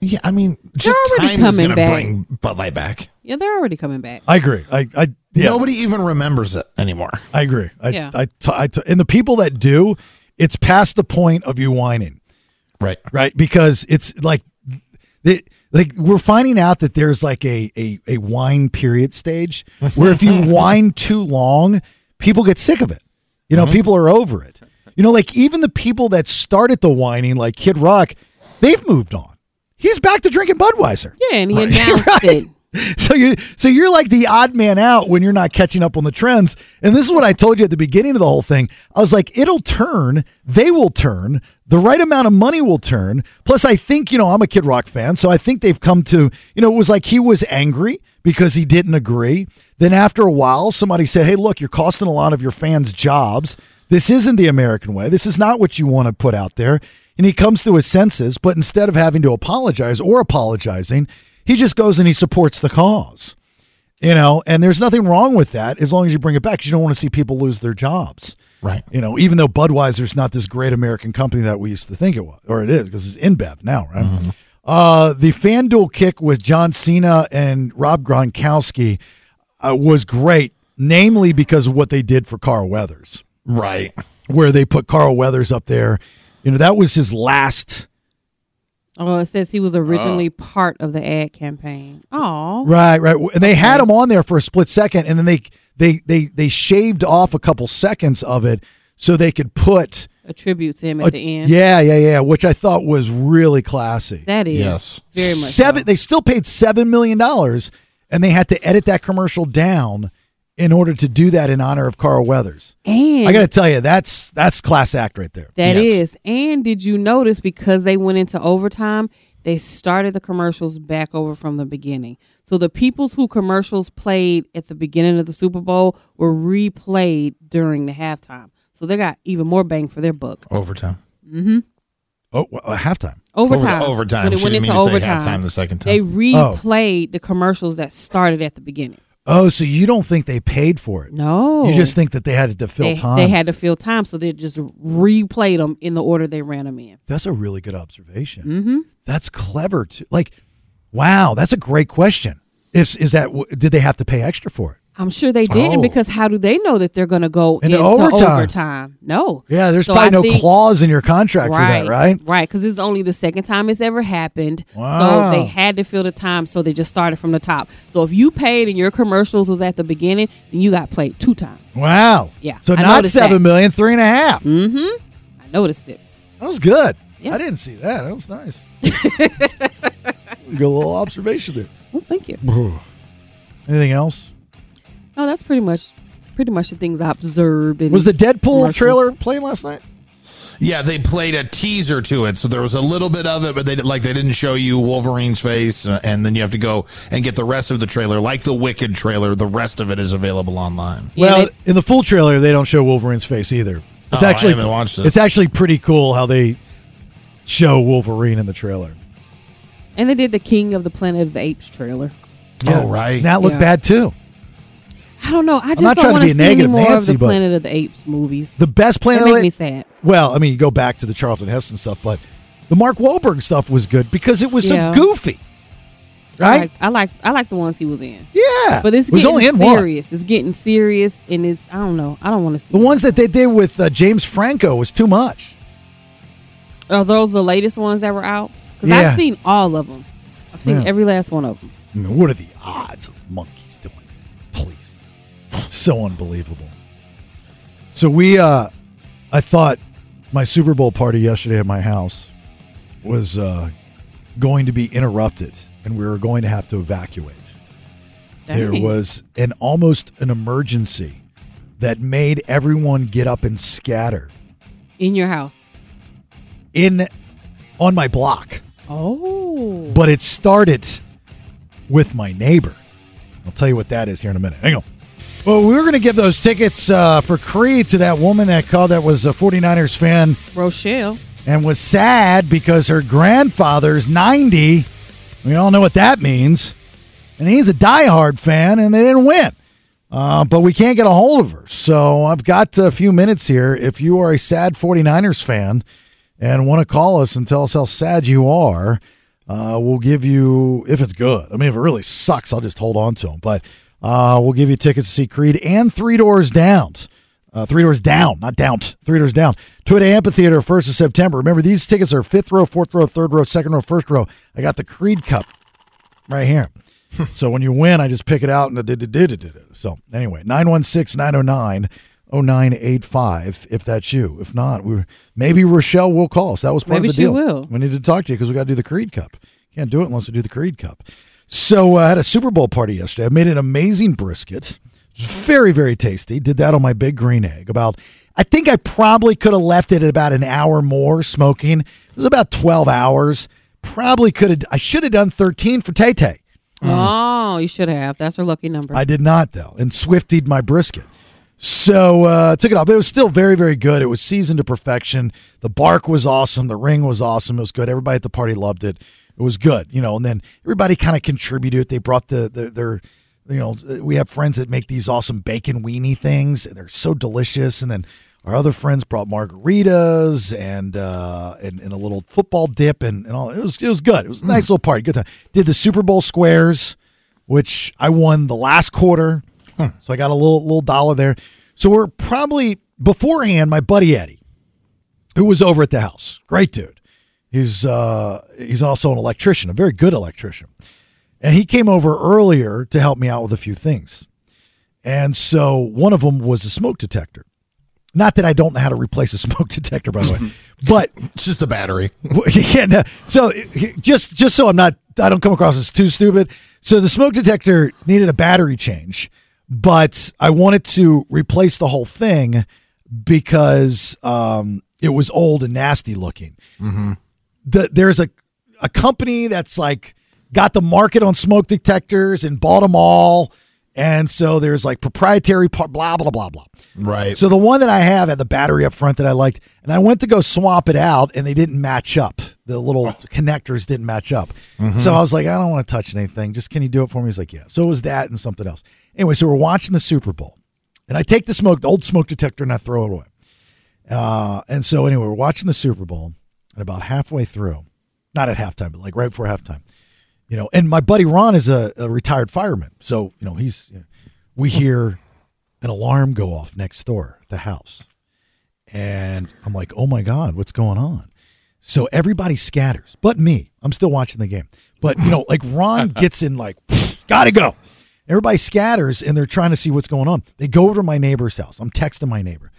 Yeah, I mean, just already time is coming going to back. bring Bud Light back. Yeah, they're already coming back. I agree. I I yeah. Nobody even remembers it anymore. I agree. I, Yeah. I, t- I t- and the people that do, it's past the point of you whining. Right. Right. Because it's like, they, like we're finding out that there's like a, a, a wine period stage where if you whine too long, people get sick of it. You Mm-hmm. know, people are over it. You know, like even the people that started the whining, like Kid Rock, they've moved on. He's back to drinking Budweiser. Yeah, and he announced it. So you so you're like the odd man out when you're not catching up on the trends. And this is what I told you at the beginning of the whole thing. I was like, it'll turn, they will turn, the right amount of money will turn. Plus, I think, you know, I'm a Kid Rock fan, so I think they've come to, you know, it was like he was angry because he didn't agree. Then after a while, somebody said, Hey, look, you're costing a lot of your fans jobs. This isn't the American way. This is not what you want to put out there. And he comes to his senses, but instead of having to apologize or apologizing, he just goes and he supports the cause you know and there's nothing wrong with that as long as you bring it back 'cause you don't want to see people lose their jobs Right. you know even though budweiser's not this great american company that we used to think it was or it is because it's inbev now right Mm-hmm. uh the fanduel kick with john cena and rob gronkowski uh, was great namely because of what they did for carl weathers Right. where they put carl weathers up there you know that was his last Oh, it says he was Uh. originally part of the ad campaign. Oh, Right, right. And they had him on there for a split second, and then they they they they shaved off a couple seconds of it so they could put. a tribute to him at a- the end. Yeah, yeah, yeah. Which I thought was really classy. that is Yes. very much seven. They still paid seven million dollars, and they had to edit that commercial down in order to do that in honor of Carl Weathers. And I got to tell you, that's that's class act right there. That is, And did you notice because they went into overtime, they started the commercials back over from the beginning. So the peoples who commercials played at the beginning of the Super Bowl were replayed during the halftime. So they got even more bang for their buck. Overtime. Mm-hmm. Oh, well, uh, halftime. Overtime. Over- overtime. When it She went didn't into mean to say overtime halftime the second time. They Oh. replayed the commercials that started at the beginning. Oh, so you don't think they paid for it? No. You just think that they had it to fill They, time. they had to fill time, so they just replayed them in the order they ran them in. That's a really good observation. Mm-hmm. That's clever too. Like, wow, that's a great question. Is is that w- did they have to pay extra for it? I'm sure they didn't Oh. because how do they know that they're going to go Into into, overtime. overtime. No. Yeah, there's So probably I no think- clause in your contract for that, right? Right, because it's only the second time it's ever happened. Wow. So they had to fill the time, so they just started from the top. So if you paid and your commercials was at the beginning, then you got played two times. Wow. Yeah, So I not noticed that. seven million, three and a half. Mm-hmm. I noticed it. That was good. I didn't see that. That was nice. good little observation there. Well, thank you. Anything else? No, that's pretty much pretty much the things I observed. in Was the Deadpool commercials. trailer playing last night? Yeah, they played a teaser to it, so there was a little bit of it, but they did, like they didn't show you Wolverine's face, uh, and then you have to go and get the rest of the trailer, like the Wicked trailer. The rest of it is available online. well, in the full trailer, they don't show Wolverine's face either. It's Oh, I actually haven't watched it. it's actually pretty cool how they show Wolverine in the trailer. And they did the King of the Planet of the Apes trailer. Oh, Yeah, right. That looked Yeah. bad too. I don't know. I just not don't trying to want be to a see negative any more Nancy, of but- the Planet of the Apes movies. The best Planet That of make the- me sad. Well, I mean, you go back to the Charlton Heston stuff, but the Mark Wahlberg stuff was good because it was Yeah. so goofy, right? I like, I like I like the ones he was in. Yeah, but it's It was getting only in one. serious. It's getting serious, and it's I don't know. I don't want to see. The ones that they did with uh, James Franco was too much. Are those the latest ones that were out? Because Yeah. I've seen all of them. I've seen Yeah. every last one of them. I mean, what are the odds of monkeys doing it? Please. So unbelievable. So we uh I thought my Super Bowl party yesterday at my house was uh going to be interrupted and we were going to have to evacuate. There Dang. was an almost an emergency that made everyone get up and scatter In your house. in on my block. Oh. but it started with my neighbor. I'll tell you what that is here in a minute. Hang on. Well, we were going to give those tickets uh, for Creed to that woman that called that was a 49ers fan Rochelle. and was sad because her grandfather's 90. We all know what that means. And he's a diehard fan, and they didn't win. Uh, but we can't get a hold of her. So I've got a few minutes here. If you are a sad 49ers fan and want to call us and tell us how sad you are, uh, we'll give you, if it's good, I mean, if it really sucks, I'll just hold on to them. But uh, we'll give you tickets to see Creed and Three Doors Down. Uh, three doors down, not down. Three doors down. Twitter Amphitheater, first of September. Remember, these tickets are fifth row, fourth row, third row, second row, first row. I got the Creed Cup right here. so when you win, I just pick it out and did did did did it. So anyway, 916-909-0985 if that's you. If not, we maybe Rochelle will call us. That was part Maybe of the she deal. will. We need to talk to you because we got to do the Creed Cup. Can't do it unless we do the Creed Cup. So uh, I had a Super Bowl party yesterday. I made an amazing brisket. It was Very, very tasty. Did that on my big green egg. About, I think I probably could have left it at about an hour more smoking. It was about 12 hours. Probably could have, I should have done 13 for Tay Tay. Oh, you should have. That's her lucky number. Mm. I did not though, and swiftied my brisket. So uh, took it off, but it was still very, very good. It was seasoned to perfection. The bark was awesome. The ring was awesome. It was good. Everybody at the party loved it. It was good, you know. And then everybody kind of contributed. They brought the, the their, you know, we have friends that make these awesome bacon weenie things. And they're so delicious. And then our other friends brought margaritas and uh, and, and a little football dip and, and all. It was it was good. It was a nice little party. Good time. Did the Super Bowl squares which I won the last quarter. So I got a little little dollar there. So we're probably beforehand, my buddy Eddie, who was over at the house, great dude. He's uh he's also an electrician, a very good electrician. And he came over earlier to help me out with a few things. And so one of them was a smoke detector. Not that I don't know how to replace a smoke detector, by the way, but It's just the battery. yeah, no. So just just so I'm not I don't come across as too stupid. So the smoke detector needed a battery change, but I wanted to replace the whole thing because um, it was old and nasty looking. Mm-hmm. The, there's a a company that's like got the market on smoke detectors and bought them all, and so there's like proprietary part blah blah blah blah. Right. So the one that I have had the battery up front that I liked, and I went to go swap it out, and they didn't match up. The little connectors didn't match up. Mhm. So I was like, I don't want to touch anything. Just can you do it for me? He's like, yeah. So it was that and something else. Anyway, so we're watching the Super Bowl, and I take the smoke, the old smoke detector, and I throw it away. Uh, and so anyway, we're watching the Super Bowl, and about halfway through, not at halftime, but like right before halftime, you know. And my buddy Ron is a, a retired fireman, so you know he's we hear an alarm go off next door at the house. And I'm like, oh my God, what's going on? So everybody scatters, but me. I'm still watching the game. But, you know, like Ron gets in, like, gotta go. Everybody scatters and they're trying to see what's going on. They go over to my neighbor's house. I'm texting my neighbor.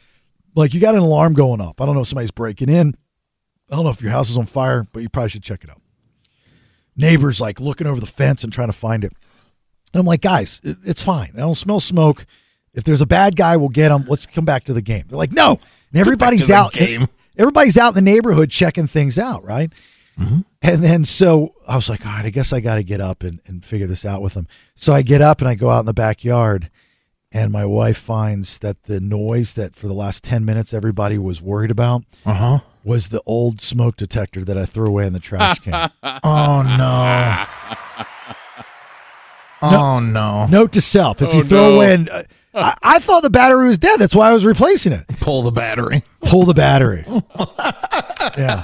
Like, you got an alarm going off. I don't know if somebody's breaking in. I don't know if your house is on fire, but you probably should check it out. Neighbors like looking over the fence and trying to find it. And I'm like, guys, it- it's fine. I don't smell smoke. If there's a bad guy, we'll get him. Let's come back to the game. They're like, no. And everybody's the out. game. Everybody's out in the neighborhood checking things out, right? Mm-hmm. And then so I was like, all right, I guess I got to get up and, and figure this out with them. So I get up and I go out in the backyard, and my wife finds that the noise that for the last 10 minutes everybody was worried about Uh-huh. was the old smoke detector that I threw away in the trash can. Oh no. Oh no. Note to self: if Oh, you throw no. away, an, uh, I, I thought the battery was dead. That's why I was replacing it. Pull the battery. Pull the battery. yeah.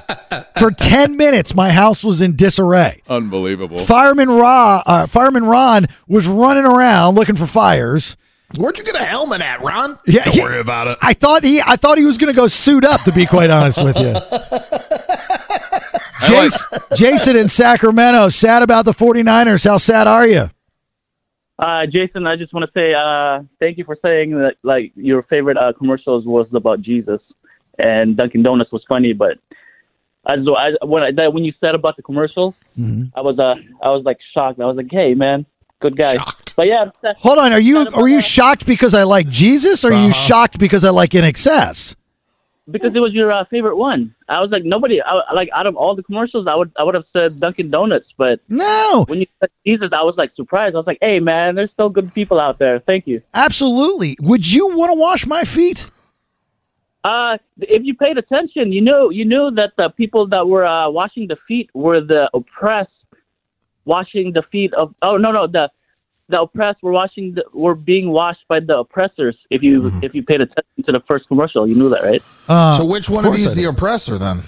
For ten minutes, my house was in disarray. Unbelievable. Fireman Ra, uh, Fireman Ron was running around looking for fires. Where'd you get a helmet at, Ron? Yeah, Don't he- worry about it. I thought he, I thought he was going to go suit up. To be quite honest with you, Jason, Jason in Sacramento, sad about the 49ers. How sad are you? Uh, Jason, I just want to say uh, thank you for saying that like your favorite uh, commercials was about Jesus, and Dunkin' Donuts was funny. But I just I, when I, that, when you said about the commercials, Mm-hmm. I was uh, I was like shocked. I was like, hey man, good guy. But yeah, that- Hold on. Are you are you shocked because I like Jesus? Or are Uh-huh. you shocked because I like in excess? because it was your uh, favorite one. I was like nobody. I, like out of all the commercials, I would I would have said Dunkin' Donuts, but no. When you said Jesus, I was like surprised. I was like, hey man, there's still good people out there. Thank you. Absolutely. Would you want to wash my feet? Uh, if you paid attention, you know you knew that the people that were uh, washing the feet were the oppressed, washing the feet of. Oh no no the the oppressed were washing the, were being washed by the oppressors. If you if you paid attention to the first commercial, you knew that, right? Mm-hmm. Uh, so which one of Uh, of you course is I the oppressor then?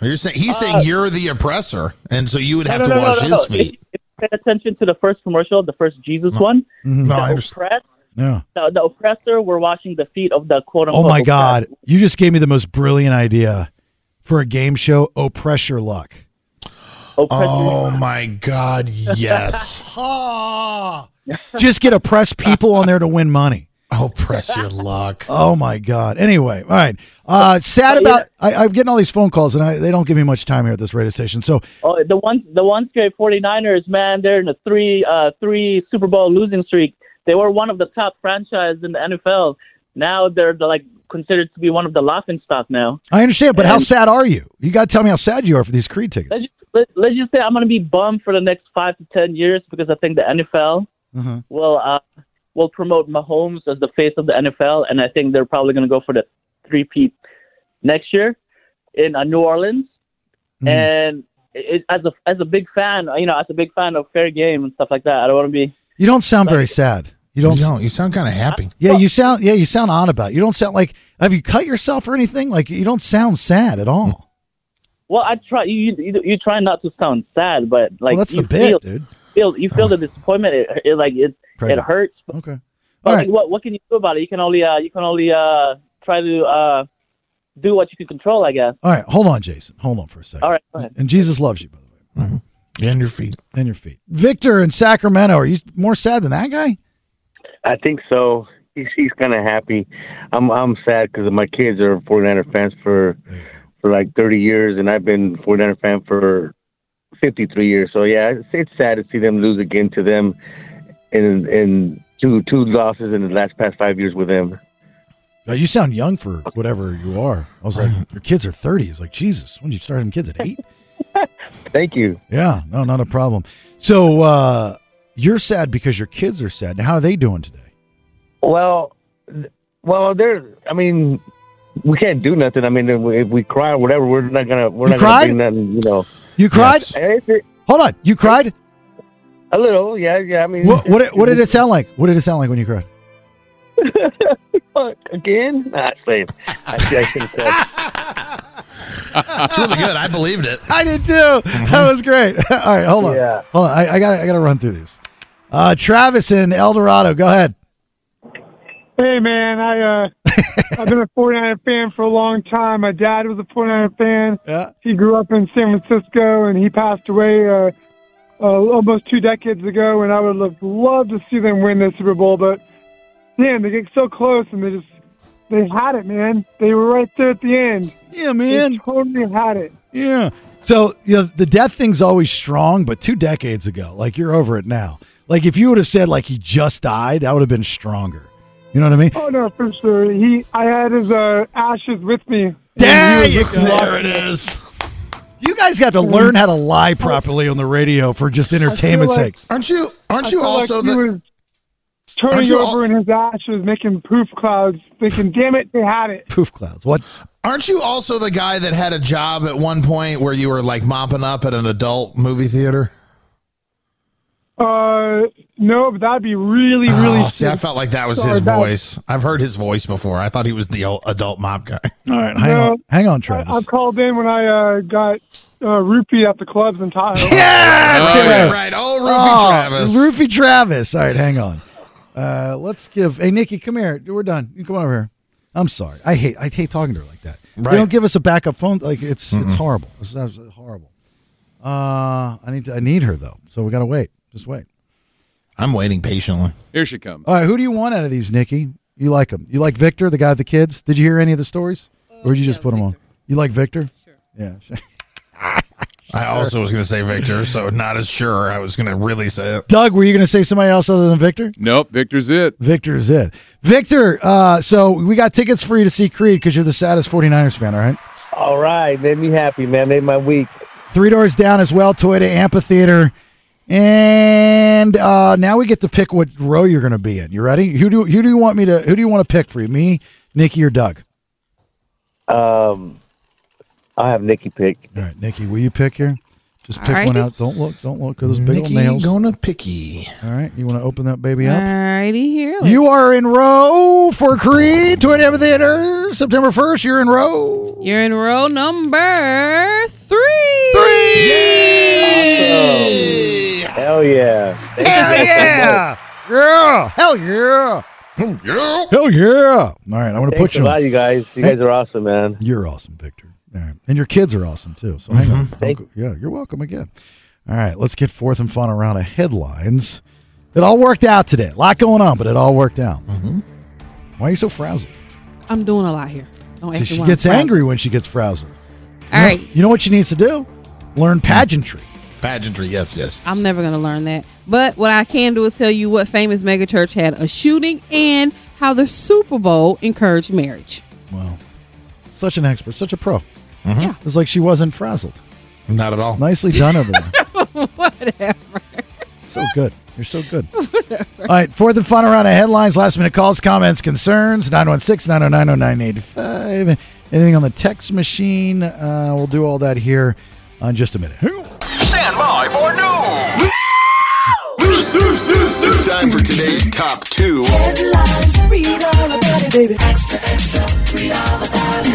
You're saying he's saying you're the oppressor, and so you would No, have Uh, no, to no, no, wash no, his no. feet. If you paid attention to the first commercial, the first Jesus one. Mm-hmm. Mhm. the No, I understand. oppressed, Yeah. the, the oppressor were washing the feet of the quote Oh unquote. my God! You just gave me the most brilliant idea for a game show. Oh, pressure luck. Oh my God! Yes. just get oppressed people on there to win money. Oh, press your luck. Oh my God. Anyway, all right. Uh, sad about. I, I'm getting all these phone calls, and I, they don't give me much time here at this radio station. So Oh, the ones the ones straight 49ers, man, they're in a three uh three Super Bowl losing streak. They were one of the top franchise in the NFL. Now they're the, like considered to be one of the laughing stock now. I understand, but how sad are you? You got to tell me how sad you are for these Creed tickets. Let's just, let, let's just say I'm going to be bummed for the next 5 to 10 years because I think the NFL Uh-huh. will uh will promote Mahomes as the face of the NFL and I think they're probably going to go for the three-peat next year in uh, New Orleans. Mm-hmm. And it, as a as a big fan, you know, as a big fan of fair game and stuff like that, I don't want to be You don't sound very sad. You don't. You don't. You sound kind of happy. Yeah, you sound. Yeah, you sound odd about. It. You don't sound like. Have you cut yourself or anything? Like you don't sound sad at all. Well, I try. You you, you try not to sound sad, but like Well, that's you the bit, feel, dude. Oh. Feel you feel the disappointment. It, it like it Right. it hurts. But, okay. But All like, what what can you do about it? You can only uh you can only uh try to uh do what you can control, I guess. All right, hold on, Jason. Hold on for a second. All right, go ahead. And Jesus loves you, by the way. Mm-hmm. And your feet. And your feet. Victor in Sacramento. Are you more sad than that guy? I think so. He's he's kind of happy. I'm I'm sad because my kids are 49er fans for for like 30 years, and I've been 49er fan for 53 years. So yeah, it's, it's sad to see them lose again to them, and and two two losses in the last past five years with them. Uh, You sound young for whatever you are. I was like, your kids are 30. It's like, Jesus, when did you start having kids at eight? Thank you. yeah, no, not a problem. So uh, you're sad because your kids are sad. Now, how are they doing today? Well, th- well, there. I mean, we can't do nothing. I mean, if we cry or whatever, we're not gonna we're You not cried? gonna bring nothing. You know. You cried? Yes. Hold on. You cried? A little, yeah, yeah. I mean, What, what, did- what did it sound like? What did it sound like when you cried? Fuck again? Nah, it's lame. I, I shouldn't have said. It's really good. I believed it. I did too. Mm-hmm. That was great. All right, hold on. Hold on. I, I gotta I gotta run through these. Uh Travis in El Dorado, go ahead. Hey man, I uh, I've been a 49er fan for a long time. My dad was a 49er fan. Yeah. He grew up in San Francisco, and he passed away uh, uh, almost two decades ago. And I would love love to see them win the Super Bowl, but damn, they get so close, and they just they had it, man. They were right there at the end. Yeah, man. They totally had it. Yeah. So you know, the death thing's always strong, but two decades ago, like you're over it now. Like if you would have said like he just died, that would have been stronger. You know what I mean? Oh no, for sure. He, I had his uh, ashes with me. Dang! And he was walking- There it is. You guys got to learn how to lie properly on the radio for just entertainment's like- sake. Aren't you? Aren't I you feel also like the? he was turning Aren't you over in his ashes, making poof clouds, thinking, "Damn it, they had it." Poof clouds. What? Aren't you also the guy that had a job at one point where you were like mopping up at an adult movie theater? Uh, no, but that'd be really, really. Oh, see, I felt like that was Sorry, his that- voice. I've heard his voice before. I thought he was the old adult mop guy. All right, hang No. on, hang on, I, Travis. have called in when I uh, got uh, rupee at the clubs in Tahoe. That's it. yeah, right. Oh, Roofy Travis. Roofy Travis. All right, hang on. Uh, let's give. Hey, Nikki, come here. We're done. You come over here. I'm sorry. I hate. I hate talking to her like that. Right. They don't give us a backup phone. Like it's it's horrible. It's absolutely horrible. Uh, I need to, I need her though. So we gotta wait. Just wait. I'm waiting patiently. Here she comes. All right. Who do you want out of these, Nikki? You like him? You like Victor, the guy with the kids? Did you hear any of the stories, or did you just put them on? You like Victor? Sure. Yeah. Sure. I also was going to say Victor, so not as sure. I was going to really say it. Doug, were you gonna say somebody else other than Victor? Nope, Victor's it. Victor's it. Victor, uh, so we got tickets for you to see Creed because you're the saddest 49ers fan, all right? All right, made me happy, man. Made my week. Three doors down as well, Toyota Amphitheater. And uh, now we get to pick what row you're going to be in. You ready? Who do who do you want me to who do you want to pick for you? Me, Nikki, or Doug? Um, I have Nikki pick. All right, Nikki, will you pick here? Just pick Alrighty. one out. Don't look, don't look, because those big old Nikki nails. gonna picky. All right, you want to open that baby up? Alrighty, Uh, here. You are in row for Creed, Toyota Amphitheater, September 1st. You're in row. You're in row number three. Three. Hell yeah! Hell yeah! yeah! Hell yeah! Yeah! Hell yeah! All right, I'm gonna put Thanks you. a lot, On. you guys. You guys are awesome, man. You're awesome, Victor. All right, and your kids are awesome too. So Mm-hmm. hang on. Don't go- Yeah, you're welcome again. All right, let's get forth and fun around of headlines. It all worked out today. A lot going on, but it all worked out. Mm-hmm. Why are you so frowsy? I'm doing a lot here. Don't See, ask me she why I'm gets proud. angry when she gets frowsy. All you know, right. You know what she needs to do? Learn pageantry. Pageantry, yes, yes. I'm never gonna learn that. But what I can do is tell you what famous megachurch had a shooting and how the Super Bowl encouraged marriage. Wow. Such an expert, such a pro. Yeah. It's like she wasn't frazzled. Mm-hmm. Not at all. Nicely done over there. Whatever. So good. You're so good. All right, fourth and final round of headlines, last minute calls, comments, concerns, 916 909 0985. Anything on the text machine? Uh, we'll do all that here on just a minute. Stand by for news. It's time for today's top two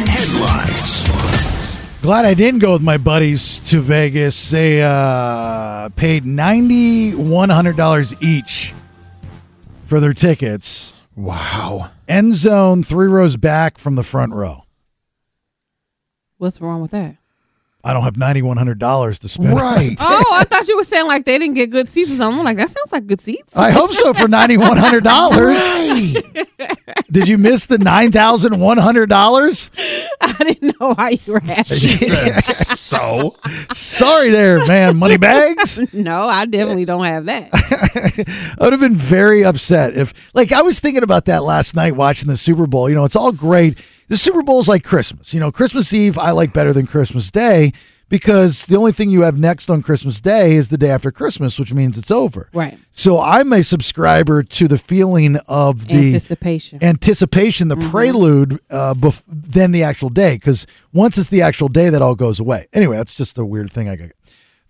headlines. Glad I didn't go with my buddies to Vegas. They uh, paid $9,100 each for their tickets. Wow. End zone, three rows back from the front row. What's wrong with that? I don't have $9,100 to spend. Right. Oh, I thought you were saying like they didn't get good seats or something. I'm like, that sounds like good seats. I hope so for $9,100. Right. Did you miss the $9,100? I didn't know why you were asking. She said so. Sorry there, man. Money bags. no, I definitely don't have that. I would have been very upset if, like, I was thinking about that last night watching the Super Bowl. You know, it's all great. The Super Bowl is like Christmas. You know, Christmas Eve I like better than Christmas Day because the only thing you have next on Christmas Day is the day after Christmas, which means it's over. Right. So I'm a subscriber to the feeling of the Anticipation. anticipation, the prelude, uh, bef- than the actual day. Because once it's the actual day, that all goes away. Anyway, that's just a weird thing I got.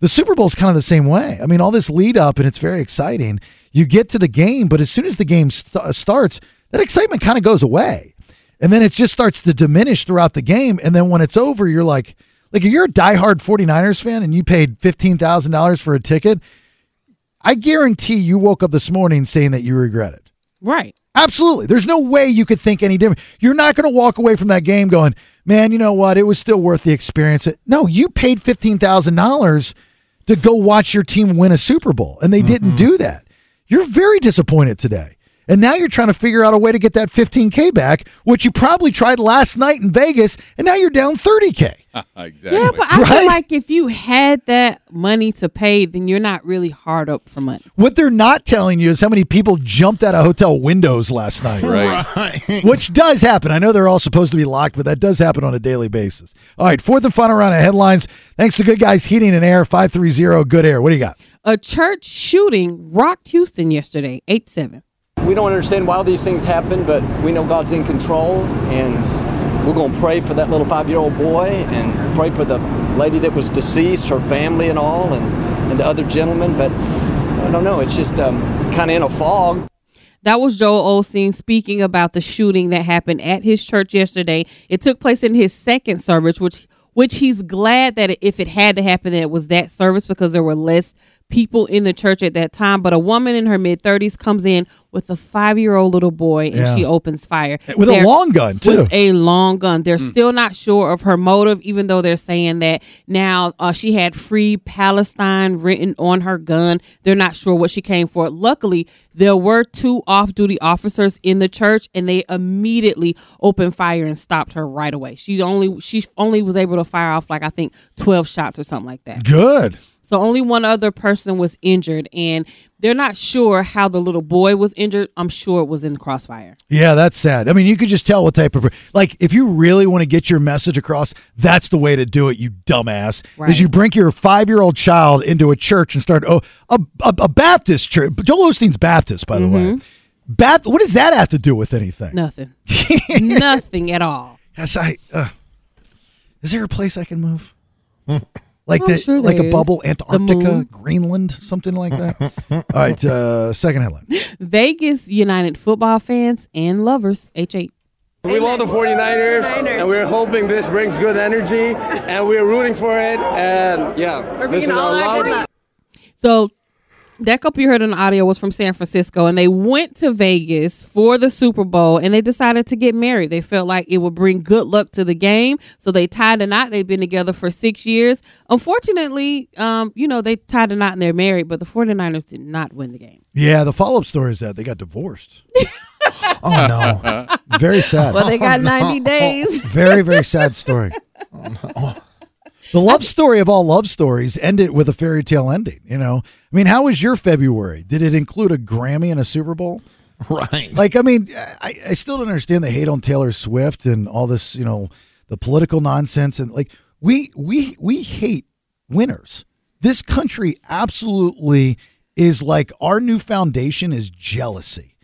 The Super Bowl is kind of the same way. I mean, all this lead up and it's very exciting. You get to the game, but as soon as the game st- uh, starts, that excitement kind of goes away, and then it just starts to diminish throughout the game. And then when it's over, you're like, like if you're a diehard 49ers fan and you paid fifteen thousand dollars for a ticket, I guarantee you woke up this morning saying that you regret it. Right. Absolutely. There's no way you could think any different. You're not going to walk away from that game going, man, you know what? It was still worth the experience. No, you paid $15,000 to go watch your team win a Super Bowl, and they didn't do that. You're very disappointed today. And now you're trying to figure out a way to get that 15K back, which you probably tried last night in Vegas, and now you're down 30K. exactly. Yeah, but I feel like if you had that money to pay, then you're not really hard up for money. What they're not telling you is how many people jumped out of hotel windows last night. Right. Which does happen. I know they're all supposed to be locked, but that does happen on a daily basis. All right, fourth and final round of headlines. Thanks to Good Guys Heating and Air, 530 Good Air. What do you got? A church shooting rocked Houston yesterday, 8 7. We don't understand why these things happen, but we know God's in control, and we're going to pray for that little five-year-old boy, and pray for the lady that was deceased, her family, and all, and, and the other gentleman. But I don't know. It's just um, kind of in a fog. That was Joel Osteen speaking about the shooting that happened at his church yesterday. It took place in his second service, which which he's glad that if it had to happen, that it was that service because there were less people in the church at that time. But a woman in her mid thirties comes in with a five year old little boy and Yeah. she opens fire With a They're- long gun, too. With a long gun. They're Mm. still not sure of her motive, even though they're saying that now uh, she had "Free Palestine" written on her gun. They're not sure what she came for. Luckily, there were two off-duty officers in the church, and they immediately opened fire and stopped her right away. She only she only was able to fire off like I think twelve shots or something like that. Good. So only one other person was injured, and they're not sure how the little boy was injured. I'm sure it was in crossfire. Yeah, that's sad. I mean, you could just tell what type of like if you really want to get your message across, that's the way to do it. You dumbass, Right. is you bring your five year old child into a church and start oh a, a, a Baptist church. Joel Osteen's Baptist, by the Mm-hmm. way. Bat, what does that have to do with anything? Nothing. Nothing at all. Yes, I. Uh, is there a place I can move? Like I'm the Oh, sure like there a is. bubble, The Antarctica, moon. Greenland, something like that. All right, uh, second headline. Vegas United football fans and lovers, H8. We love the 49ers, and we're hoping this brings good energy, and we're rooting for it. And yeah, this is our love. So that couple you heard on the audio was from San Francisco, and they went to Vegas for the Super Bowl, and they decided to get married. They felt like it would bring good luck to the game, so they tied a knot. They've been together for six years. Unfortunately, um, you know, they tied a knot and they're married, but the 49ers did not win the game. Yeah, the follow up story is that they got divorced. oh no, very sad. Well, they got 90 days. Very very sad story. The love story of all love stories ended with a fairy tale ending. You know, I mean, how was your February? Did it include a Grammy and a Super Bowl? Right. Like, I mean, I, I still don't understand the hate on Taylor Swift and all this. You know, the political nonsense and like we we we hate winners. This country absolutely is like our new foundation is jealousy.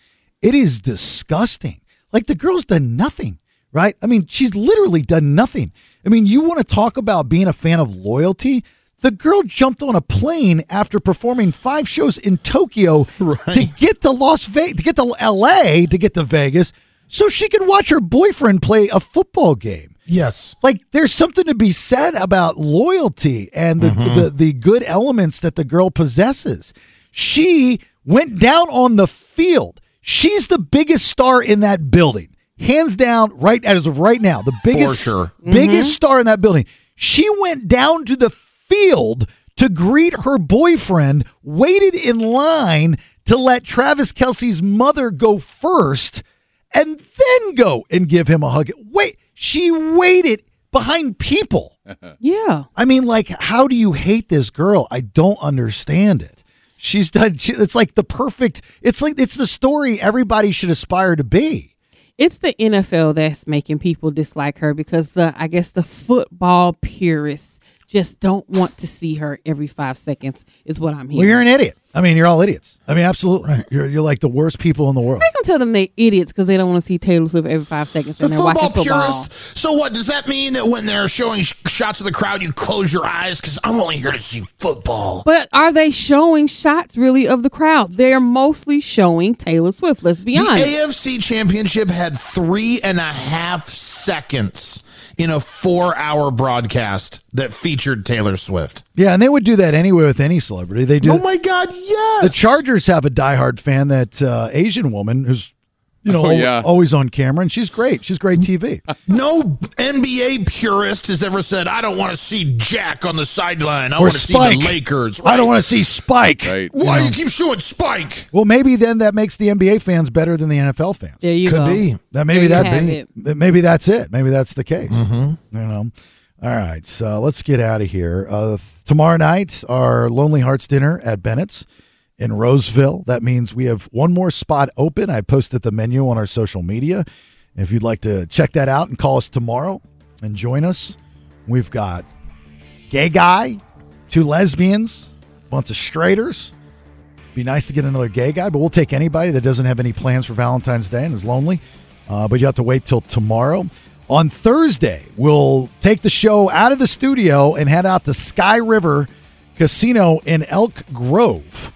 It is disgusting. Like the girl's done nothing, right? I mean, she's literally done nothing. I mean, you want to talk about being a fan of loyalty? The girl jumped on a plane after performing five shows in Tokyo to get to Las Vegas, to get to LA, to get to Vegas, so she could watch her boyfriend play a football game. Yes. Like there's something to be said about loyalty and the, the the good elements that the girl possesses. She went down on the field. She's the biggest star in that building. Hands down, right as of right now, the biggest sure. biggest Mhm. star in that building. She went down to the field to greet her boyfriend, waited in line to let Travis Kelsey's mother go first, and then go and give him a hug. Wait, she waited behind people. Yeah. I mean, like, how do you hate this girl? I don't understand it. She's done, she, it's like the perfect, it's like, it's the story everybody should aspire to be. It's the NFL that's making people dislike her because the I guess the football purists just don't want to see her every five seconds is what I'm hearing. Well, you're an idiot. I mean, you're all idiots. I mean, absolutely. You're, you're like the worst people in the world. I can tell them they idiots because they don't want to see Taylor Swift every five seconds and they're watching football. So what does that mean that when they're showing sh- shots of the crowd, you close your eyes because I'm only here to see football? But are they showing shots really of the crowd? They're mostly showing Taylor Swift. Let's be the honest. AFC Championship had three and a half seconds in a four-hour broadcast that featured Taylor Swift. Yeah, and they would do that anyway with any celebrity. They do. Oh my God! Yes. The Chargers have a diehard fan, that uh, Asian woman who's you know, Oh, al- yeah. always on camera, and she's great. She's great TV. No NBA purist has ever said, "I don't want to see Jack on the sideline. I Or want to see the Spike. Lakers." I don't want to see Spike. Right. Why You you, know. keep showing Spike? Well, maybe then that makes the NBA fans better than the NFL fans. There you Could go. be that. Maybe There you that. have Be, maybe that's it. Maybe that's the case. You know. All right. So let's get out of here. Uh, tomorrow night, our Lonely Hearts dinner at Bennett's in Roseville. That means we have one more spot open. I posted the menu on our social media. If you'd like to check that out and call us tomorrow and join us, we've got gay guy, two lesbians, bunch of straighters. Be nice to get another gay guy, but we'll take anybody that doesn't have any plans for Valentine's Day and is lonely. Uh, but you have to wait till tomorrow. On Thursday, we'll take the show out of the studio and head out to Sky River Casino in Elk Grove,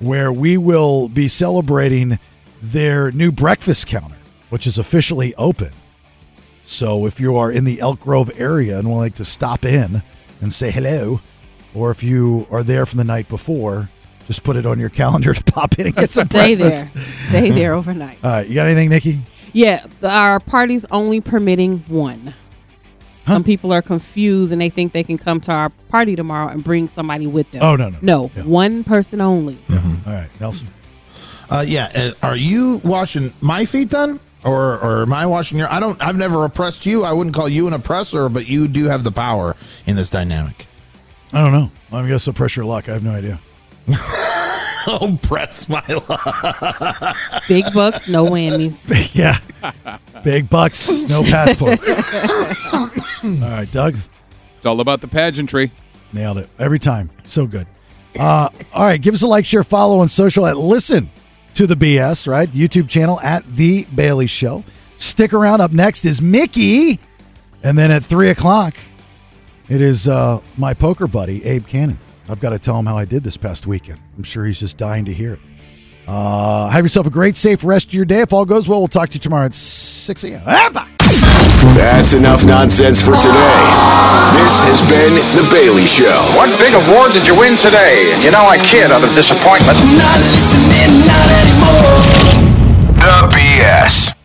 where we will be celebrating their new breakfast counter, which is officially open. So if you are in the Elk Grove area and would like to stop in and say hello, or if you are there from the night before, just put it on your calendar to pop in and get some Stay breakfast. there. Stay there overnight. All right, you got anything, Nikki? Yeah, our party's only permitting one. Some people are confused and they think they can come to our party tomorrow and bring somebody with them. Oh, no, no. no, one person only. All right, Nelson. Uh, yeah, uh, are you washing my feet then, or or am I washing your? I don't. I've never oppressed you. I wouldn't call you an oppressor, but you do have the power in this dynamic. I don't know. I guess the pressure luck. I have no idea. Oppress my luck. Big bucks, no whammies. yeah, big bucks, no passport. All right, Doug. It's all about the pageantry. Nailed it every time. So good. Uh, all right, give us a like, share, follow on social at Listen to the BS, right? YouTube channel at The Bailey Show. Stick around. Up next is Mickey. And then at three o'clock, it is uh, my poker buddy, Abe Cannon. I've got to tell him how I did this past weekend. I'm sure he's just dying to hear it. Uh, have yourself a great, safe rest of your day. If all goes well, we'll talk to you tomorrow at 6 a.m. Ah, bye. That's enough nonsense for today. This has been The Bailey Show. What big award did you win today? You know, I kid out of disappointment. Not listening, not anymore. The BS.